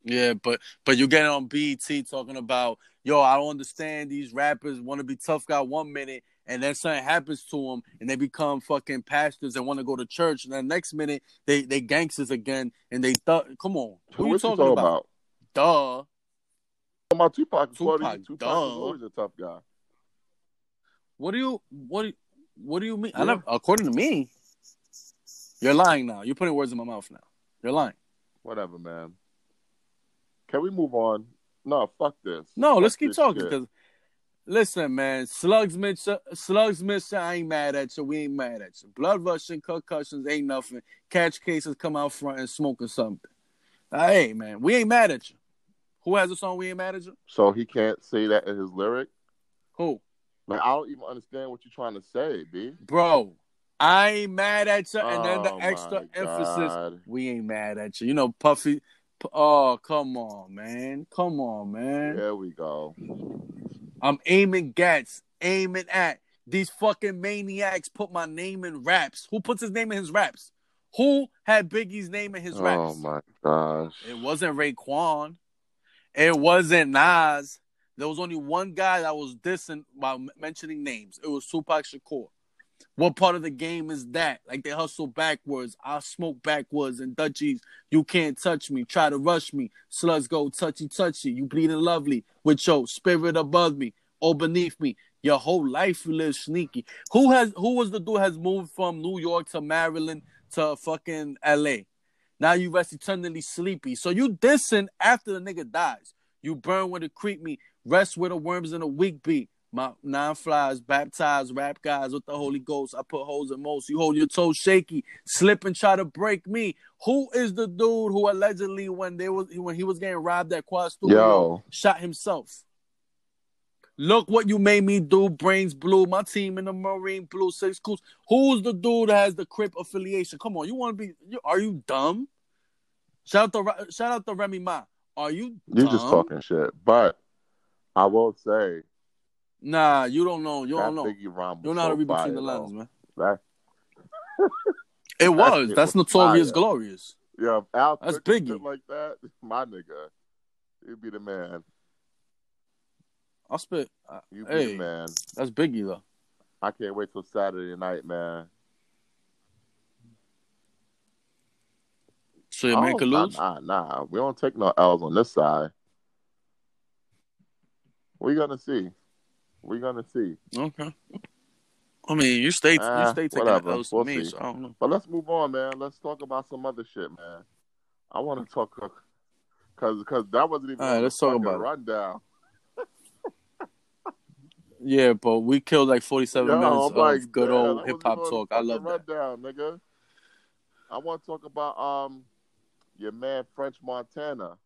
Speaker 1: Yeah, but but you get on BET talking about yo, I don't understand these rappers want to be tough guy one minute, and then something happens to them, and they become fucking pastors and want to go to church, and then next minute they they gangsters again, and they th- come on, who
Speaker 2: Who
Speaker 1: you
Speaker 2: is he
Speaker 1: talking,
Speaker 2: talking
Speaker 1: about?
Speaker 2: about?
Speaker 1: Duh,
Speaker 2: Talking about Tupac. Tupac,
Speaker 1: Tupac,
Speaker 2: Tupac was
Speaker 1: duh.
Speaker 2: always a tough guy.
Speaker 1: what do you what do you, what do you mean?
Speaker 2: Yeah.
Speaker 1: I never, according to me, you're lying now. You're putting words in my mouth now. You're lying.
Speaker 2: Whatever, man. Can we move on? No, fuck this.
Speaker 1: No,
Speaker 2: Fuck
Speaker 1: let's keep
Speaker 2: this
Speaker 1: talking
Speaker 2: shit.
Speaker 1: because Listen, man, slugs Mitchell, slugs Mitchell, I ain't mad at you. We ain't mad at you. Blood rushing, concussions ain't nothing. Catch cases come out front and smoking something. Uh, hey, man, we ain't mad at you. Who has a song we ain't mad at you?
Speaker 2: So he can't say that in his lyric.
Speaker 1: Who?
Speaker 2: Like I don't even understand what you're trying to say, B.
Speaker 1: Bro, I ain't mad at you. And then
Speaker 2: Oh,
Speaker 1: the
Speaker 2: my
Speaker 1: extra emphasis,
Speaker 2: God.
Speaker 1: we ain't mad at you. You know, Puffy. P- Oh, come on, man. Come on, man.
Speaker 2: There we go.
Speaker 1: I'm aiming gats, aiming at these fucking maniacs. Put my name in raps. Who puts his name in his raps? Who had Biggie's name in his
Speaker 2: Oh
Speaker 1: raps?
Speaker 2: my gosh.
Speaker 1: It wasn't Raekwon. It wasn't Nas. There was only one guy that was dissing by m- mentioning names. It was Tupac Shakur. What part of the game is that? Like they hustle backwards. I smoke backwards and Dutchies. You can't touch me. Try to rush me. Slugs go touchy touchy. You bleeding lovely with your spirit above me or beneath me. Your whole life you live sneaky. Who has who was the dude has moved from New York to Maryland to fucking LA? Now you rest eternally sleepy. So you dissing after the nigga dies. You burn where the creep me, rest where the worms and the weak be. My nine flies, baptized, rap guys with the Holy Ghost. I put holes in most. You hold your toes shaky, slip and try to break me. Who is the dude who allegedly, when they was when he was getting robbed at Quad Studio,
Speaker 2: Yo.
Speaker 1: shot himself? Look what you made me do. Brains blue, my team in the Marine blue, six cools. Who's the dude that has the Crip affiliation? Come on, you want to be? You, are you dumb? Shout out to shout out to Remy Ma. Are you
Speaker 2: You
Speaker 1: dumb?
Speaker 2: just talking shit. But I will say
Speaker 1: Nah, you don't know. You
Speaker 2: that
Speaker 1: don't know. You
Speaker 2: Biggie rhyme was
Speaker 1: don't know how
Speaker 2: so
Speaker 1: to read
Speaker 2: fire,
Speaker 1: between the
Speaker 2: though.
Speaker 1: lines, man.
Speaker 2: That-
Speaker 1: *laughs* It was.
Speaker 2: shit
Speaker 1: That's
Speaker 2: was
Speaker 1: notorious,
Speaker 2: fire.
Speaker 1: glorious.
Speaker 2: yeah, if Al
Speaker 1: That's
Speaker 2: took some shit
Speaker 1: Biggie.
Speaker 2: like that, *laughs* my nigga. You'd be the man.
Speaker 1: I'll spit. Uh,
Speaker 2: You be
Speaker 1: Hey.
Speaker 2: the man.
Speaker 1: That's Biggie though.
Speaker 2: I can't wait till Saturday night, man.
Speaker 1: So your
Speaker 2: I
Speaker 1: man
Speaker 2: don't-
Speaker 1: could
Speaker 2: Oh, nah,
Speaker 1: lose.
Speaker 2: Nah, nah. We don't take no L's on this side. We're gonna see. We're gonna see.
Speaker 1: Okay. I mean, you stay you
Speaker 2: Ah,
Speaker 1: stay taking
Speaker 2: whatever.
Speaker 1: L's to
Speaker 2: We'll
Speaker 1: me,
Speaker 2: see.
Speaker 1: so I don't know.
Speaker 2: But let's move on, man. Let's talk about some other shit, man. I want to talk because because that wasn't even
Speaker 1: All right,
Speaker 2: on the
Speaker 1: let's talk
Speaker 2: fucking
Speaker 1: about it.
Speaker 2: rundown.
Speaker 1: Yeah, but we killed like forty
Speaker 2: Yo,
Speaker 1: seven minutes
Speaker 2: I'm like,
Speaker 1: of good
Speaker 2: damn,
Speaker 1: old
Speaker 2: that
Speaker 1: hip
Speaker 2: wasn't even
Speaker 1: hop
Speaker 2: on the
Speaker 1: talk. I
Speaker 2: fucking
Speaker 1: love that.
Speaker 2: rundown, nigga. I want to talk about um your man French Montana.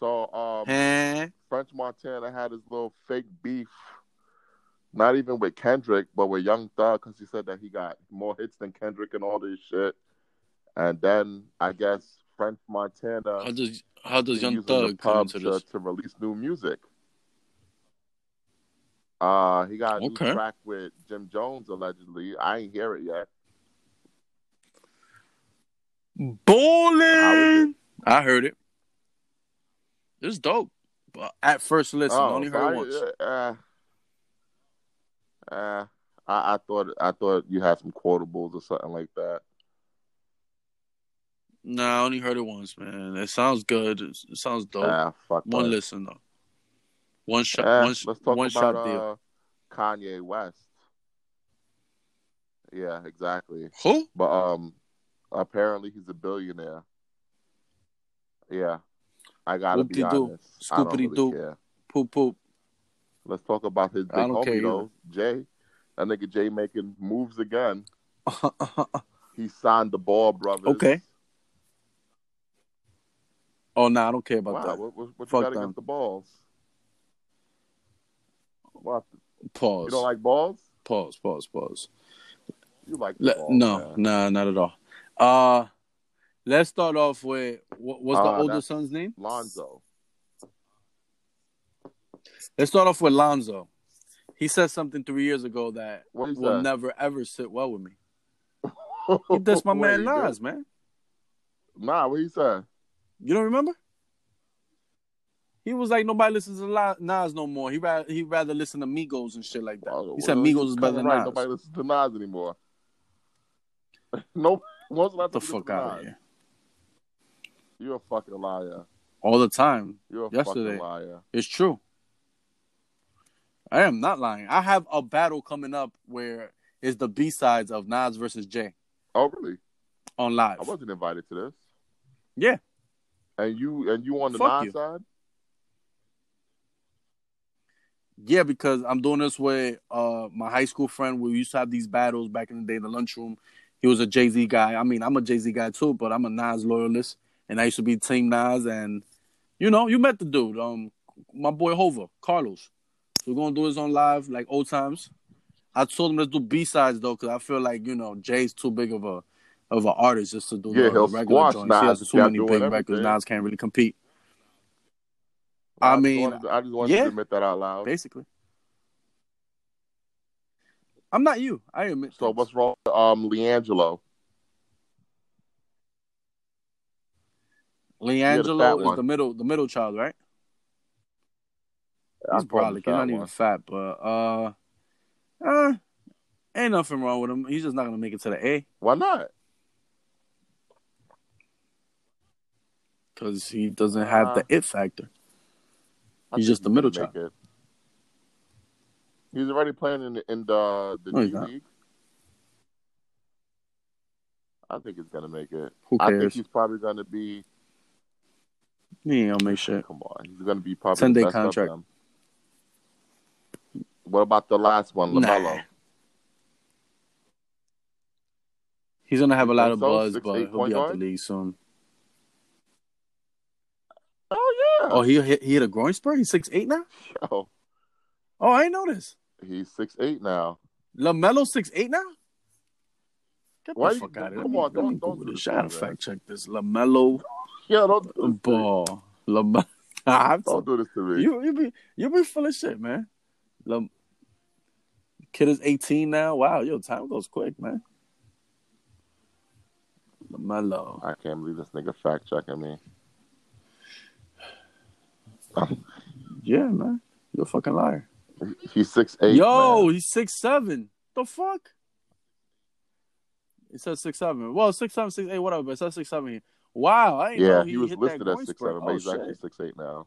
Speaker 2: So um
Speaker 1: Huh?
Speaker 2: French Montana had his little fake beef, not even with Kendrick, but with Young Thug, because he said that he got more hits than Kendrick and all this shit. And then I guess French Montana
Speaker 1: How does how does
Speaker 2: been
Speaker 1: Young
Speaker 2: using the
Speaker 1: Thug come
Speaker 2: pub
Speaker 1: into
Speaker 2: to,
Speaker 1: this?
Speaker 2: to release new music. Uh, he got a new
Speaker 1: Okay.
Speaker 2: track with Jim Jones allegedly. I ain't hear it yet. is
Speaker 1: Bowling. I heard it. It's dope. But at first listen,
Speaker 2: oh,
Speaker 1: only
Speaker 2: so
Speaker 1: heard
Speaker 2: I-
Speaker 1: it once.
Speaker 2: Uh, uh, I, I thought I thought you had some quotables or something like that.
Speaker 1: Nah, I only heard it once, man. It sounds good. It it sounds dope.
Speaker 2: Ah, fuck
Speaker 1: one
Speaker 2: that.
Speaker 1: listen though. One shot.
Speaker 2: Eh,
Speaker 1: one sh-
Speaker 2: let's talk
Speaker 1: one
Speaker 2: about
Speaker 1: shot deal.
Speaker 2: uh, Kanye West. Yeah, exactly.
Speaker 1: Who?
Speaker 2: But um, apparently he's a billionaire. Yeah, I gotta be
Speaker 1: Whoop-de-doo.
Speaker 2: honest. I don't really
Speaker 1: Scoopity-doo.
Speaker 2: care.
Speaker 1: Poop poop. *laughs*
Speaker 2: Let's talk about his
Speaker 1: I
Speaker 2: big
Speaker 1: don't care
Speaker 2: homie
Speaker 1: either.
Speaker 2: though, Jay. That nigga Jay making moves again.
Speaker 1: Oh,
Speaker 2: He signed the Ball Brothers.
Speaker 1: Okay. oh nah, I don't care about
Speaker 2: Wow,
Speaker 1: that.
Speaker 2: what, what, what you
Speaker 1: Fuck
Speaker 2: got
Speaker 1: them.
Speaker 2: against the balls? What? You
Speaker 1: Pause.
Speaker 2: don't like balls?
Speaker 1: pause. Pause. Pause.
Speaker 2: You like the
Speaker 1: Le-
Speaker 2: balls,
Speaker 1: no,
Speaker 2: Oh, man.
Speaker 1: nah, not at all. Uh let's start off with what was the
Speaker 2: Ah,
Speaker 1: older
Speaker 2: that's-
Speaker 1: son's name?
Speaker 2: Lonzo.
Speaker 1: Let's start off with Lonzo. He said something three years ago that
Speaker 2: What is
Speaker 1: will
Speaker 2: that?
Speaker 1: never ever sit well with me.
Speaker 2: *laughs*
Speaker 1: He dissed my
Speaker 2: Wait,
Speaker 1: man
Speaker 2: he did?
Speaker 1: Nas, man.
Speaker 2: Nah, what he said?
Speaker 1: You don't remember? He was like nobody listens to Li- Nas no more. He rather he rather listen to Migos and shit like that.
Speaker 2: Wow,
Speaker 1: He said
Speaker 2: well,
Speaker 1: Migos
Speaker 2: he's
Speaker 1: is better
Speaker 2: kind of
Speaker 1: than
Speaker 2: right.
Speaker 1: Nas.
Speaker 2: Nobody listens to Nas anymore. *laughs* nope. Once
Speaker 1: Get
Speaker 2: last
Speaker 1: the
Speaker 2: time you
Speaker 1: fuck
Speaker 2: listen to
Speaker 1: out
Speaker 2: Nas,
Speaker 1: of here.
Speaker 2: you're a fucking liar.
Speaker 1: All the time.
Speaker 2: You're a fucking
Speaker 1: Yesterday,
Speaker 2: liar.
Speaker 1: it's true. I am not lying. I have a battle coming up where is the B sides of Nas versus Jay
Speaker 2: Oh, really?
Speaker 1: on live.
Speaker 2: I wasn't invited to this.
Speaker 1: Yeah,
Speaker 2: And you and you on the
Speaker 1: Fuck
Speaker 2: Nas
Speaker 1: you.
Speaker 2: side?
Speaker 1: Yeah, because I'm doing this with uh, my high school friend. We used to have these battles back in the day in the lunchroom. He was a Jay Z guy. I mean, I'm a Jay Z guy too, but I'm a Nas loyalist, and I used to be Team Nas. And you know, you met the dude, um, my boy Hova Carlos. So we're gonna do this on live like old times. I told him let's do B sides though, because I feel like you know Jay's too big of a of an artist just to do
Speaker 2: Yeah,
Speaker 1: the
Speaker 2: he'll
Speaker 1: regular
Speaker 2: squash
Speaker 1: joints.
Speaker 2: Nas
Speaker 1: he has
Speaker 2: if
Speaker 1: too
Speaker 2: y'all
Speaker 1: many
Speaker 2: doing
Speaker 1: big records.
Speaker 2: everything.
Speaker 1: Nas can't really compete. I
Speaker 2: just
Speaker 1: mean,
Speaker 2: wanted, I just wanted
Speaker 1: yeah.
Speaker 2: to admit that out loud.
Speaker 1: basically. I'm not you. I admit.
Speaker 2: So
Speaker 1: things.
Speaker 2: what's wrong with um Leangelo?
Speaker 1: Leangelo
Speaker 2: fat
Speaker 1: is
Speaker 2: one.
Speaker 1: the middle, the middle child, right?
Speaker 2: I
Speaker 1: He's
Speaker 2: call him
Speaker 1: brolic. He's not
Speaker 2: fat
Speaker 1: even
Speaker 2: one.
Speaker 1: fat, but uh, uh, ain't nothing wrong with him. He's just not gonna make it to the A
Speaker 2: Why not?
Speaker 1: because he doesn't have
Speaker 2: Uh,
Speaker 1: the it factor.
Speaker 2: I
Speaker 1: He's
Speaker 2: think
Speaker 1: just the
Speaker 2: he
Speaker 1: middle
Speaker 2: can make
Speaker 1: child.
Speaker 2: it. He's already playing in the in the, the
Speaker 1: No, he's
Speaker 2: G
Speaker 1: not.
Speaker 2: League. I think he's gonna make it.
Speaker 1: Who
Speaker 2: I think
Speaker 1: cares?
Speaker 2: he's probably gonna be.
Speaker 1: He ain't gonna make shit.
Speaker 2: Come on, he's gonna be probably
Speaker 1: 10-day
Speaker 2: the best
Speaker 1: contract.
Speaker 2: of them. What about the last one,
Speaker 1: Nah.
Speaker 2: Lamelo?
Speaker 1: He's gonna have
Speaker 2: You
Speaker 1: a lot
Speaker 2: think
Speaker 1: of
Speaker 2: so?
Speaker 1: buzz,
Speaker 2: Six,
Speaker 1: but
Speaker 2: eight
Speaker 1: he'll be
Speaker 2: point
Speaker 1: out the
Speaker 2: guard?
Speaker 1: league soon.
Speaker 2: Oh yeah.
Speaker 1: Oh, he hit, he hit a groin spur. He's six eight now.
Speaker 2: Yo,
Speaker 1: Oh, I ain't noticed.
Speaker 2: he's six eight now.
Speaker 1: Lamelo six eight now. Get
Speaker 2: Why
Speaker 1: the
Speaker 2: you-
Speaker 1: fuck out of here. Let
Speaker 2: come
Speaker 1: me,
Speaker 2: on,
Speaker 1: let me
Speaker 2: don't- don't
Speaker 1: Google
Speaker 2: do this
Speaker 1: this.
Speaker 2: to
Speaker 1: Shut to
Speaker 2: me, man.
Speaker 1: fact check this. LaMelo
Speaker 2: Yo, don't do this to me.
Speaker 1: ball.
Speaker 2: *laughs*
Speaker 1: LaMelo. I have
Speaker 2: Don't
Speaker 1: to.
Speaker 2: do this to me.
Speaker 1: Oh, You, you, be, you be full of shit, man. Lam- Kid is 18 now. Wow, yo, time goes quick, man. LaMelo.
Speaker 2: I can't believe this nigga fact checking me.
Speaker 1: Yeah, man. You're a fucking liar.
Speaker 2: He's six eight.
Speaker 1: yo, he's six seven. The fuck? It says six seven. Well, six seven, six eight, whatever, but it says six seven here. Wow, I didn't know
Speaker 2: Yeah,
Speaker 1: he,
Speaker 2: he was
Speaker 1: hit
Speaker 2: listed
Speaker 1: that
Speaker 2: at
Speaker 1: groin
Speaker 2: six
Speaker 1: spurt.
Speaker 2: seven, but
Speaker 1: Oh,
Speaker 2: he's actually
Speaker 1: shit.
Speaker 2: six eight now.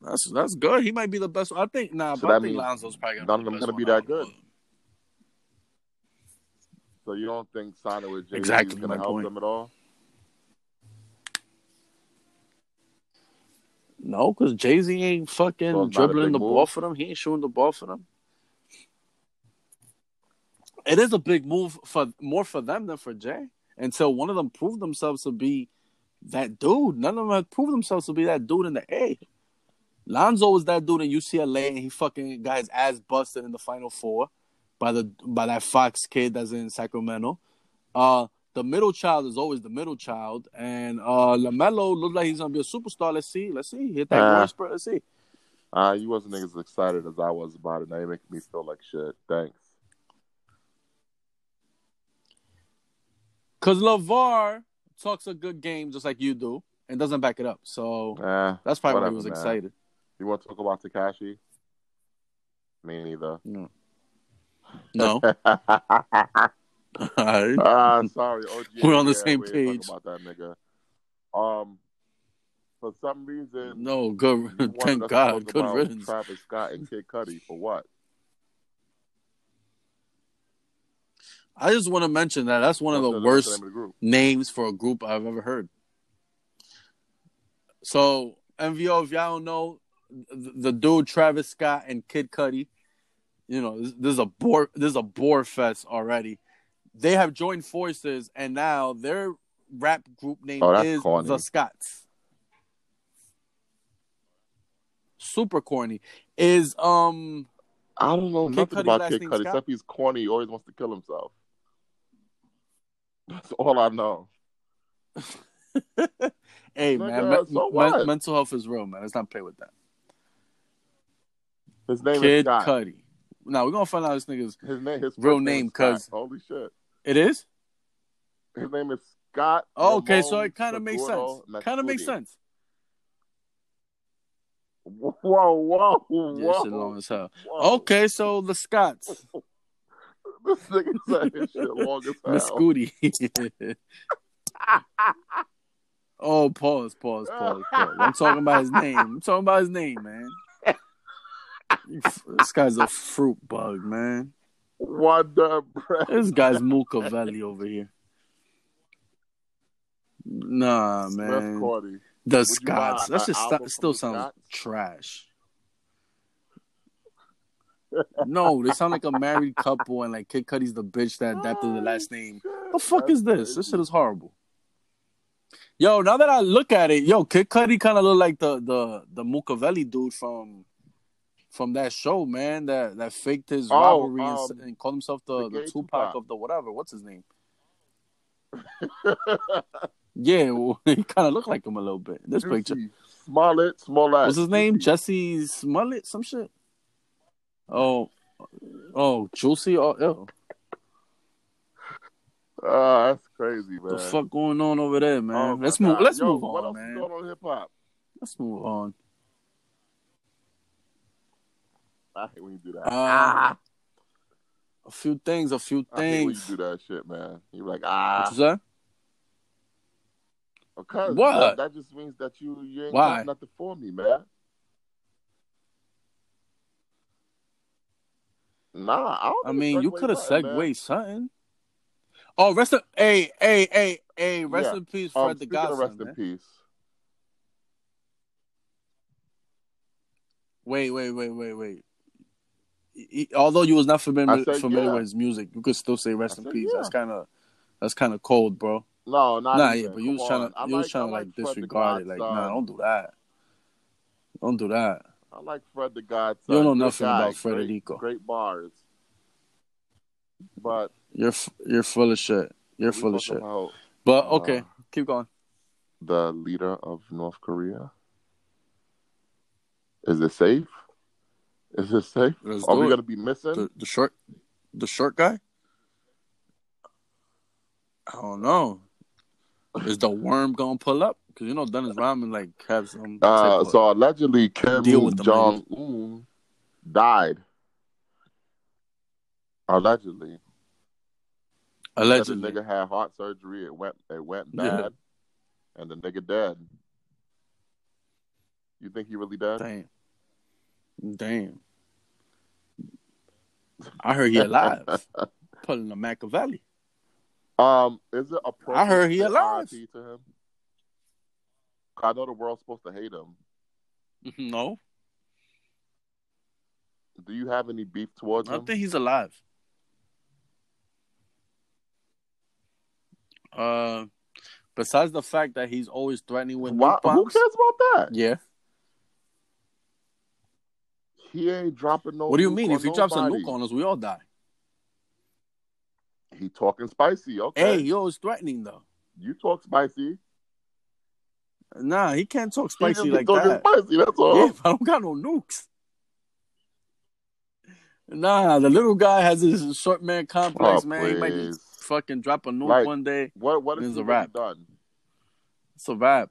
Speaker 1: That's that's good. He might be the best. I think nah,
Speaker 2: So
Speaker 1: but I
Speaker 2: that means
Speaker 1: think Lonzo's probably gonna
Speaker 2: none of
Speaker 1: be the
Speaker 2: them
Speaker 1: best
Speaker 2: gonna be
Speaker 1: one out
Speaker 2: that
Speaker 1: of the
Speaker 2: good.
Speaker 1: bunch.
Speaker 2: So you don't think signing with Jay
Speaker 1: Exactly
Speaker 2: is gonna
Speaker 1: my
Speaker 2: help
Speaker 1: point.
Speaker 2: them at all?
Speaker 1: No, because Jay Z ain't fucking
Speaker 2: So it's not a
Speaker 1: dribbling
Speaker 2: big
Speaker 1: the
Speaker 2: move?
Speaker 1: ball for them. He ain't shooting the ball for them. It is a big move for more for them than for Jay. Until one of them proved themselves to be that dude. None of them have proved themselves to be that dude in the A. Lonzo was that dude in UCLA, and he fucking got his ass busted in the Final Four by the by that Fox kid that's in Sacramento. Uh, the middle child is always the middle child, and uh, Lamelo looked like he's gonna be a superstar. Let's see, let's see, hit that
Speaker 2: Uh.
Speaker 1: groin spurt. Let's see.
Speaker 2: Uh, you wasn't as excited as I was about it. Now you're making me feel like shit. Thanks.
Speaker 1: Cause Lavar talks a good game just like you do, and doesn't back it up. So
Speaker 2: Uh,
Speaker 1: that's probably why he
Speaker 2: Whatever,
Speaker 1: was
Speaker 2: man.
Speaker 1: excited.
Speaker 2: you want to talk about Takashi? Me neither. *laughs*
Speaker 1: No, no.
Speaker 2: Ah,
Speaker 1: Alright.
Speaker 2: Uh, sorry. OG
Speaker 1: *laughs* We're on the
Speaker 2: Yeah,
Speaker 1: same
Speaker 2: we ain't
Speaker 1: page.
Speaker 2: talking about that nigga. Um, for some reason,
Speaker 1: no,
Speaker 2: you
Speaker 1: good.
Speaker 2: wanted us
Speaker 1: *laughs* Thank
Speaker 2: to
Speaker 1: God.
Speaker 2: talk
Speaker 1: Good
Speaker 2: about
Speaker 1: riddance.
Speaker 2: Travis Scott and Kid Cudi for what?
Speaker 1: I just want to mention that that's *laughs* one of
Speaker 2: What's
Speaker 1: the
Speaker 2: what's
Speaker 1: worst
Speaker 2: name of the group.
Speaker 1: names for a group I've ever heard. So MVO, if y'all don't know, the, the dude Travis Scott and Kid Cudi, you know, this, this is a bore. This is a bore fest already. They have joined forces, and now their rap group name
Speaker 2: Oh, that's
Speaker 1: is
Speaker 2: corny.
Speaker 1: the Scots. Super corny. Is um
Speaker 2: I don't know
Speaker 1: Kid
Speaker 2: nothing
Speaker 1: Cudi
Speaker 2: about
Speaker 1: last
Speaker 2: Kid
Speaker 1: name
Speaker 2: Cudi
Speaker 1: Scott?
Speaker 2: except he's corny. He always wants to kill himself. That's all I know.
Speaker 1: hey
Speaker 2: Nigga,
Speaker 1: man, men-
Speaker 2: so
Speaker 1: men-
Speaker 2: what?
Speaker 1: mental health is real, man. Let's not play with that.
Speaker 2: His name is
Speaker 1: Kid
Speaker 2: Scott.
Speaker 1: Cudi. Now we're gonna find out this nigga's
Speaker 2: His name, his
Speaker 1: Real
Speaker 2: first
Speaker 1: name,
Speaker 2: is Scott.
Speaker 1: cuz.
Speaker 2: Holy shit.
Speaker 1: it is?
Speaker 2: His name is Scott.
Speaker 1: Oh, Okay, so
Speaker 2: Ramon
Speaker 1: it kind of makes sense.
Speaker 2: Seguro
Speaker 1: Kind of makes
Speaker 2: Mercurio.
Speaker 1: sense.
Speaker 2: Whoa, whoa, whoa,
Speaker 1: Yeah, shit long as hell.
Speaker 2: whoa. *laughs*
Speaker 1: Okay, so the Scots,
Speaker 2: This nigga said his shit long as hell.
Speaker 1: Miss Scooty.
Speaker 2: *laughs*
Speaker 1: oh, pause, pause, pause, pause. I'm talking about his name. I'm talking about his name,
Speaker 2: *laughs*
Speaker 1: man. You f- This guy's a fruit bug, man.
Speaker 2: Wonder bread.
Speaker 1: This guy's Mucavelli over here. Nah,
Speaker 2: Smith
Speaker 1: man.
Speaker 2: Cordy.
Speaker 1: The
Speaker 2: you
Speaker 1: Scots.
Speaker 2: buy
Speaker 1: That
Speaker 2: an
Speaker 1: just
Speaker 2: album
Speaker 1: st- still
Speaker 2: from the
Speaker 1: sounds
Speaker 2: Scots? *laughs*
Speaker 1: trash. no, they sound like a married couple, and like Kid Cudi's the bitch that adapted the last name. The fuck is this? This shit is horrible. Yo, now that I look at it, yo, Kid Cudi kind of look like the the the Mukavelli dude from from that show, man. That that faked his
Speaker 2: Oh,
Speaker 1: robbery and s
Speaker 2: um,
Speaker 1: and, called himself the,
Speaker 2: the
Speaker 1: the,
Speaker 2: gay
Speaker 1: Tupac,
Speaker 2: Tupac.
Speaker 1: of the whatever. What's his
Speaker 2: *laughs*
Speaker 1: name? Yeah, *laughs* well, he kind of looked like him a little bit. in This picture.
Speaker 2: Smollett, Smollett.
Speaker 1: What's his name? Jesse Smollett, some shit. Oh, oh, Juicy. Oh, ew.
Speaker 2: Ah, that's crazy, man.
Speaker 1: the fuck going on over there, man?
Speaker 2: Oh, my
Speaker 1: let's move.
Speaker 2: God.
Speaker 1: Let's
Speaker 2: Yo,
Speaker 1: move
Speaker 2: What
Speaker 1: on,
Speaker 2: else is
Speaker 1: man.
Speaker 2: going on in hip hop?
Speaker 1: Let's move on.
Speaker 2: I hate when you do that.
Speaker 1: Uh,
Speaker 2: Ah.
Speaker 1: A few things. A few
Speaker 2: I hate when you
Speaker 1: things.
Speaker 2: do that shit, man. You're like,
Speaker 1: What
Speaker 2: ah,
Speaker 1: you say?
Speaker 2: because That,
Speaker 1: What?
Speaker 2: that just means that you you ain't
Speaker 1: Why?
Speaker 2: got nothing for me, man. Nah, I don't.
Speaker 1: I
Speaker 2: think
Speaker 1: mean, you
Speaker 2: Segway
Speaker 1: could have
Speaker 2: nothing, man.
Speaker 1: segued something. Oh, rest in hey, hey, hey, hey, rest
Speaker 2: Yeah.
Speaker 1: in peace, Fred
Speaker 2: Um,
Speaker 1: the
Speaker 2: speaking of
Speaker 1: Godson.
Speaker 2: rest in
Speaker 1: man.
Speaker 2: peace.
Speaker 1: Wait, wait, wait, wait, wait. E- e- although you was not
Speaker 2: I
Speaker 1: familiar
Speaker 2: said,
Speaker 1: familiar
Speaker 2: yeah.
Speaker 1: with his music, you could still say rest
Speaker 2: I
Speaker 1: in
Speaker 2: said,
Speaker 1: peace.
Speaker 2: yeah.
Speaker 1: That's kind of that's kind of cold, bro.
Speaker 2: No, not
Speaker 1: Nah,
Speaker 2: even.
Speaker 1: yeah, but you
Speaker 2: Come
Speaker 1: was trying
Speaker 2: on.
Speaker 1: to
Speaker 2: I
Speaker 1: you was
Speaker 2: like, I
Speaker 1: trying to
Speaker 2: like Fred
Speaker 1: like
Speaker 2: the
Speaker 1: disregard it. Like, nah,
Speaker 2: Godson.
Speaker 1: don't do that. Don't do that.
Speaker 2: I like Fred the Godson.
Speaker 1: You don't know
Speaker 2: Good
Speaker 1: nothing
Speaker 2: guy.
Speaker 1: about
Speaker 2: Great-
Speaker 1: Frederico.
Speaker 2: Great bars, but
Speaker 1: You're f- you're full of shit. You're
Speaker 2: we
Speaker 1: full of
Speaker 2: talking
Speaker 1: shit.
Speaker 2: about
Speaker 1: But
Speaker 2: uh,
Speaker 1: okay, keep going.
Speaker 2: the leader of North Korea. Is it safe? Is it safe?
Speaker 1: Let's
Speaker 2: Are
Speaker 1: do
Speaker 2: we
Speaker 1: it.
Speaker 2: gonna be missing?
Speaker 1: The, the short, the short guy. I don't know. Is the worm gonna pull up? Because you know Dennis Rodman like have some type
Speaker 2: Uh,
Speaker 1: of-
Speaker 2: so allegedly, Kim
Speaker 1: Deal with the
Speaker 2: Jong Un died. Allegedly,
Speaker 1: allegedly.
Speaker 2: the nigga had heart surgery. It went, it went
Speaker 1: Yeah.
Speaker 2: bad, and the nigga dead. You think he really dead?
Speaker 1: Damn, damn. I heard
Speaker 2: *laughs*
Speaker 1: he alive. Pulling the Machiavelli.
Speaker 2: Um, is it appropriate?
Speaker 1: I heard he
Speaker 2: to say
Speaker 1: alive.
Speaker 2: RIP to him? I know the world's supposed to hate him.
Speaker 1: Mm-hmm. No,
Speaker 2: Do you have any beef towards
Speaker 1: I
Speaker 2: him?
Speaker 1: think he's alive. Uh, besides the fact that he's always threatening with
Speaker 2: Why,
Speaker 1: nuke
Speaker 2: who
Speaker 1: bombs.
Speaker 2: cares about that?
Speaker 1: Yeah.
Speaker 2: He ain't dropping no.
Speaker 1: What do you
Speaker 2: nuke
Speaker 1: mean?
Speaker 2: on
Speaker 1: If he drops a
Speaker 2: nobody.
Speaker 1: nuke on us, we all die.
Speaker 2: he talking spicy. Okay,
Speaker 1: Hey, he always threatening though.
Speaker 2: you talk spicy.
Speaker 1: Nah, he can't talk spicy
Speaker 2: he just
Speaker 1: like
Speaker 2: talking
Speaker 1: that.
Speaker 2: spicy. That's all.
Speaker 1: Yeah, but I don't got no nukes. Nah, the little guy has his short man complex,
Speaker 2: Oh,
Speaker 1: man. He might just
Speaker 2: please.
Speaker 1: fucking drop a nuke
Speaker 2: Like-
Speaker 1: one day.
Speaker 2: What what has
Speaker 1: It's
Speaker 2: he
Speaker 1: a
Speaker 2: really
Speaker 1: wrap.
Speaker 2: done?
Speaker 1: It's a wrap.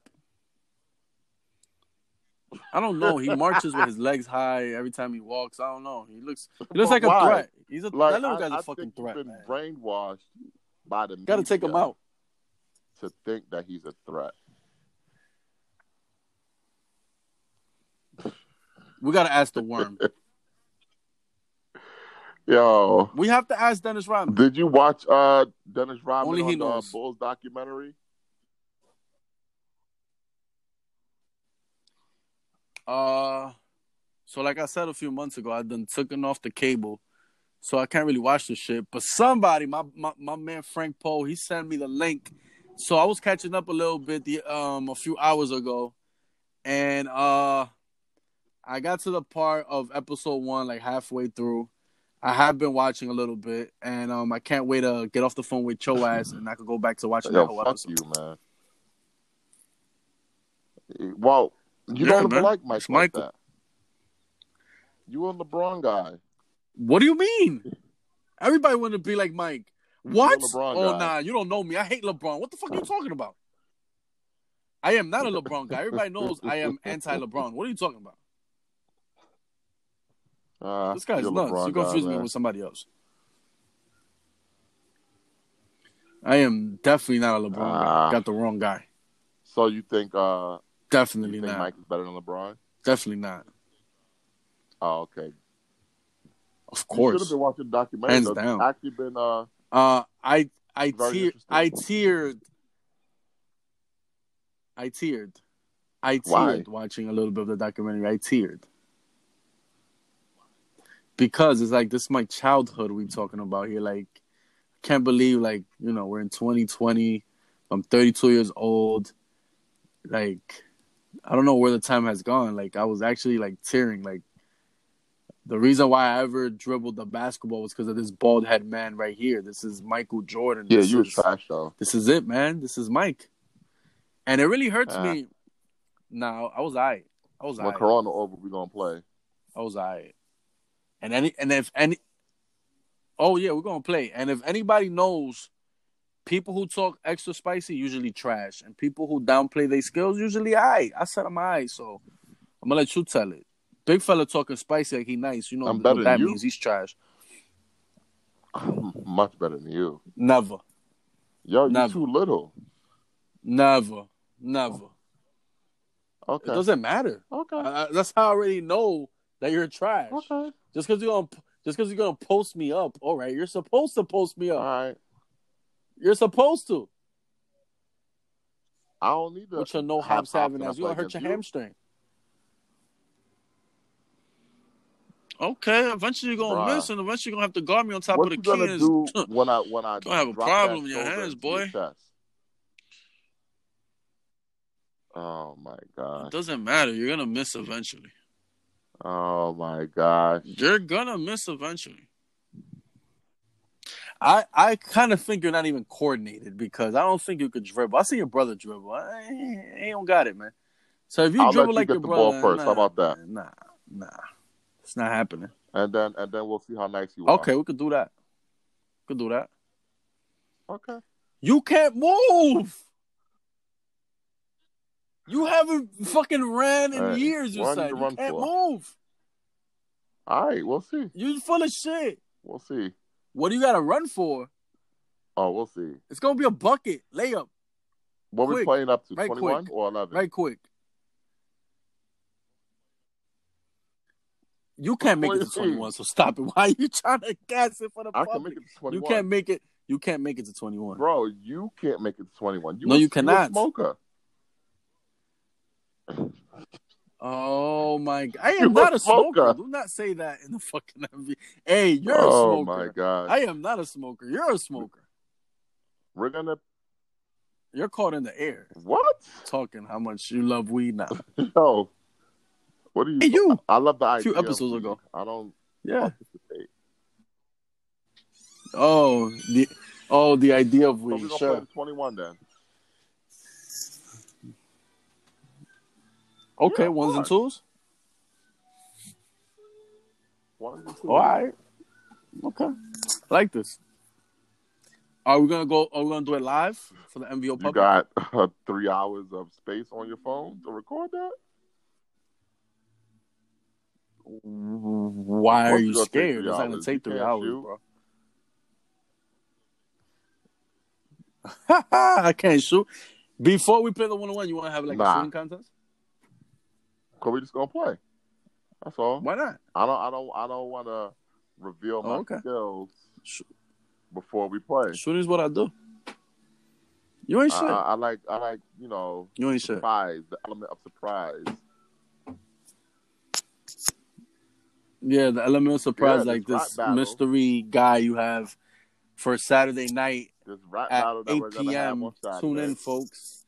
Speaker 1: I don't know. He marches *laughs* with his legs high every time he walks. I don't know. He looks he
Speaker 2: But
Speaker 1: looks like a
Speaker 2: why?
Speaker 1: threat. He's a
Speaker 2: Like
Speaker 1: that little
Speaker 2: I-
Speaker 1: guy's
Speaker 2: I
Speaker 1: a
Speaker 2: think
Speaker 1: fucking
Speaker 2: he's
Speaker 1: threat.
Speaker 2: Been
Speaker 1: man.
Speaker 2: brainwashed by the
Speaker 1: Gotta take him
Speaker 2: media
Speaker 1: out.
Speaker 2: to think that he's a threat.
Speaker 1: We gotta ask the *laughs* worm.
Speaker 2: Yo,
Speaker 1: we have to ask Dennis Rodman.
Speaker 2: did you watch uh Dennis Rodman
Speaker 1: Only
Speaker 2: on
Speaker 1: he
Speaker 2: the
Speaker 1: knows.
Speaker 2: Bulls documentary?
Speaker 1: Uh, so like I said a few months ago, I done took it off the cable, so I can't really watch this shit. But somebody, my my, my man Frank Poe, he sent me the link, so I was catching up a little bit the um a few hours ago, and uh, I got to the part of episode one like halfway through. I have been watching a little bit, and um, I can't wait to get off the phone with your ass, and I could go back to watching that
Speaker 2: Yo,
Speaker 1: whole
Speaker 2: fuck
Speaker 1: episode.
Speaker 2: you, man. Well, you
Speaker 1: Yeah,
Speaker 2: don't even
Speaker 1: man.
Speaker 2: like Mike
Speaker 1: It's
Speaker 2: like
Speaker 1: Michael.
Speaker 2: that. You a LeBron guy.
Speaker 1: What do you mean? Everybody want to be like Mike. What?
Speaker 2: You're a LeBron
Speaker 1: Oh
Speaker 2: guy.
Speaker 1: nah, you don't know me. I hate LeBron. What the fuck are you talking about? I am not a LeBron guy. Everybody knows I am anti-LeBron. What are you talking about?
Speaker 2: Uh,
Speaker 1: This guy's
Speaker 2: you're a
Speaker 1: nuts.
Speaker 2: LeBron
Speaker 1: You confuse
Speaker 2: guy,
Speaker 1: me
Speaker 2: man.
Speaker 1: with somebody else. I am definitely not a LeBron guy.
Speaker 2: Ah.
Speaker 1: Got the wrong guy.
Speaker 2: So you think uh you
Speaker 1: Definitely
Speaker 2: think
Speaker 1: not.
Speaker 2: Mike is better than LeBron?
Speaker 1: Definitely not.
Speaker 2: Oh, okay. You should
Speaker 1: Of
Speaker 2: have
Speaker 1: course.
Speaker 2: been watching the documentary.
Speaker 1: Hands
Speaker 2: though. It's
Speaker 1: down.
Speaker 2: Actually, been uh,
Speaker 1: Uh, I I
Speaker 2: Very
Speaker 1: tear
Speaker 2: interesting.
Speaker 1: I teared I teared. I teared
Speaker 2: Why?
Speaker 1: watching a little bit of the documentary. I teared. Because it's like this is my childhood we talking about here. Like can't believe like, you know, we're in twenty twenty. I'm thirty two years old. Like I don't know where the time has gone. Like I was actually like tearing. Like the reason why I ever dribbled the basketball was because of this bald head man right here. This is Michael Jordan.
Speaker 2: Yeah,
Speaker 1: This
Speaker 2: you was
Speaker 1: is-
Speaker 2: trash though.
Speaker 1: this is it, man. This is Mike. And it really hurts
Speaker 2: Ah.
Speaker 1: me. Now I was I. I was
Speaker 2: When
Speaker 1: I.
Speaker 2: Corona over, we gonna play.
Speaker 1: I was I. And any and if any Oh yeah, we're gonna play. And if anybody knows, people who talk extra spicy usually trash. And people who downplay their skills usually I. I said I'm I, so I'm gonna let you tell it. Big fella talking spicy like he nice, you know
Speaker 2: I'm better
Speaker 1: what
Speaker 2: than
Speaker 1: that
Speaker 2: you.
Speaker 1: means. He's trash.
Speaker 2: I'm Mm, much better than you.
Speaker 1: Never.
Speaker 2: Yo, you
Speaker 1: Never.
Speaker 2: too little.
Speaker 1: Never. Never.
Speaker 2: Okay.
Speaker 1: It doesn't matter.
Speaker 2: Okay.
Speaker 1: I, I- that's how I already know that you're trash.
Speaker 2: okay.
Speaker 1: Just because you're gonna just because you're gonna post me up, all right? You're supposed to post me
Speaker 2: All
Speaker 1: up.
Speaker 2: right.
Speaker 1: You're supposed to.
Speaker 2: I don't need to.
Speaker 1: With your no
Speaker 2: How-
Speaker 1: hops
Speaker 2: how
Speaker 1: having
Speaker 2: can I
Speaker 1: as you gonna
Speaker 2: play
Speaker 1: hurt your
Speaker 2: against you?
Speaker 1: hamstring. Okay, eventually you're gonna
Speaker 2: Bruh.
Speaker 1: miss, and eventually you're gonna have to guard me on top
Speaker 2: what
Speaker 1: of
Speaker 2: you
Speaker 1: the key.
Speaker 2: gonna
Speaker 1: and- *laughs*
Speaker 2: do when I when I
Speaker 1: Gonna have a
Speaker 2: drop
Speaker 1: problem
Speaker 2: that
Speaker 1: in your
Speaker 2: shoulder
Speaker 1: hands,
Speaker 2: into your
Speaker 1: boy.
Speaker 2: chest? Oh my
Speaker 1: It
Speaker 2: god!
Speaker 1: doesn't matter. You're gonna miss eventually.
Speaker 2: Oh my gosh!
Speaker 1: You're gonna miss eventually. I I kind of think you're not even coordinated because I don't think you could dribble. I see your brother dribble. I, I ain't don't got it, man. So if you
Speaker 2: I'll let
Speaker 1: dribble
Speaker 2: you
Speaker 1: like
Speaker 2: get
Speaker 1: your
Speaker 2: the
Speaker 1: brother,
Speaker 2: ball first. How about that?
Speaker 1: man, Nah, nah, it's not happening.
Speaker 2: And then and then we'll see how nice you are.
Speaker 1: Okay, we could do that. We could do that.
Speaker 2: Okay.
Speaker 1: You can't move. You haven't fucking ran in
Speaker 2: Hey,
Speaker 1: years. You
Speaker 2: what I need
Speaker 1: said
Speaker 2: to
Speaker 1: you
Speaker 2: run
Speaker 1: can't
Speaker 2: for?
Speaker 1: move.
Speaker 2: All right. We'll see.
Speaker 1: You're full of shit.
Speaker 2: We'll see.
Speaker 1: What do you gotta run for?
Speaker 2: Oh, we'll see.
Speaker 1: It's gonna be a bucket layup,
Speaker 2: What we
Speaker 1: Quick.
Speaker 2: playing up to?
Speaker 1: Right
Speaker 2: Twenty-one
Speaker 1: quick.
Speaker 2: or eleven?
Speaker 1: right quick. You can't make it to
Speaker 2: What do you
Speaker 1: 21, so stop it. *laughs* Why are you trying to gas it for the
Speaker 2: I
Speaker 1: public?
Speaker 2: can make it to
Speaker 1: you
Speaker 2: twenty-one.
Speaker 1: can't make it. You can't make it to 21.
Speaker 2: Bro, you can't make it to 21. You
Speaker 1: No,
Speaker 2: a-
Speaker 1: you
Speaker 2: a
Speaker 1: cannot.
Speaker 2: smoker.
Speaker 1: Oh
Speaker 2: *laughs*
Speaker 1: my god. I
Speaker 2: You
Speaker 1: am not
Speaker 2: a
Speaker 1: a smoker.
Speaker 2: smoker.
Speaker 1: Do not say that in the fucking *laughs* MV. Hey, you're a
Speaker 2: oh
Speaker 1: smoker.
Speaker 2: my god.
Speaker 1: I am not a smoker. You're a smoker.
Speaker 2: We're gonna
Speaker 1: You're caught in the air
Speaker 2: what? *laughs*
Speaker 1: talking how much you love weed now.
Speaker 2: Yo. What are you
Speaker 1: Hey, you.
Speaker 2: I love the
Speaker 1: A
Speaker 2: idea.
Speaker 1: few
Speaker 2: of
Speaker 1: episodes
Speaker 2: weed.
Speaker 1: ago.
Speaker 2: I don't
Speaker 1: Yeah.
Speaker 2: participate.
Speaker 1: Oh, the oh the idea of
Speaker 2: So we're
Speaker 1: weed.
Speaker 2: gonna play
Speaker 1: Sure.
Speaker 2: to 21 then.
Speaker 1: Okay,
Speaker 2: Yeah, of
Speaker 1: ones and
Speaker 2: course.
Speaker 1: twos.
Speaker 2: One and two.
Speaker 1: All right. Okay. I like this. Are we gonna go? Are we gonna do it live for the MVO
Speaker 2: You
Speaker 1: public?
Speaker 2: got uh, three hours of space on your phone to record that?
Speaker 1: Why are
Speaker 2: course
Speaker 1: you
Speaker 2: it's gonna take
Speaker 1: scared?
Speaker 2: three
Speaker 1: It's not gonna
Speaker 2: hours.
Speaker 1: take
Speaker 2: You
Speaker 1: three
Speaker 2: can't
Speaker 1: hours,
Speaker 2: shoot.
Speaker 1: bro. *laughs* I can't shoot. Before we play the one on one, you want to have like a
Speaker 2: Nah.
Speaker 1: shooting contest?
Speaker 2: Cause we just gonna play. That's all.
Speaker 1: Why not?
Speaker 2: I don't I don't I don't wanna reveal my
Speaker 1: Oh, okay.
Speaker 2: skills
Speaker 1: Sh-
Speaker 2: before we play.
Speaker 1: Shooting is what I do. You ain't
Speaker 2: I,
Speaker 1: shit.
Speaker 2: I, I like I like, you know,
Speaker 1: You ain't shit.
Speaker 2: surprise, the element of surprise.
Speaker 1: Yeah, the element of
Speaker 2: Yeah,
Speaker 1: surprise,
Speaker 2: this
Speaker 1: like this
Speaker 2: rap battle.
Speaker 1: mystery guy you have for Saturday night
Speaker 2: This rap
Speaker 1: at
Speaker 2: battle that
Speaker 1: 8
Speaker 2: we're gonna have
Speaker 1: p.m.
Speaker 2: on Saturday.
Speaker 1: Tune in, folks.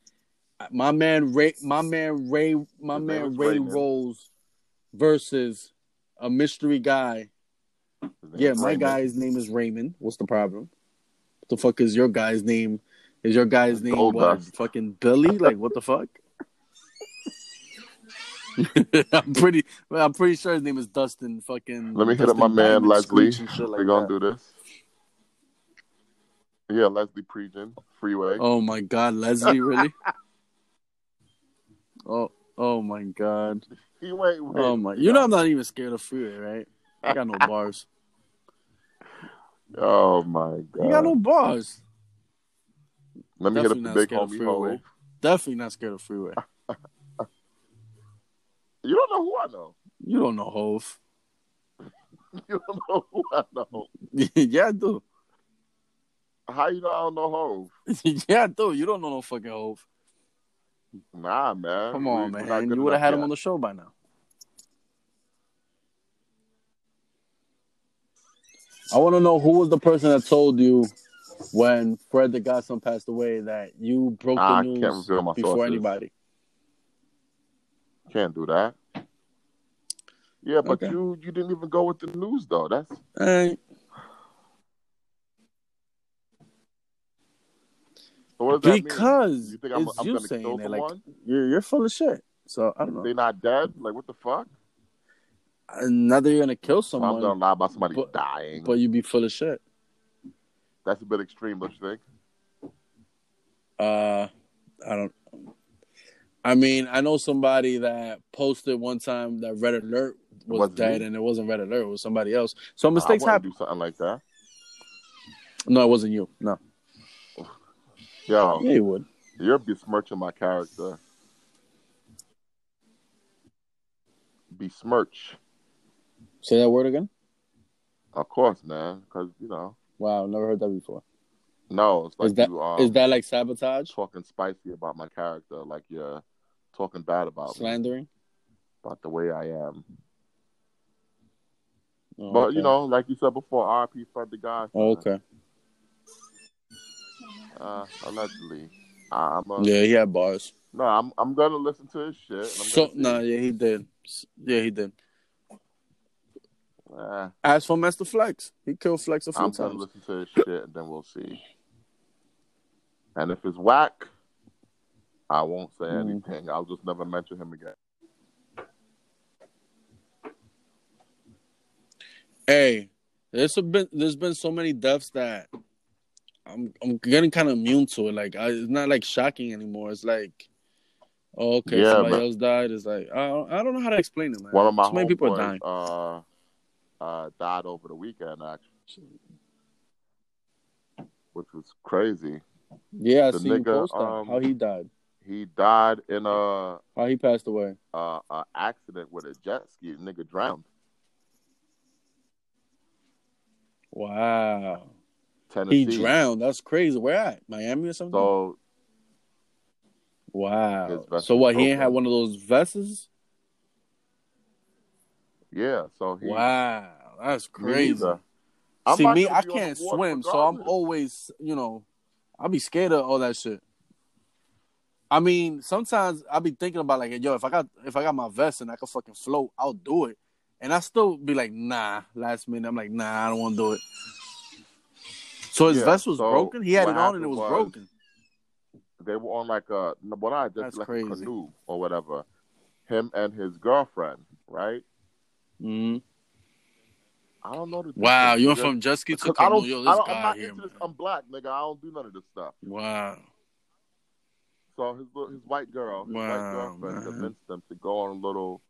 Speaker 1: My man Ray, my man Ray, my
Speaker 2: His name
Speaker 1: man
Speaker 2: is
Speaker 1: Ray
Speaker 2: Raymond.
Speaker 1: Rose versus a mystery guy.
Speaker 2: His name
Speaker 1: Yeah,
Speaker 2: is
Speaker 1: my
Speaker 2: Raymond.
Speaker 1: guy's name is Raymond. What's the problem? What the fuck is your guy's name? Is your guy's name
Speaker 2: Gold
Speaker 1: what?
Speaker 2: Dust.
Speaker 1: Fucking Billy? Like what the fuck? *laughs* I'm pretty. I'm pretty sure his name is Dustin. Fucking.
Speaker 2: Let me hit up
Speaker 1: Dustin
Speaker 2: my man
Speaker 1: Diamond
Speaker 2: Leslie.
Speaker 1: Screech and shit like
Speaker 2: We're gonna
Speaker 1: that.
Speaker 2: do this. Yeah, Leslie Prejean, Freeway.
Speaker 1: Oh my God, Leslie, *laughs* really? oh, oh my God.
Speaker 2: He wait, wait.
Speaker 1: Oh my! You know I'm not even scared of freeway, right? I got *laughs* no bars.
Speaker 2: Oh my god.
Speaker 1: You got no bars.
Speaker 2: Let me hit up
Speaker 1: Definitely
Speaker 2: the
Speaker 1: not
Speaker 2: big
Speaker 1: scared of
Speaker 2: homie
Speaker 1: freeway.
Speaker 2: Ho.
Speaker 1: Definitely not scared of freeway.
Speaker 2: *laughs* You don't know who I know. *laughs*
Speaker 1: You don't know Hove. *laughs*
Speaker 2: You don't know who I know.
Speaker 1: yeah, I do. *laughs*
Speaker 2: How you know I don't know Ho?
Speaker 1: yeah, I do. You don't know no fucking Hove.
Speaker 2: Nah, man.
Speaker 1: Come
Speaker 2: We-
Speaker 1: on,
Speaker 2: we're not
Speaker 1: man.
Speaker 2: good
Speaker 1: You would have
Speaker 2: enough
Speaker 1: had him
Speaker 2: yet.
Speaker 1: on the show by now. I want to know who was the person that told you when Fred the Godson passed away that you broke the
Speaker 2: Nah, I can't
Speaker 1: news
Speaker 2: reveal Ah, my
Speaker 1: before
Speaker 2: sources.
Speaker 1: anybody.
Speaker 2: Can't do that. Yeah, but
Speaker 1: Okay.
Speaker 2: you you didn't even go with the news though. That's
Speaker 1: Hey,
Speaker 2: so what does that mean?
Speaker 1: because
Speaker 2: You think I'm,
Speaker 1: it's
Speaker 2: I'm
Speaker 1: you
Speaker 2: gonna kill
Speaker 1: saying it. Like
Speaker 2: someone?
Speaker 1: you're you're full of shit. So I don't know.
Speaker 2: they not dead? Like what the fuck?
Speaker 1: Not that you're gonna kill
Speaker 2: So I'm
Speaker 1: someone,
Speaker 2: gonna lie about somebody
Speaker 1: but-
Speaker 2: dying.
Speaker 1: but you be full of shit.
Speaker 2: That's a bit extreme, don't you think?
Speaker 1: Uh, I don't. I mean, I know somebody that posted one time that Red Alert was
Speaker 2: Wasn't
Speaker 1: dead,
Speaker 2: me.
Speaker 1: and it wasn't Red Alert; it was somebody else. So
Speaker 2: I
Speaker 1: mistakes
Speaker 2: wouldn't
Speaker 1: happen.
Speaker 2: do something like that.
Speaker 1: No, it wasn't you. No,
Speaker 2: Yo,
Speaker 1: yeah, you would.
Speaker 2: you're besmirching my character. Besmirch,
Speaker 1: Say that word again.
Speaker 2: of course, man. Because you know,
Speaker 1: Wow, never heard that before.
Speaker 2: no, it's like
Speaker 1: Is that-
Speaker 2: you are
Speaker 1: Is that like sabotage,
Speaker 2: talking spicy about my character, like you're talking bad about me,
Speaker 1: slandering?
Speaker 2: about the way I am.
Speaker 1: Oh,
Speaker 2: But
Speaker 1: okay.
Speaker 2: you know, like you said before, R.P. Fred the guy.
Speaker 1: Oh, okay.
Speaker 2: Uh, allegedly, I- I'm a,
Speaker 1: Yeah, he had bars.
Speaker 2: no, I'm I'm gonna listen to his shit. And I'm
Speaker 1: So no,
Speaker 2: gonna see.
Speaker 1: yeah, he did. Yeah, he did.
Speaker 2: Eh,
Speaker 1: As for Master Flex, he killed Flex a few
Speaker 2: I'm gonna
Speaker 1: times.
Speaker 2: listen to his shit, and then we'll see. And if it's whack, I won't say
Speaker 1: Mm.
Speaker 2: anything. I'll just never mention him again.
Speaker 1: Hey, there's a been there's been so many deaths that I'm I'm getting kind of immune to it. Like I, it's not like shocking anymore. It's like, oh, okay,
Speaker 2: Yeah,
Speaker 1: somebody
Speaker 2: man.
Speaker 1: else died. It's like I don't, I don't know how to explain it, man.
Speaker 2: One of my
Speaker 1: so many people are
Speaker 2: homeboys,
Speaker 1: dying.
Speaker 2: uh, uh, died over the weekend, actually, which was crazy.
Speaker 1: Yeah, I
Speaker 2: the
Speaker 1: see you
Speaker 2: nigga,
Speaker 1: post that.
Speaker 2: um,
Speaker 1: how he died,
Speaker 2: He died in a,
Speaker 1: how he passed away.
Speaker 2: a, a accident with a jet ski. The nigga drowned.
Speaker 1: Wow,
Speaker 2: Tennessee.
Speaker 1: he drowned. That's crazy. Where at? Miami or something?
Speaker 2: So his
Speaker 1: wow.
Speaker 2: vessel
Speaker 1: So what? He ain't
Speaker 2: broken.
Speaker 1: had one of those vessels.
Speaker 2: yeah, so he uh,
Speaker 1: Wow, that's
Speaker 2: me
Speaker 1: crazy.
Speaker 2: neither. I'm
Speaker 1: See
Speaker 2: not
Speaker 1: me,
Speaker 2: gonna
Speaker 1: I
Speaker 2: be on the
Speaker 1: can't
Speaker 2: water
Speaker 1: swim, so I'm
Speaker 2: regardless.
Speaker 1: always, you know, I'll be scared of all that shit. I mean, sometimes I'll be thinking about like, yo, if I got if I got my vest and I can fucking float, I'll do it. And I still be like, nah, last minute. I'm like, nah, I don't wanna do it. So his
Speaker 2: Yeah,
Speaker 1: vest was
Speaker 2: so
Speaker 1: broken? He had
Speaker 2: what
Speaker 1: it on and it
Speaker 2: happened
Speaker 1: was,
Speaker 2: was-
Speaker 1: broken.
Speaker 2: They were on like a what I just
Speaker 1: That's
Speaker 2: like
Speaker 1: crazy.
Speaker 2: a canoe or whatever. Him and his girlfriend, right?
Speaker 1: Mhm.
Speaker 2: Mm-hmm. I don't know the difference,
Speaker 1: Wow, you went
Speaker 2: nigga.
Speaker 1: from jet ski to
Speaker 2: Because I
Speaker 1: canoe.
Speaker 2: don't,
Speaker 1: Yo,
Speaker 2: I
Speaker 1: this
Speaker 2: don't I'm
Speaker 1: guy
Speaker 2: not
Speaker 1: here,
Speaker 2: into
Speaker 1: man.
Speaker 2: this. I'm black, nigga. I don't do none of this stuff.
Speaker 1: Wow.
Speaker 2: So his little- his white girl, his white
Speaker 1: Wow,
Speaker 2: girlfriend
Speaker 1: man.
Speaker 2: convinced them to go on a little,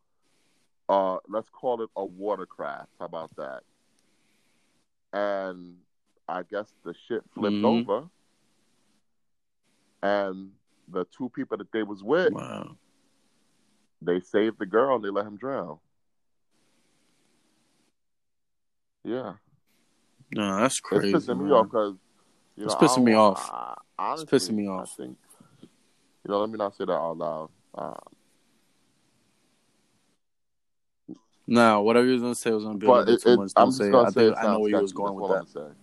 Speaker 2: uh, let's call it a watercraft. How about that? And I guess the shit flipped
Speaker 1: Mhm.
Speaker 2: over, and the two people that they was with,
Speaker 1: Wow.
Speaker 2: they saved the girl and they let him drown. Yeah,
Speaker 1: No, that's crazy.
Speaker 2: it's pissing
Speaker 1: man.
Speaker 2: me off because you know
Speaker 1: It's
Speaker 2: I
Speaker 1: pissing me
Speaker 2: don't-
Speaker 1: off.
Speaker 2: I-
Speaker 1: It's
Speaker 2: honestly,
Speaker 1: pissing me
Speaker 2: I
Speaker 1: off.
Speaker 2: think you know. Let me not say that out loud. Uh,
Speaker 1: Nah, whatever you was gonna say was gonna be a
Speaker 2: but
Speaker 1: little bit
Speaker 2: it,
Speaker 1: too
Speaker 2: it,
Speaker 1: much. Don't
Speaker 2: I'm just
Speaker 1: say it.
Speaker 2: gonna
Speaker 1: I
Speaker 2: say
Speaker 1: think
Speaker 2: it
Speaker 1: I know
Speaker 2: sounds
Speaker 1: where you was
Speaker 2: sketchy. That's
Speaker 1: going with
Speaker 2: all I'm
Speaker 1: that.
Speaker 2: gonna say.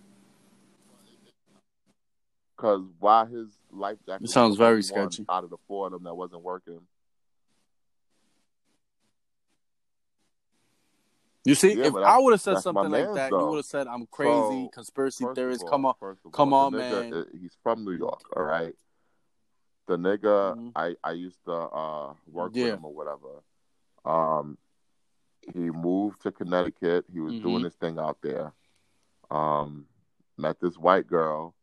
Speaker 2: Cause why his life jacket?
Speaker 1: It
Speaker 2: was
Speaker 1: sounds
Speaker 2: the only
Speaker 1: very
Speaker 2: one
Speaker 1: sketchy.
Speaker 2: Out of the four of them that wasn't working.
Speaker 1: You see,
Speaker 2: Yeah,
Speaker 1: if
Speaker 2: but
Speaker 1: I
Speaker 2: that's-
Speaker 1: would have said
Speaker 2: that's
Speaker 1: something
Speaker 2: my
Speaker 1: like
Speaker 2: man's,
Speaker 1: that, you
Speaker 2: though.
Speaker 1: would have said I'm crazy,
Speaker 2: So,
Speaker 1: conspiracy
Speaker 2: First of
Speaker 1: theories.
Speaker 2: all-
Speaker 1: Come on.
Speaker 2: first of
Speaker 1: Come
Speaker 2: all,
Speaker 1: on,
Speaker 2: the nigga,
Speaker 1: man.
Speaker 2: uh, He's from New York. All right. The nigga,
Speaker 1: Mhm.
Speaker 2: I I used to uh, work
Speaker 1: Yeah.
Speaker 2: with him or whatever. Um, he moved to Connecticut. He was doing
Speaker 1: Mhm.
Speaker 2: his thing out there. Um, met this white girl,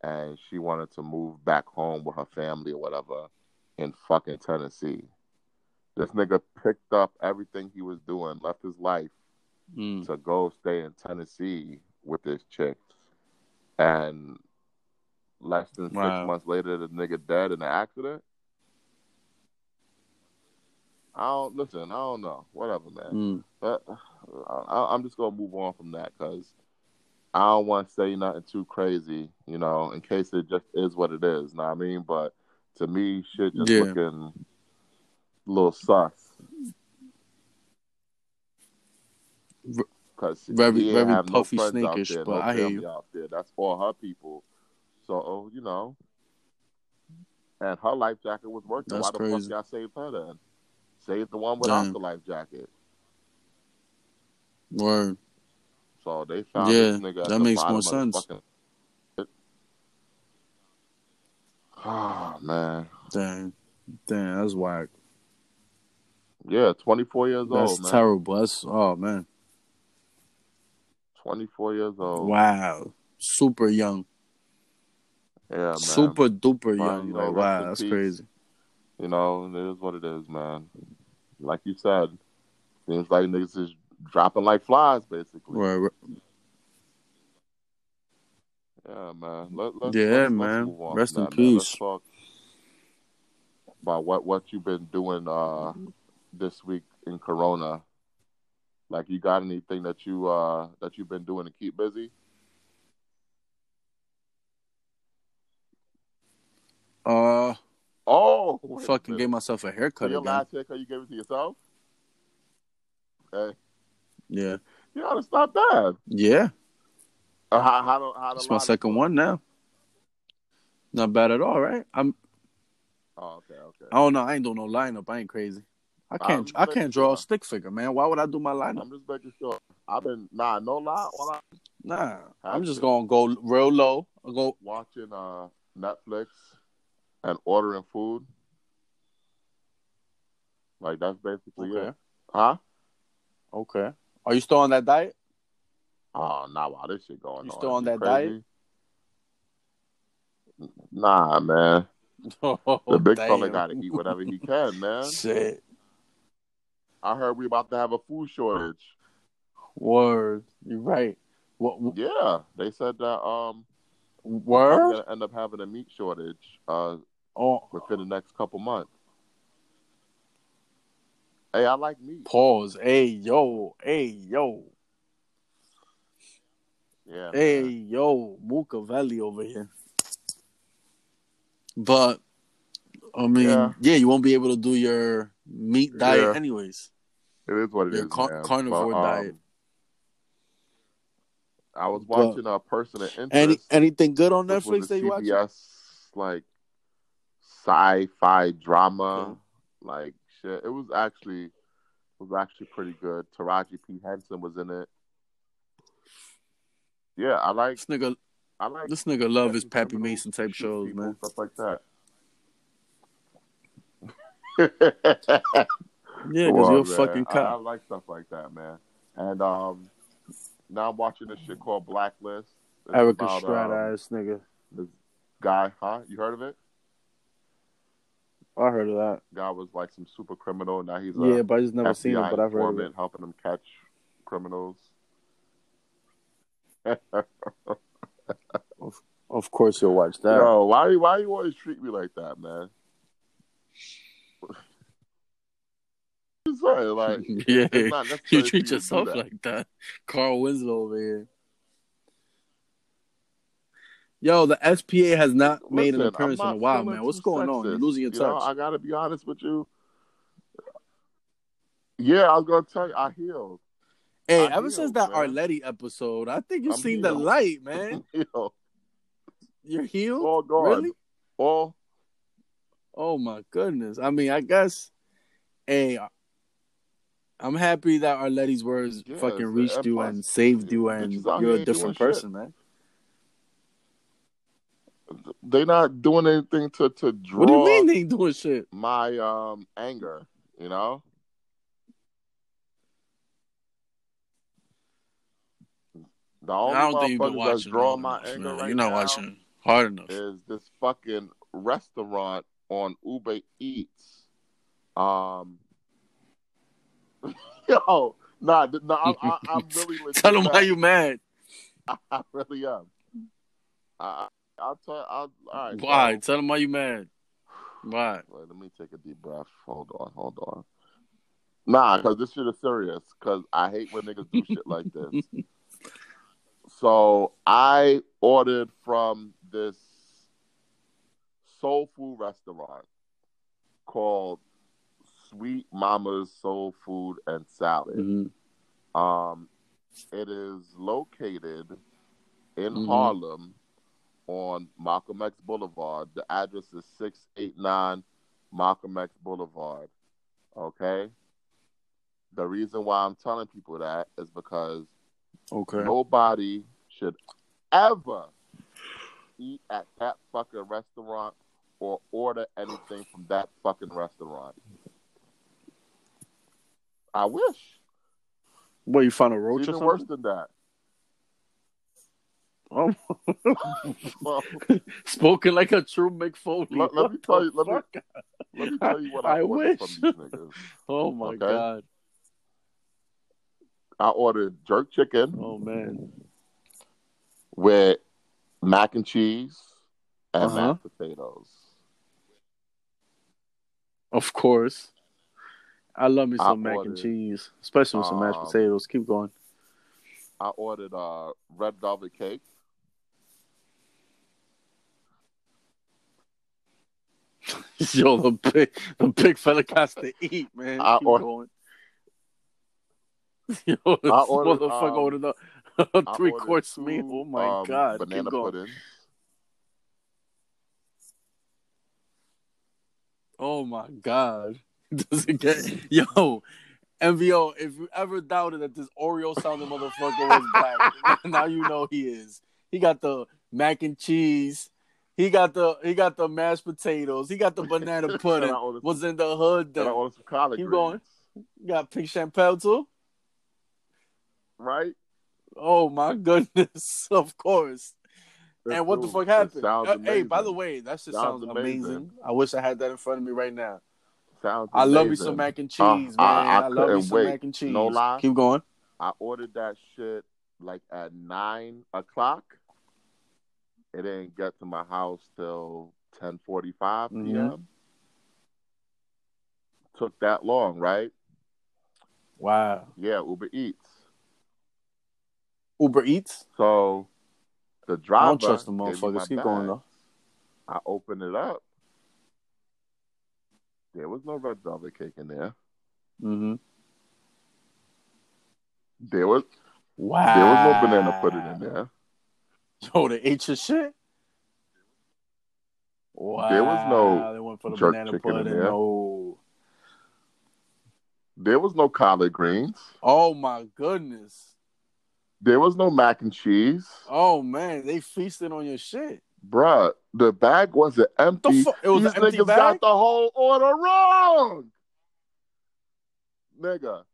Speaker 2: and she wanted to move back home with her family or whatever in fucking Tennessee. This nigga picked up everything he was doing, left his life
Speaker 1: Mm.
Speaker 2: to go stay in Tennessee with this chick. And less than
Speaker 1: Wow.
Speaker 2: six months later, the nigga dead in an accident. I don't listen. I don't know. Whatever, man.
Speaker 1: Mm.
Speaker 2: But I, I'm just gonna move on from that because I don't want to say nothing too crazy, you know, in case it just is what it is. Know what I mean? But To me, shit just
Speaker 1: Yeah.
Speaker 2: looking a little sus.
Speaker 1: Ver-
Speaker 2: Cause she-
Speaker 1: very-
Speaker 2: he ain't
Speaker 1: very
Speaker 2: have no
Speaker 1: puffy
Speaker 2: friends out
Speaker 1: sneakers,
Speaker 2: there,
Speaker 1: but
Speaker 2: no
Speaker 1: I hear
Speaker 2: family
Speaker 1: you.
Speaker 2: out there. That's all her people. So oh, you know, and her life jacket was working.
Speaker 1: That's
Speaker 2: Why the
Speaker 1: crazy.
Speaker 2: fuck y'all saved her then? Save the one without
Speaker 1: Damn.
Speaker 2: the life jacket.
Speaker 1: Word.
Speaker 2: So they found
Speaker 1: Yeah,
Speaker 2: this nigga at
Speaker 1: that
Speaker 2: the
Speaker 1: makes
Speaker 2: bottom
Speaker 1: more
Speaker 2: of the
Speaker 1: sense.
Speaker 2: fucking. Oh man,
Speaker 1: Dang. Dang, that's whack.
Speaker 2: yeah, twenty four years
Speaker 1: That's
Speaker 2: old, man.
Speaker 1: terrible. That's oh man.
Speaker 2: Twenty four years old.
Speaker 1: Wow. Super young.
Speaker 2: Yeah, man.
Speaker 1: Super
Speaker 2: But,
Speaker 1: duper young.
Speaker 2: you know,
Speaker 1: like,
Speaker 2: rest
Speaker 1: wow,
Speaker 2: in
Speaker 1: that's
Speaker 2: peace.
Speaker 1: crazy.
Speaker 2: You know, it is what it is, man. Like you said, seems like niggas is dropping like flies, basically.
Speaker 1: Word.
Speaker 2: Yeah, man. Let, let's,
Speaker 1: Yeah,
Speaker 2: let's,
Speaker 1: man.
Speaker 2: Let's move on
Speaker 1: Rest
Speaker 2: from
Speaker 1: in
Speaker 2: that, man. Let's
Speaker 1: peace.
Speaker 2: talk about what what you've been doing uh this week in Corona. Like, you got anything that you uh that you've been doing to keep busy?
Speaker 1: Uh
Speaker 2: Oh, wait a
Speaker 1: fucking
Speaker 2: minute.
Speaker 1: gave myself a
Speaker 2: So
Speaker 1: haircut
Speaker 2: your
Speaker 1: again.
Speaker 2: last haircut, you gave it to yourself. Hey,
Speaker 1: Yeah.
Speaker 2: you know that's not bad.
Speaker 1: Yeah.
Speaker 2: Uh, how how do how do
Speaker 1: It's my
Speaker 2: Lonnie
Speaker 1: second
Speaker 2: look?
Speaker 1: one now. Not bad at all, right? I'm
Speaker 2: Oh, okay, okay.
Speaker 1: I don't know, I ain't doing no lineup. I ain't crazy. I can't
Speaker 2: I'm
Speaker 1: I can't draw a
Speaker 2: looking-
Speaker 1: stick figure, man. Why would I do my lineup?
Speaker 2: I'm just making sure. I've been nah, no lie. While I'm
Speaker 1: Nah. I'm
Speaker 2: Have
Speaker 1: just
Speaker 2: to.
Speaker 1: gonna go real low. I'll go
Speaker 2: watching uh Netflix and ordering food, like that's basically
Speaker 1: Okay.
Speaker 2: it. Huh?
Speaker 1: Okay. Are you still on that diet?
Speaker 2: Oh, nah, wow, this shit going
Speaker 1: You
Speaker 2: on.
Speaker 1: still on that
Speaker 2: diet? Nah, man.
Speaker 1: Oh,
Speaker 2: *laughs* The big
Speaker 1: damn.
Speaker 2: fella gotta eat whatever he
Speaker 1: *laughs*
Speaker 2: can, man.
Speaker 1: Shit.
Speaker 2: I heard we about to have a food shortage.
Speaker 1: Word. You're right. What
Speaker 2: Yeah, they said that um we're
Speaker 1: word?
Speaker 2: gonna end up having a meat shortage uh
Speaker 1: Oh
Speaker 2: within the next couple months. Hey, I like meat.
Speaker 1: pause. Hey yo. Hey yo.
Speaker 2: Yeah.
Speaker 1: Hey
Speaker 2: man.
Speaker 1: yo, Mukavelli over here. But I mean, yeah.
Speaker 2: Yeah.
Speaker 1: you won't be able to do your meat diet
Speaker 2: Yeah.
Speaker 1: anyways.
Speaker 2: It is what it is.
Speaker 1: Your car-
Speaker 2: man.
Speaker 1: carnivore
Speaker 2: But, um,
Speaker 1: diet.
Speaker 2: I was
Speaker 1: But-
Speaker 2: watching a person of interest,
Speaker 1: Any anything good on
Speaker 2: which
Speaker 1: Netflix
Speaker 2: was a
Speaker 1: that you watching?
Speaker 2: CBS like sci-fi
Speaker 1: Uh-huh.
Speaker 2: drama, like shit. It was actually it was actually pretty good. Taraji P Henson was in it. Yeah, I like
Speaker 1: This nigga,
Speaker 2: I like
Speaker 1: this nigga love his
Speaker 2: catching
Speaker 1: Pappy
Speaker 2: criminals,
Speaker 1: Mason
Speaker 2: shooting
Speaker 1: type shows,
Speaker 2: people,
Speaker 1: man.
Speaker 2: stuff like that. *laughs*
Speaker 1: Yeah, because
Speaker 2: Well,
Speaker 1: you're a
Speaker 2: man,
Speaker 1: fucking
Speaker 2: I- I,
Speaker 1: cop.
Speaker 2: like stuff like that, man. And um, now I'm watching this shit called Blacklist. It's
Speaker 1: Erica
Speaker 2: about,
Speaker 1: Strada
Speaker 2: um,
Speaker 1: ass nigga.
Speaker 2: this guy, huh? You heard of it?
Speaker 1: I heard of that.
Speaker 2: Guy was like some super criminal. Now he's
Speaker 1: yeah,
Speaker 2: a
Speaker 1: but I just never
Speaker 2: FBI
Speaker 1: seen it, but I've heard of it.
Speaker 2: informant helping them catch criminals.
Speaker 1: Of course you'll watch that. *laughs*
Speaker 2: Yo, why why you always treat me like that, man? *laughs* It's right, like
Speaker 1: yeah. *laughs*
Speaker 2: it's not necessary
Speaker 1: You
Speaker 2: for
Speaker 1: treat
Speaker 2: to do
Speaker 1: yourself
Speaker 2: that.
Speaker 1: like that. Carl Winslow over here. Yo, the SPA has not made
Speaker 2: Listen,
Speaker 1: an
Speaker 2: I'm
Speaker 1: appearance in a
Speaker 2: not
Speaker 1: while,
Speaker 2: feeling
Speaker 1: man. What's
Speaker 2: too
Speaker 1: going on? You're
Speaker 2: sexist.
Speaker 1: losing your
Speaker 2: You know,
Speaker 1: touch.
Speaker 2: I gotta be honest with you. Yeah, I was gonna tell you, I healed. *laughs*
Speaker 1: hey,
Speaker 2: I
Speaker 1: ever since
Speaker 2: healed,
Speaker 1: that
Speaker 2: man.
Speaker 1: Arletty episode, I think you've
Speaker 2: I'm
Speaker 1: seen the
Speaker 2: healed.
Speaker 1: light, man.
Speaker 2: Healed.
Speaker 1: You're healed?
Speaker 2: All gone.
Speaker 1: Really?
Speaker 2: All
Speaker 1: Oh my goodness. I mean, I guess hey I'm happy that Arletty's words
Speaker 2: Yes,
Speaker 1: fucking
Speaker 2: and
Speaker 1: reached you
Speaker 2: plus,
Speaker 1: and saved you
Speaker 2: bitches
Speaker 1: and
Speaker 2: out
Speaker 1: you're a
Speaker 2: here doing
Speaker 1: different
Speaker 2: shit.
Speaker 1: person, man.
Speaker 2: they not doing anything to to draw
Speaker 1: What do you mean they ain't doing shit?
Speaker 2: my um anger. You know, the
Speaker 1: I
Speaker 2: only
Speaker 1: don't think you've been
Speaker 2: motherfuckers that's
Speaker 1: watching.
Speaker 2: drawing my
Speaker 1: long enough,
Speaker 2: anger
Speaker 1: man.
Speaker 2: right
Speaker 1: You're not
Speaker 2: now
Speaker 1: watching hard enough.
Speaker 2: is this fucking restaurant on Uber Eats. Um, *laughs* yo, nah, th- nah, I, I,
Speaker 1: *laughs*
Speaker 2: I'm really legit
Speaker 1: *laughs* Tell them
Speaker 2: mad.
Speaker 1: why you mad.
Speaker 2: I really am. I, I, I'll tell. I'll, all right.
Speaker 1: Why?
Speaker 2: so-
Speaker 1: Tell them why you mad. Why?
Speaker 2: Wait, let me take a deep breath. Hold on, hold on. Nah, because this shit is serious. Because I hate when niggas do shit like this. So I ordered from this soul food restaurant called Sweet Mama's Soul Food and Salad.
Speaker 1: Mm-hmm.
Speaker 2: Um, it is located in
Speaker 1: Mhm.
Speaker 2: Harlem on Malcolm X Boulevard. The address is 689 Malcolm X Boulevard. Okay? The reason why I'm telling people that is because
Speaker 1: Okay.
Speaker 2: nobody should ever eat at that fucking restaurant or order anything from that fucking restaurant. I wish.
Speaker 1: What you found a roach
Speaker 2: It's
Speaker 1: or
Speaker 2: even
Speaker 1: something?
Speaker 2: worse than that.
Speaker 1: Oh.
Speaker 2: *laughs* Well,
Speaker 1: Spoken like a true McFoley.
Speaker 2: Let- let
Speaker 1: What
Speaker 2: me tell
Speaker 1: the
Speaker 2: you- let me-
Speaker 1: fuck?
Speaker 2: let me tell you what
Speaker 1: I
Speaker 2: I, ordered
Speaker 1: wish.
Speaker 2: from these niggas.
Speaker 1: Oh my
Speaker 2: Okay.
Speaker 1: god.
Speaker 2: I ordered jerk chicken
Speaker 1: Oh man.
Speaker 2: with mac and cheese and
Speaker 1: Uh-huh.
Speaker 2: mashed potatoes.
Speaker 1: Of course. I love me
Speaker 2: I
Speaker 1: some mac and
Speaker 2: ordered,
Speaker 1: cheese, especially with some mashed
Speaker 2: um,
Speaker 1: potatoes. Keep going. *laughs*
Speaker 2: I ordered uh, red velvet cake.
Speaker 1: Yo, the big, the big fella got to eat, man.
Speaker 2: I
Speaker 1: Keep
Speaker 2: or-
Speaker 1: going. *laughs* Yo, this
Speaker 2: ordered,
Speaker 1: motherfucker
Speaker 2: um,
Speaker 1: ordered a *laughs*
Speaker 2: I
Speaker 1: three
Speaker 2: ordered
Speaker 1: course
Speaker 2: two,
Speaker 1: meal. Oh my
Speaker 2: um,
Speaker 1: god!
Speaker 2: Banana
Speaker 1: Keep going.
Speaker 2: pudding.
Speaker 1: Oh my god! *laughs* Does it get yo? MVO, if you ever doubted that this Oreo sounding motherfucker was black, *laughs* now you know he is. He got the mac and cheese. He got the he got the mashed potatoes. He got the banana
Speaker 2: *laughs* And
Speaker 1: pudding.
Speaker 2: I ordered,
Speaker 1: Was in the hood.
Speaker 2: and I
Speaker 1: Though.
Speaker 2: ordered some collard
Speaker 1: Keep
Speaker 2: greens.
Speaker 1: going. Got pink champel too.
Speaker 2: Right?
Speaker 1: Oh my goodness! *laughs* Of course. and what the
Speaker 2: Dude,
Speaker 1: fuck
Speaker 2: it
Speaker 1: happened?
Speaker 2: Sounds
Speaker 1: Uh, hey, by the
Speaker 2: amazing.
Speaker 1: way, that shit
Speaker 2: Sounds
Speaker 1: sounds, amazing.
Speaker 2: amazing.
Speaker 1: I wish I had that in front of me right now.
Speaker 2: Sounds
Speaker 1: I love me
Speaker 2: amazing.
Speaker 1: some mac and cheese,
Speaker 2: Uh,
Speaker 1: man.
Speaker 2: I-
Speaker 1: I,
Speaker 2: I
Speaker 1: love me
Speaker 2: couldn't
Speaker 1: some
Speaker 2: wait.
Speaker 1: mac and cheese.
Speaker 2: No lie.
Speaker 1: Keep going.
Speaker 2: I ordered that shit like at nine o'clock. It didn't get to my house till ten forty five
Speaker 1: Mhm.
Speaker 2: p.m. Took that long, right?
Speaker 1: Wow.
Speaker 2: Yeah, Uber Eats.
Speaker 1: Uber Eats.
Speaker 2: So the driver.
Speaker 1: I don't trust the
Speaker 2: gave me my
Speaker 1: motherfuckers. Keep
Speaker 2: bag.
Speaker 1: going though.
Speaker 2: I opened it up. There was no red velvet cake in there.
Speaker 1: Mm-hmm.
Speaker 2: There was
Speaker 1: Wow.
Speaker 2: there was no banana pudding
Speaker 1: Ah.
Speaker 2: in there.
Speaker 1: Yo, they ate your shit. Wow.
Speaker 2: There was no
Speaker 1: They went for the
Speaker 2: jerk
Speaker 1: banana
Speaker 2: chicken in
Speaker 1: pudding.
Speaker 2: there.
Speaker 1: No.
Speaker 2: There was no collard greens.
Speaker 1: Oh my goodness.
Speaker 2: There was no mac and cheese.
Speaker 1: Oh man, they feasted on your shit.
Speaker 2: Bruh, the bag wasn't
Speaker 1: The
Speaker 2: empty.
Speaker 1: fuck? It was
Speaker 2: These
Speaker 1: an empty
Speaker 2: niggas got
Speaker 1: bag.
Speaker 2: the whole order wrong. Nigga.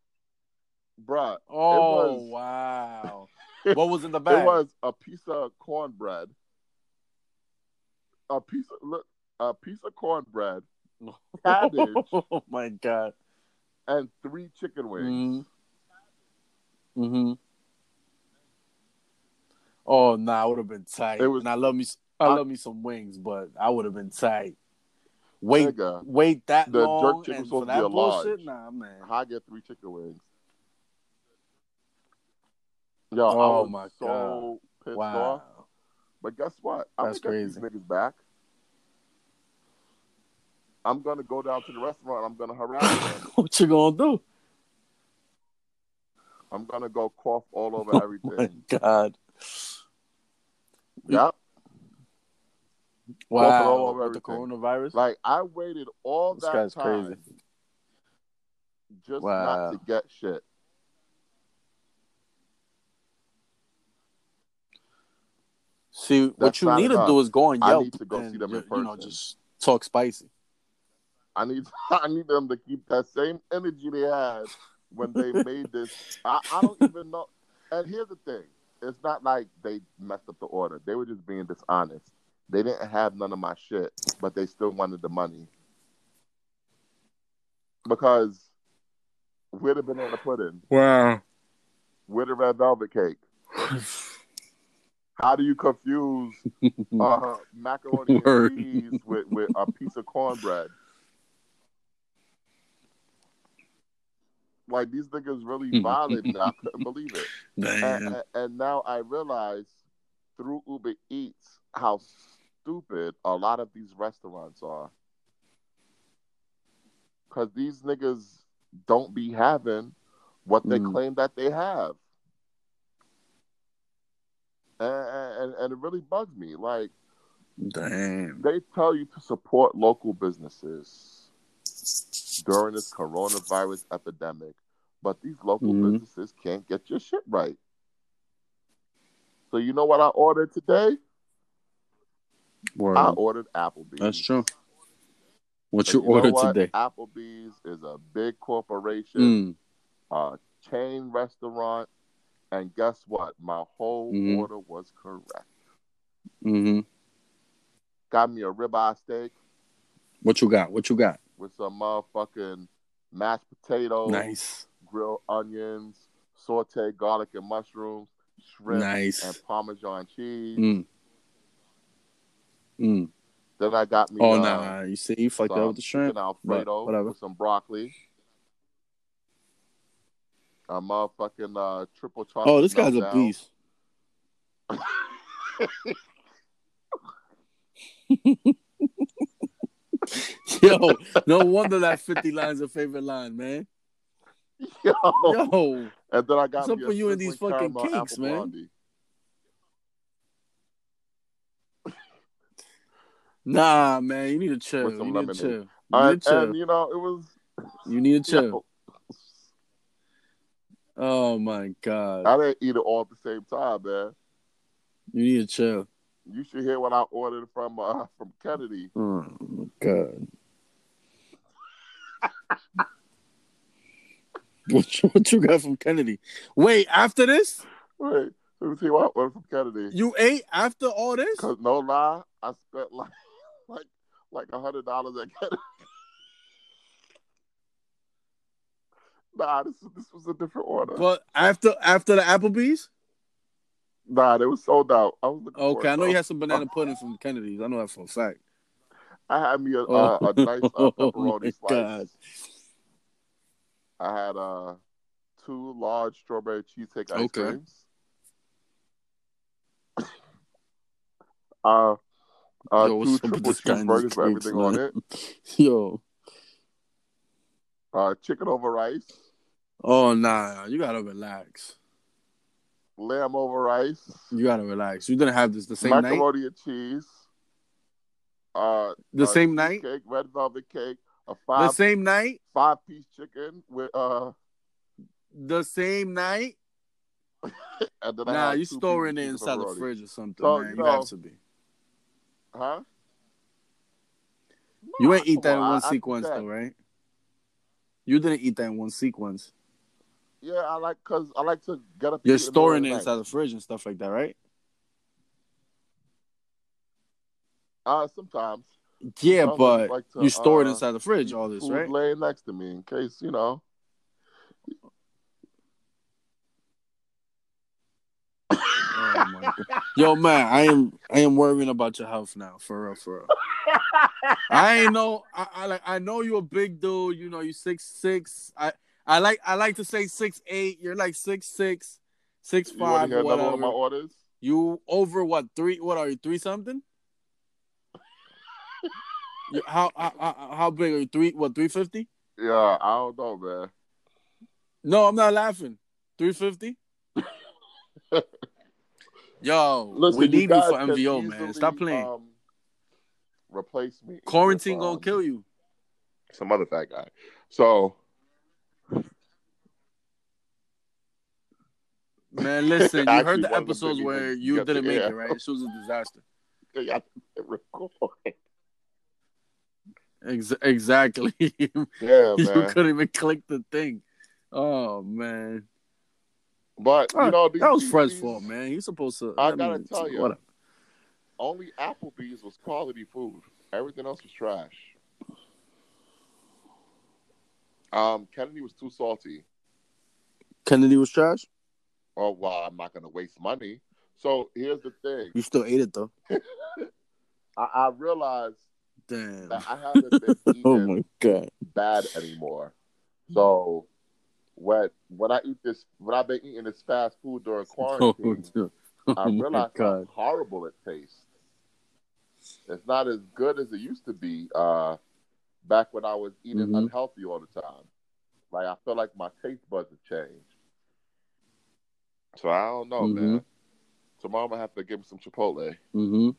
Speaker 2: Bruh,
Speaker 1: Oh
Speaker 2: was- *laughs*
Speaker 1: wow! what was in the bag?
Speaker 2: it was a piece of cornbread. A piece of look, a piece of cornbread
Speaker 1: *laughs*
Speaker 2: cabbage.
Speaker 1: *laughs* oh my god!
Speaker 2: and three chicken
Speaker 1: Mm,
Speaker 2: wings.
Speaker 1: Mm-hmm. Oh nah, I would have been tight.
Speaker 2: It was-
Speaker 1: and I love me. s- I,
Speaker 2: I-
Speaker 1: love me some wings, but I would have been tight. Wait,
Speaker 2: Nigga,
Speaker 1: wait that
Speaker 2: the jerk
Speaker 1: long
Speaker 2: chicken
Speaker 1: and
Speaker 2: supposed to
Speaker 1: for
Speaker 2: be
Speaker 1: that
Speaker 2: a large.
Speaker 1: bullshit? Nah, man.
Speaker 2: how I get three chicken wings? Yo, I
Speaker 1: Oh
Speaker 2: was
Speaker 1: my
Speaker 2: so
Speaker 1: God.
Speaker 2: pissed off.
Speaker 1: Wow.
Speaker 2: But guess what? I'm
Speaker 1: That's
Speaker 2: gonna get These niggas back. I'm gonna go down to the restaurant. I'm gonna harass
Speaker 1: *laughs*
Speaker 2: them.
Speaker 1: *laughs* what you gonna do?
Speaker 2: I'm gonna go cough all
Speaker 1: *laughs*
Speaker 2: over
Speaker 1: Oh My
Speaker 2: everything.
Speaker 1: God!
Speaker 2: yep. Walking all
Speaker 1: Wow!
Speaker 2: over
Speaker 1: With the
Speaker 2: everything.
Speaker 1: coronavirus.
Speaker 2: Like I waited all
Speaker 1: This
Speaker 2: that
Speaker 1: guy's
Speaker 2: time
Speaker 1: crazy.
Speaker 2: just
Speaker 1: Wow.
Speaker 2: not to get shit.
Speaker 1: See, what
Speaker 2: That's
Speaker 1: you
Speaker 2: not
Speaker 1: need
Speaker 2: enough.
Speaker 1: to do is go on
Speaker 2: I
Speaker 1: Yelp
Speaker 2: need to go
Speaker 1: and
Speaker 2: see them in
Speaker 1: you- you know
Speaker 2: person.
Speaker 1: just talk spicy.
Speaker 2: I need *laughs* I need them to keep that same energy they had when they made this. I, I don't even know. And here's the thing: it's not like they messed up the order. They were just being dishonest. They didn't have none of my shit, but they still wanted the money because we're the banana pudding,
Speaker 1: Wow.
Speaker 2: we're the red velvet cake. Uh,
Speaker 1: *laughs*
Speaker 2: How do you confuse uh, macaroni
Speaker 1: Word.
Speaker 2: and cheese with, with a piece of cornbread? Like these niggas really violent. and I couldn't believe it. uh, and, and- and now I realize through Uber Eats how stupid a lot of these restaurants are. Because these niggas don't be having what they
Speaker 1: Mm.
Speaker 2: claim that they have. And, and, and it really bugs me. Like,
Speaker 1: Damn.
Speaker 2: they tell you to support local businesses during this coronavirus epidemic, but these local
Speaker 1: Mhm.
Speaker 2: businesses can't get your shit right. So you know what I ordered today?
Speaker 1: Word.
Speaker 2: I ordered Applebee's.
Speaker 1: That's true. What
Speaker 2: And
Speaker 1: you,
Speaker 2: know
Speaker 1: ordered
Speaker 2: what?
Speaker 1: today?
Speaker 2: Applebee's is a big corporation,
Speaker 1: Mm.
Speaker 2: a chain restaurant, and guess what? My whole
Speaker 1: Mhm.
Speaker 2: order was correct.
Speaker 1: hmm
Speaker 2: Got me a ribeye steak
Speaker 1: What you got? What you got?
Speaker 2: with some motherfucking mashed potatoes.
Speaker 1: Nice.
Speaker 2: grilled onions, saute garlic and mushrooms, shrimp
Speaker 1: Nice.
Speaker 2: and parmesan cheese.
Speaker 1: Mm. Mm.
Speaker 2: Then I got me
Speaker 1: Oh,
Speaker 2: uh,
Speaker 1: nah. You see, you fucked up
Speaker 2: some
Speaker 1: with the shrimp.
Speaker 2: chicken alfredo
Speaker 1: but whatever.
Speaker 2: with some broccoli. A motherfucking uh, triple chocolate.
Speaker 1: Oh, this guy's a
Speaker 2: meltdown.
Speaker 1: beast. *laughs* Yo, no wonder that 50 line's your favorite line, man.
Speaker 2: *laughs* Yo. Oh.
Speaker 1: Yo,
Speaker 2: And then I got
Speaker 1: What's up
Speaker 2: me a
Speaker 1: with you and these
Speaker 2: sizzling
Speaker 1: fucking
Speaker 2: caramel
Speaker 1: cakes,
Speaker 2: apple
Speaker 1: man?
Speaker 2: blondie.
Speaker 1: nah, man, you need to chill.
Speaker 2: With some
Speaker 1: You need to
Speaker 2: lemonade. And,
Speaker 1: chill. You need to chill.
Speaker 2: and you know it was.
Speaker 1: You need to chill.
Speaker 2: yo,
Speaker 1: Oh my god,
Speaker 2: I didn't eat it all at the same time, man.
Speaker 1: you need to chill.
Speaker 2: You should hear what I ordered from uh, from Kennedy.
Speaker 1: Oh my god. *laughs* What you, what you got from Kennedy? Wait, after this,
Speaker 2: Wait, let me see what I ordered from Kennedy.
Speaker 1: you ate after all this?
Speaker 2: Cause no lie, I spent like *laughs* like like a hundred dollars at Kennedy. *laughs* nah, this is- this was a different order.
Speaker 1: But after after the Applebee's?
Speaker 2: nah, they was sold out. I was looking for it,
Speaker 1: Okay, I know
Speaker 2: though.
Speaker 1: you had some banana pudding from Kennedy's. I know that for
Speaker 2: *laughs*
Speaker 1: a fact.
Speaker 2: I had me a,
Speaker 1: Oh.
Speaker 2: uh, a nice uh,
Speaker 1: *laughs* Oh my
Speaker 2: pepperoni slice.
Speaker 1: God.
Speaker 2: I had uh two large strawberry cheesecake ice
Speaker 1: Okay.
Speaker 2: creams. *coughs* Uh, uh
Speaker 1: Yo,
Speaker 2: two
Speaker 1: what's up with
Speaker 2: triple
Speaker 1: this guy and these
Speaker 2: cheeseburgers with
Speaker 1: cakes,
Speaker 2: everything on
Speaker 1: man?
Speaker 2: it.
Speaker 1: Yo.
Speaker 2: Uh, chicken over rice,
Speaker 1: Oh nah, you gotta relax.
Speaker 2: lamb over rice,
Speaker 1: You gotta relax. You didn't have this the same night.
Speaker 2: macaroni and cheese. Uh,
Speaker 1: The
Speaker 2: uh,
Speaker 1: same night.
Speaker 2: cheesecake, red velvet cake, a
Speaker 1: The
Speaker 2: five
Speaker 1: same night.
Speaker 2: five piece chicken with uh,
Speaker 1: The same night.
Speaker 2: and then I
Speaker 1: Nah,
Speaker 2: had
Speaker 1: you
Speaker 2: two
Speaker 1: storing it
Speaker 2: pieces of
Speaker 1: inside the
Speaker 2: pepperoni.
Speaker 1: fridge or something,
Speaker 2: So,
Speaker 1: man.
Speaker 2: you
Speaker 1: You,
Speaker 2: know,
Speaker 1: have to be.
Speaker 2: huh?
Speaker 1: You
Speaker 2: Nah,
Speaker 1: ain't eat
Speaker 2: come
Speaker 1: that
Speaker 2: on,
Speaker 1: in
Speaker 2: I-
Speaker 1: one
Speaker 2: I did
Speaker 1: sequence
Speaker 2: that.
Speaker 1: though, right? You didn't eat that in one sequence.
Speaker 2: Yeah, I like cause I like to get up. and eat in the middle
Speaker 1: You're
Speaker 2: of
Speaker 1: storing
Speaker 2: the
Speaker 1: it
Speaker 2: night.
Speaker 1: inside the fridge and stuff like that, right?
Speaker 2: Uh, sometimes.
Speaker 1: Yeah,
Speaker 2: Sometimes I
Speaker 1: but
Speaker 2: just like to,
Speaker 1: you store it
Speaker 2: uh,
Speaker 1: inside the fridge,
Speaker 2: keep
Speaker 1: all this,
Speaker 2: food
Speaker 1: right?
Speaker 2: laying next to me in case you know.
Speaker 1: Oh my god. Yo man, I am I am worrying about your health now, for real, for real. I ain't know I, I like I know you're a big dude, you know, you six six. I I like I like to say six eight, you're like six six, six
Speaker 2: you want
Speaker 1: five
Speaker 2: to hear another
Speaker 1: or
Speaker 2: one
Speaker 1: whatever.
Speaker 2: of my orders?
Speaker 1: You over what three what are you,
Speaker 2: *laughs*
Speaker 1: three something? You- how, how how how big are you? Three what three fifty?
Speaker 2: Yeah, I don't know, man.
Speaker 1: No, I'm not laughing.
Speaker 2: *laughs*
Speaker 1: Three fifty? Yo,
Speaker 2: Listen,
Speaker 1: we
Speaker 2: you
Speaker 1: need you
Speaker 2: guys
Speaker 1: for
Speaker 2: can
Speaker 1: MVO, man. Stop
Speaker 2: easily,
Speaker 1: playing.
Speaker 2: Um, replace me. with,
Speaker 1: Quarantine gonna
Speaker 2: um,
Speaker 1: kill you.
Speaker 2: Some other fat guy. So *laughs*
Speaker 1: Man, listen, you
Speaker 2: Actually,
Speaker 1: heard the
Speaker 2: one of the
Speaker 1: episodes
Speaker 2: biggest
Speaker 1: where
Speaker 2: things
Speaker 1: you
Speaker 2: you got
Speaker 1: didn't
Speaker 2: to
Speaker 1: make it,
Speaker 2: air.
Speaker 1: right? It was a disaster.
Speaker 2: yeah, *laughs* record.
Speaker 1: Ex-
Speaker 2: *laughs*
Speaker 1: exactly. *laughs* you
Speaker 2: Yeah, man.
Speaker 1: couldn't even click the thing. Oh man,
Speaker 2: But you know, these,
Speaker 1: Uh, that was
Speaker 2: these-
Speaker 1: Fred's
Speaker 2: these-
Speaker 1: fault, man. He's supposed to.
Speaker 2: I gotta tell ya.
Speaker 1: whatever.
Speaker 2: Only Applebee's was quality food. Everything else was trash. Um, Kennedy was too salty.
Speaker 1: Kennedy was trash.
Speaker 2: Oh well, I'm not gonna waste money. So here's the thing.
Speaker 1: You still ate it though.
Speaker 2: I, I realized
Speaker 1: Damn.
Speaker 2: that I haven't been
Speaker 1: *laughs* Oh
Speaker 2: eating
Speaker 1: my god.
Speaker 2: bad anymore. So when when I eat this when I've been eating this fast food during
Speaker 1: *laughs* Oh,
Speaker 2: quarantine,
Speaker 1: dude.
Speaker 2: I
Speaker 1: oh my
Speaker 2: realized how
Speaker 1: god.
Speaker 2: horrible it tastes. It's not as good as it used to be uh, back when I was eating
Speaker 1: Mhm.
Speaker 2: unhealthy all the time. Like I feel like my taste buds have changed. So I don't know,
Speaker 1: Mhm.
Speaker 2: man. Tomorrow I'm gonna have to give me some Chipotle.
Speaker 1: Mm-hmm.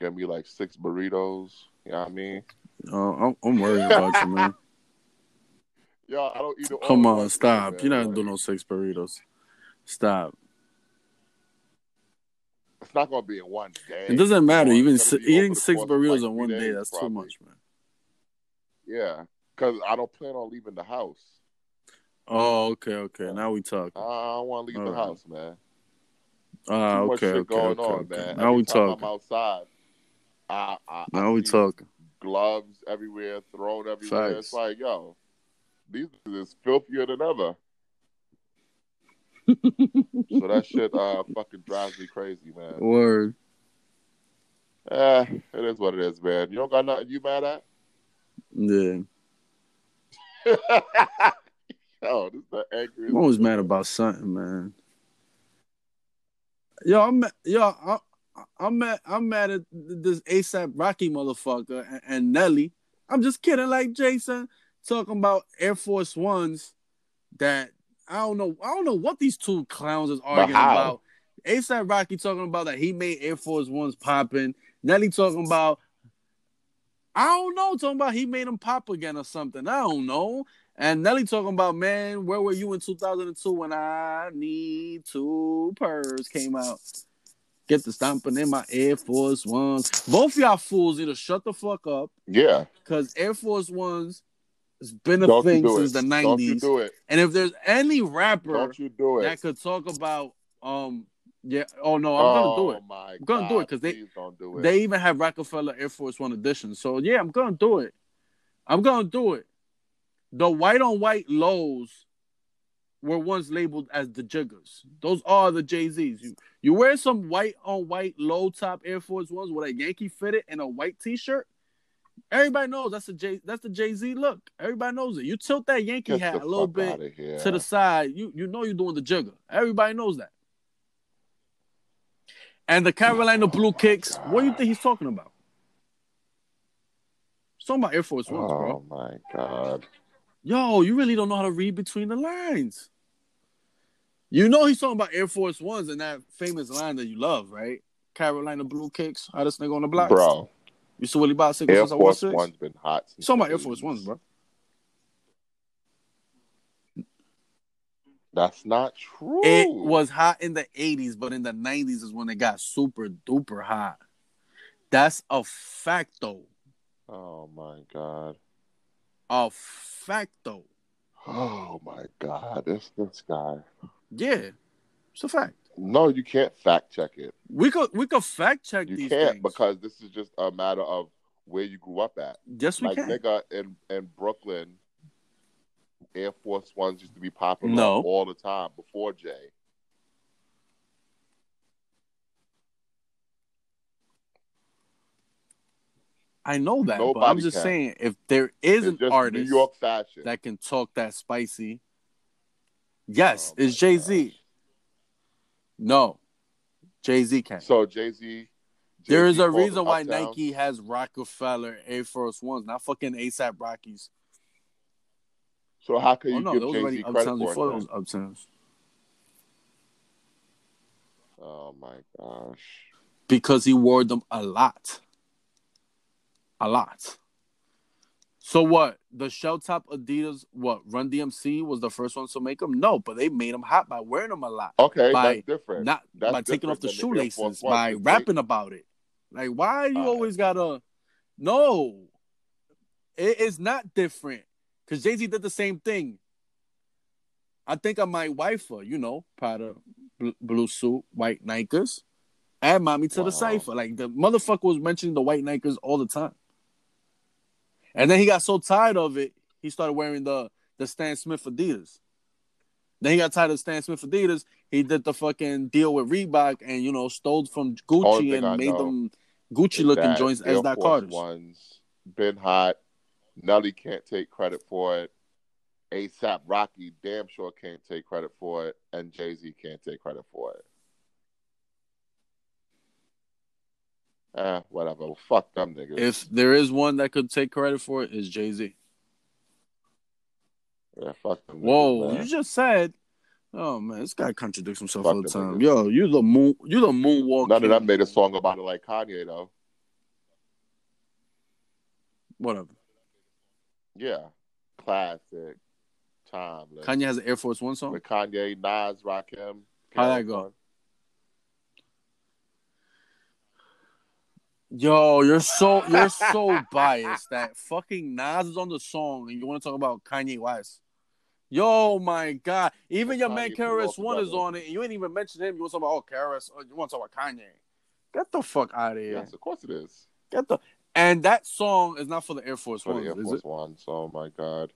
Speaker 2: Get me like six burritos. You know what I mean?
Speaker 1: Oh, I'm, I'm worried about
Speaker 2: *laughs*
Speaker 1: you, man.
Speaker 2: Yo, I don't eat it all
Speaker 1: Come
Speaker 2: at
Speaker 1: on,
Speaker 2: once,
Speaker 1: stop.
Speaker 2: man.
Speaker 1: You're not
Speaker 2: Like,
Speaker 1: gonna do no six burritos. Stop.
Speaker 2: It's not gonna be in one day.
Speaker 1: It doesn't matter.
Speaker 2: It's
Speaker 1: Even
Speaker 2: gonna
Speaker 1: si-
Speaker 2: be over
Speaker 1: eating
Speaker 2: the
Speaker 1: six
Speaker 2: course of,
Speaker 1: burritos
Speaker 2: like,
Speaker 1: on one
Speaker 2: three
Speaker 1: day,
Speaker 2: days,
Speaker 1: that's too
Speaker 2: probably.
Speaker 1: much, man.
Speaker 2: Yeah, because I don't plan on leaving the house.
Speaker 1: Oh, okay, okay. Now we talk.
Speaker 2: I I don't want to leave the
Speaker 1: Alright.
Speaker 2: house, man. Too
Speaker 1: Ah,
Speaker 2: much
Speaker 1: okay,
Speaker 2: shit
Speaker 1: okay,
Speaker 2: going
Speaker 1: okay,
Speaker 2: on,
Speaker 1: okay.
Speaker 2: man.
Speaker 1: Now we
Speaker 2: Every time
Speaker 1: talking.
Speaker 2: I'm outside, I, I, I
Speaker 1: Now we
Speaker 2: see
Speaker 1: talking.
Speaker 2: gloves everywhere, thrown everywhere.
Speaker 1: Facts.
Speaker 2: It's like, yo, these is filthier than ever. so that shit
Speaker 1: *laughs*
Speaker 2: uh fucking drives me crazy, man.
Speaker 1: Word.
Speaker 2: Eh, it is what it is, man. You don't got nothing you mad at?
Speaker 1: Yeah.
Speaker 2: *laughs* yo, Oh, this is the angriest.
Speaker 1: I'm always mad about something, man. Yo, I'm ma- yo, I, I'm mad. I'm mad at this ASAP Rocky motherfucker and, and Nelly. I'm just kidding, like Jason talking about Air Force Ones. That I don't know. I don't know what these two clowns is arguing
Speaker 2: how?
Speaker 1: about. ASAP Rocky talking about that he made Air Force Ones popping. Nelly talking about I don't know. Talking about he made them pop again or something. I don't know. And Nelly talking about, man, where were you in 2002 when I Need Two Purrs came out? Get the stomping in my Air Force Ones. Both of y'all fools either shut the fuck up
Speaker 2: Yeah,
Speaker 1: because Air Force Ones has been a
Speaker 2: don't you
Speaker 1: thing
Speaker 2: do
Speaker 1: since
Speaker 2: it.
Speaker 1: the
Speaker 2: Don't you
Speaker 1: 90s.
Speaker 2: do it.
Speaker 1: and if there's any rapper
Speaker 2: Don't you do it.
Speaker 1: that could talk about, um, yeah, oh no, I'm
Speaker 2: oh,
Speaker 1: gonna do it.
Speaker 2: my
Speaker 1: I'm gonna do it
Speaker 2: God,
Speaker 1: 'cause they-
Speaker 2: please don't do it.
Speaker 1: They even have Rockefeller Air Force One edition. So yeah, I'm gonna do it. I'm gonna do it. The white on white lows were once labeled as the jiggers. Those are the Jay Z's. You you wear some white on white low top Air Force Ones with a Yankee fitted and a white T-shirt. Everybody knows that's the Jay that's the Jay Z look. Everybody knows it. You tilt that Yankee
Speaker 2: Get
Speaker 1: hat
Speaker 2: the
Speaker 1: a little
Speaker 2: fuck
Speaker 1: bit
Speaker 2: outta here.
Speaker 1: to the side. You you know you're doing the jigger. Everybody knows that. And the Carolina
Speaker 2: Oh
Speaker 1: Blue
Speaker 2: my
Speaker 1: Kicks. What do you
Speaker 2: God.
Speaker 1: think he's talking about? He's talking about Air Force Ones, bro.
Speaker 2: Oh my god.
Speaker 1: Yo, you really don't know how to read between the lines. You know he's talking about Air Force Ones and that famous line that you love, right? Carolina Blue Kicks, hottest nigga on the block.
Speaker 2: Bro,
Speaker 1: You see Willie Bob single
Speaker 2: Air
Speaker 1: since I was
Speaker 2: Force
Speaker 1: six?
Speaker 2: One's been hot
Speaker 1: He's
Speaker 2: since
Speaker 1: talking
Speaker 2: the
Speaker 1: about Air Force
Speaker 2: 80s.
Speaker 1: Ones, bro.
Speaker 2: That's not true.
Speaker 1: It was hot in the 80s, but in the 90s is when it got super duper hot. That's a facto.
Speaker 2: Oh my god.
Speaker 1: A facto.
Speaker 2: Oh my god. It's this guy.
Speaker 1: Yeah. It's a fact.
Speaker 2: No, you can't fact check it.
Speaker 1: We could we could fact check
Speaker 2: You
Speaker 1: these
Speaker 2: can't
Speaker 1: things.
Speaker 2: because this is just a matter of where you grew up at.
Speaker 1: yes, we
Speaker 2: like
Speaker 1: can.
Speaker 2: nigga in, in Brooklyn, Air Force Ones used to be popular
Speaker 1: No.
Speaker 2: all the time before Jay.
Speaker 1: I know that, but
Speaker 2: Nobody
Speaker 1: I'm just
Speaker 2: can.
Speaker 1: saying if there is
Speaker 2: It's
Speaker 1: an
Speaker 2: just
Speaker 1: artist
Speaker 2: New York fashion.
Speaker 1: that can talk that spicy. Yes,
Speaker 2: Oh
Speaker 1: it's
Speaker 2: my
Speaker 1: Jay Z. No, Jay Z can.
Speaker 2: gosh. So Jay Z.
Speaker 1: there is a reason why Nike has Rockefeller Air Force Ones, not fucking ASAP Rockies.
Speaker 2: So how can you
Speaker 1: Oh no,
Speaker 2: give
Speaker 1: those
Speaker 2: Jay
Speaker 1: already
Speaker 2: Z credit
Speaker 1: uptowns before
Speaker 2: for
Speaker 1: those
Speaker 2: it?
Speaker 1: uptowns.
Speaker 2: Oh my gosh.
Speaker 1: Because he wore them a lot. A lot. So what? The shell top Adidas, what? Run DMC was the first ones to make them? No, but they made them hot by wearing them a lot.
Speaker 2: Okay,
Speaker 1: By
Speaker 2: that's different.
Speaker 1: Not
Speaker 2: That's
Speaker 1: by taking off the
Speaker 2: different than the Air
Speaker 1: shoelaces,
Speaker 2: Force
Speaker 1: by
Speaker 2: Ones.
Speaker 1: rapping about it. Like, why you
Speaker 2: Alright.
Speaker 1: always gotta No, it is not different. Cause Jay Z did the same thing. I think of my wife, you know, Prada, bl- blue suit, white Nikers, and mommy to
Speaker 2: Wow.
Speaker 1: the cipher. Like the motherfucker was mentioning the white Nikers all the time. And then he got so tired of it, he started wearing the the Stan Smith Adidas. Then he got tired of Stan Smith Adidas. He did the fucking deal with Reebok and you know stole from
Speaker 2: Only
Speaker 1: Gucci
Speaker 2: thing
Speaker 1: and
Speaker 2: I
Speaker 1: made
Speaker 2: know
Speaker 1: them
Speaker 2: is
Speaker 1: Gucci looking
Speaker 2: that
Speaker 1: joints
Speaker 2: Air
Speaker 1: as Doc
Speaker 2: Force
Speaker 1: Carter's.
Speaker 2: Ones been hot. Nelly can't take credit for it. ASAP Rocky damn sure can't take credit for it, and Jay Z can't take credit for it. Eh, whatever. Fuck them niggas.
Speaker 1: If there is one that could take credit for it, is Jay Z.
Speaker 2: yeah, fuck them.
Speaker 1: Whoa,
Speaker 2: niggas, man.
Speaker 1: you just said. Oh man, this guy contradicts himself
Speaker 2: Fuck
Speaker 1: all the
Speaker 2: them niggas.
Speaker 1: time. Yo, you the moon, you the moonwalk.
Speaker 2: None of
Speaker 1: king.
Speaker 2: them made a song about it like Kanye though.
Speaker 1: Whatever.
Speaker 2: Yeah, classic, timeless.
Speaker 1: Kanye has an Air Force One song.
Speaker 2: With Kanye, Nas, Rakim.
Speaker 1: How'd that go? Yo, you're so
Speaker 2: *laughs*
Speaker 1: you're so biased that fucking Nas is on the song, and you want to talk about Kanye West. Yo, my God! Even your man
Speaker 2: Kanye put it all
Speaker 1: KRS One is
Speaker 2: together.
Speaker 1: on it, and you ain't even mention him. You want to talk about oh KRS? Oh, you want to talk about Kanye? Get the fuck out of here!
Speaker 2: Yes, of course it is.
Speaker 1: Get the and that song is not for the Air Force
Speaker 2: For
Speaker 1: One,
Speaker 2: the Air
Speaker 1: is
Speaker 2: Force
Speaker 1: it?
Speaker 2: Ones. Oh my God.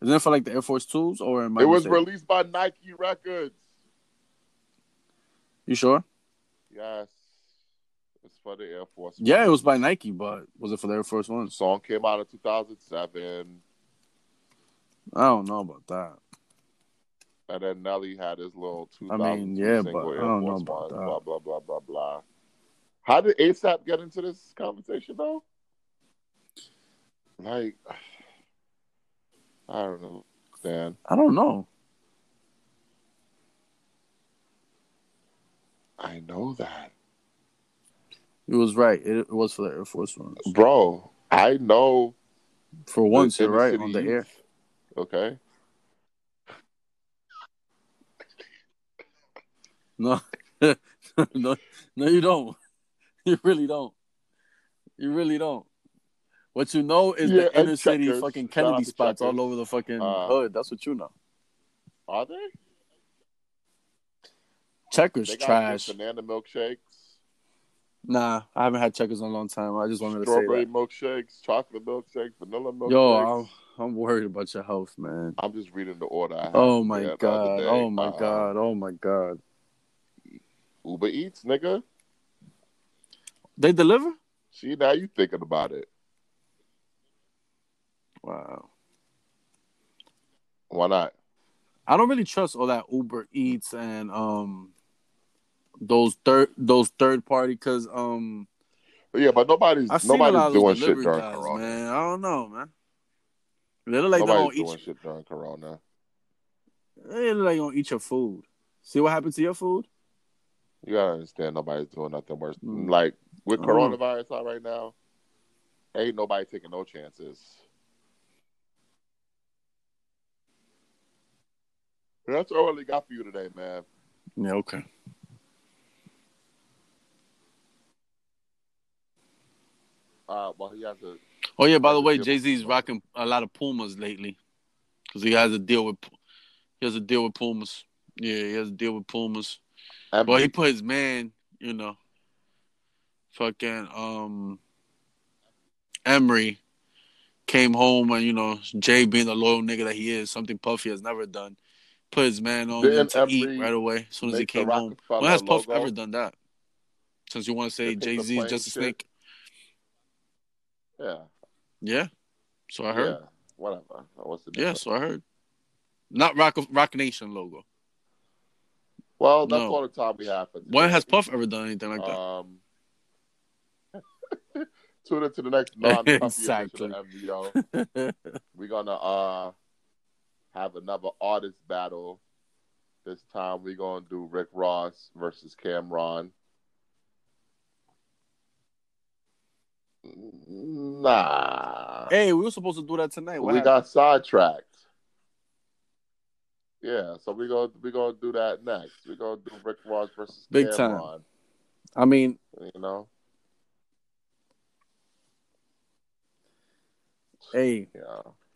Speaker 1: Isn't it for like the Air Force Twos or am I
Speaker 2: it was
Speaker 1: mistaken?
Speaker 2: released by Nike Records.
Speaker 1: You sure?
Speaker 2: Yes. It's for the Air Force
Speaker 1: Yeah, it
Speaker 2: Ones.
Speaker 1: was by Nike, but was it for the Air Force
Speaker 2: The
Speaker 1: Ones?
Speaker 2: song came out in 2007.
Speaker 1: I don't know about that.
Speaker 2: And then Nelly had his little
Speaker 1: I
Speaker 2: 2000
Speaker 1: mean, yeah,
Speaker 2: single
Speaker 1: but I
Speaker 2: Air
Speaker 1: don't know
Speaker 2: Force
Speaker 1: about
Speaker 2: Ones,
Speaker 1: that.
Speaker 2: blah, blah, blah, blah, blah. How did ASAP get into this conversation, though? Like, I don't know, man.
Speaker 1: I don't know.
Speaker 2: I know that.
Speaker 1: You was right. It, it was for the Air Force Ones.
Speaker 2: Bro, I know.
Speaker 1: For once, you're
Speaker 2: inner
Speaker 1: right
Speaker 2: city
Speaker 1: on the
Speaker 2: youth.
Speaker 1: air.
Speaker 2: Okay.
Speaker 1: No, *laughs* no, no, you don't. *laughs* You really don't. You really don't. What you know is
Speaker 2: Yeah,
Speaker 1: the
Speaker 2: and
Speaker 1: inner city
Speaker 2: checkers.
Speaker 1: fucking
Speaker 2: Shout out
Speaker 1: Kennedy
Speaker 2: to
Speaker 1: spots all
Speaker 2: checkers.
Speaker 1: over the fucking
Speaker 2: Uh,
Speaker 1: hood. That's what you know.
Speaker 2: Are they?
Speaker 1: Checkers
Speaker 2: They got
Speaker 1: trash.
Speaker 2: good banana milkshakes,
Speaker 1: Nah, I haven't had checkers in a long time. I just wanted to say
Speaker 2: strawberry
Speaker 1: that.
Speaker 2: milkshakes, chocolate milkshakes, vanilla milkshakes.
Speaker 1: Yo, I'm, I'm worried about your health, man.
Speaker 2: I'm just reading the order. I had
Speaker 1: Oh my
Speaker 2: the other
Speaker 1: god.
Speaker 2: day.
Speaker 1: Oh my
Speaker 2: Uh,
Speaker 1: god. Oh my god.
Speaker 2: Uber Eats, nigga.
Speaker 1: They deliver?
Speaker 2: See, now you thinking about it.
Speaker 1: Wow.
Speaker 2: Why not?
Speaker 1: I don't really trust all that Uber Eats and um those third those third party because um
Speaker 2: But yeah, but nobody's
Speaker 1: I've seen a lot
Speaker 2: nobody's
Speaker 1: of those
Speaker 2: doing shit
Speaker 1: delivery
Speaker 2: during
Speaker 1: guys,
Speaker 2: Corona.
Speaker 1: man. I don't know, man. They look like
Speaker 2: nobody's
Speaker 1: they
Speaker 2: doing
Speaker 1: don't eat.
Speaker 2: shit during Corona.
Speaker 1: They look like they don't eat your food. See what happened to your food?
Speaker 2: You gotta understand, nobody's doing nothing worse.
Speaker 1: Mm.
Speaker 2: Like with
Speaker 1: Oh.
Speaker 2: coronavirus out right now, ain't nobody taking no chances. That's all they got for you today, man.
Speaker 1: Yeah. Okay.
Speaker 2: Uh, well, he has to.
Speaker 1: Oh yeah. By the way,
Speaker 2: Yeah.
Speaker 1: Jay Z's rocking a lot of Pumas lately because he has a deal with he has a deal with Pumas. Yeah, he has a deal with Pumas.
Speaker 2: and
Speaker 1: Well, he put his man, you know, fucking um, Emery came home and you know Jay being the loyal nigga that he is, something Puffy has never done. Put his man on him
Speaker 2: Didn't
Speaker 1: to
Speaker 2: Emery
Speaker 1: eat right away as soon as he
Speaker 2: make the
Speaker 1: came home.
Speaker 2: Rockefeller
Speaker 1: When has Puff
Speaker 2: logo?
Speaker 1: ever done that? Since you want to say
Speaker 2: They picked
Speaker 1: Jay
Speaker 2: the
Speaker 1: Z is just a
Speaker 2: plain shit.
Speaker 1: snake,
Speaker 2: Yeah,
Speaker 1: yeah. So I heard,
Speaker 2: yeah, whatever. What's the
Speaker 1: yeah.
Speaker 2: difference?
Speaker 1: so I heard, not Rock Rock Nation logo.
Speaker 2: Well, that's
Speaker 1: No.
Speaker 2: all the time we have for today.
Speaker 1: When has Puff ever done anything like that?
Speaker 2: Um, *laughs* tune into the next non-puffy
Speaker 1: Exactly.
Speaker 2: edition of MVO.
Speaker 1: *laughs*
Speaker 2: We're gonna uh have another artist battle. This time we're gonna do Rick Ross versus Cameron. Nah,
Speaker 1: Hey, we were supposed to do that tonight. What
Speaker 2: we
Speaker 1: happened?
Speaker 2: got sidetracked. Yeah, so we're gonna we're gonna do that next. We're gonna do Rick Ross versus
Speaker 1: Big time.
Speaker 2: Cameron.
Speaker 1: I mean,
Speaker 2: You know,
Speaker 1: hey,
Speaker 2: yeah.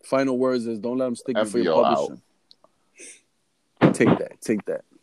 Speaker 1: final words is don't let them stick you for your
Speaker 2: FBO out.
Speaker 1: publishing. Take that. Take that.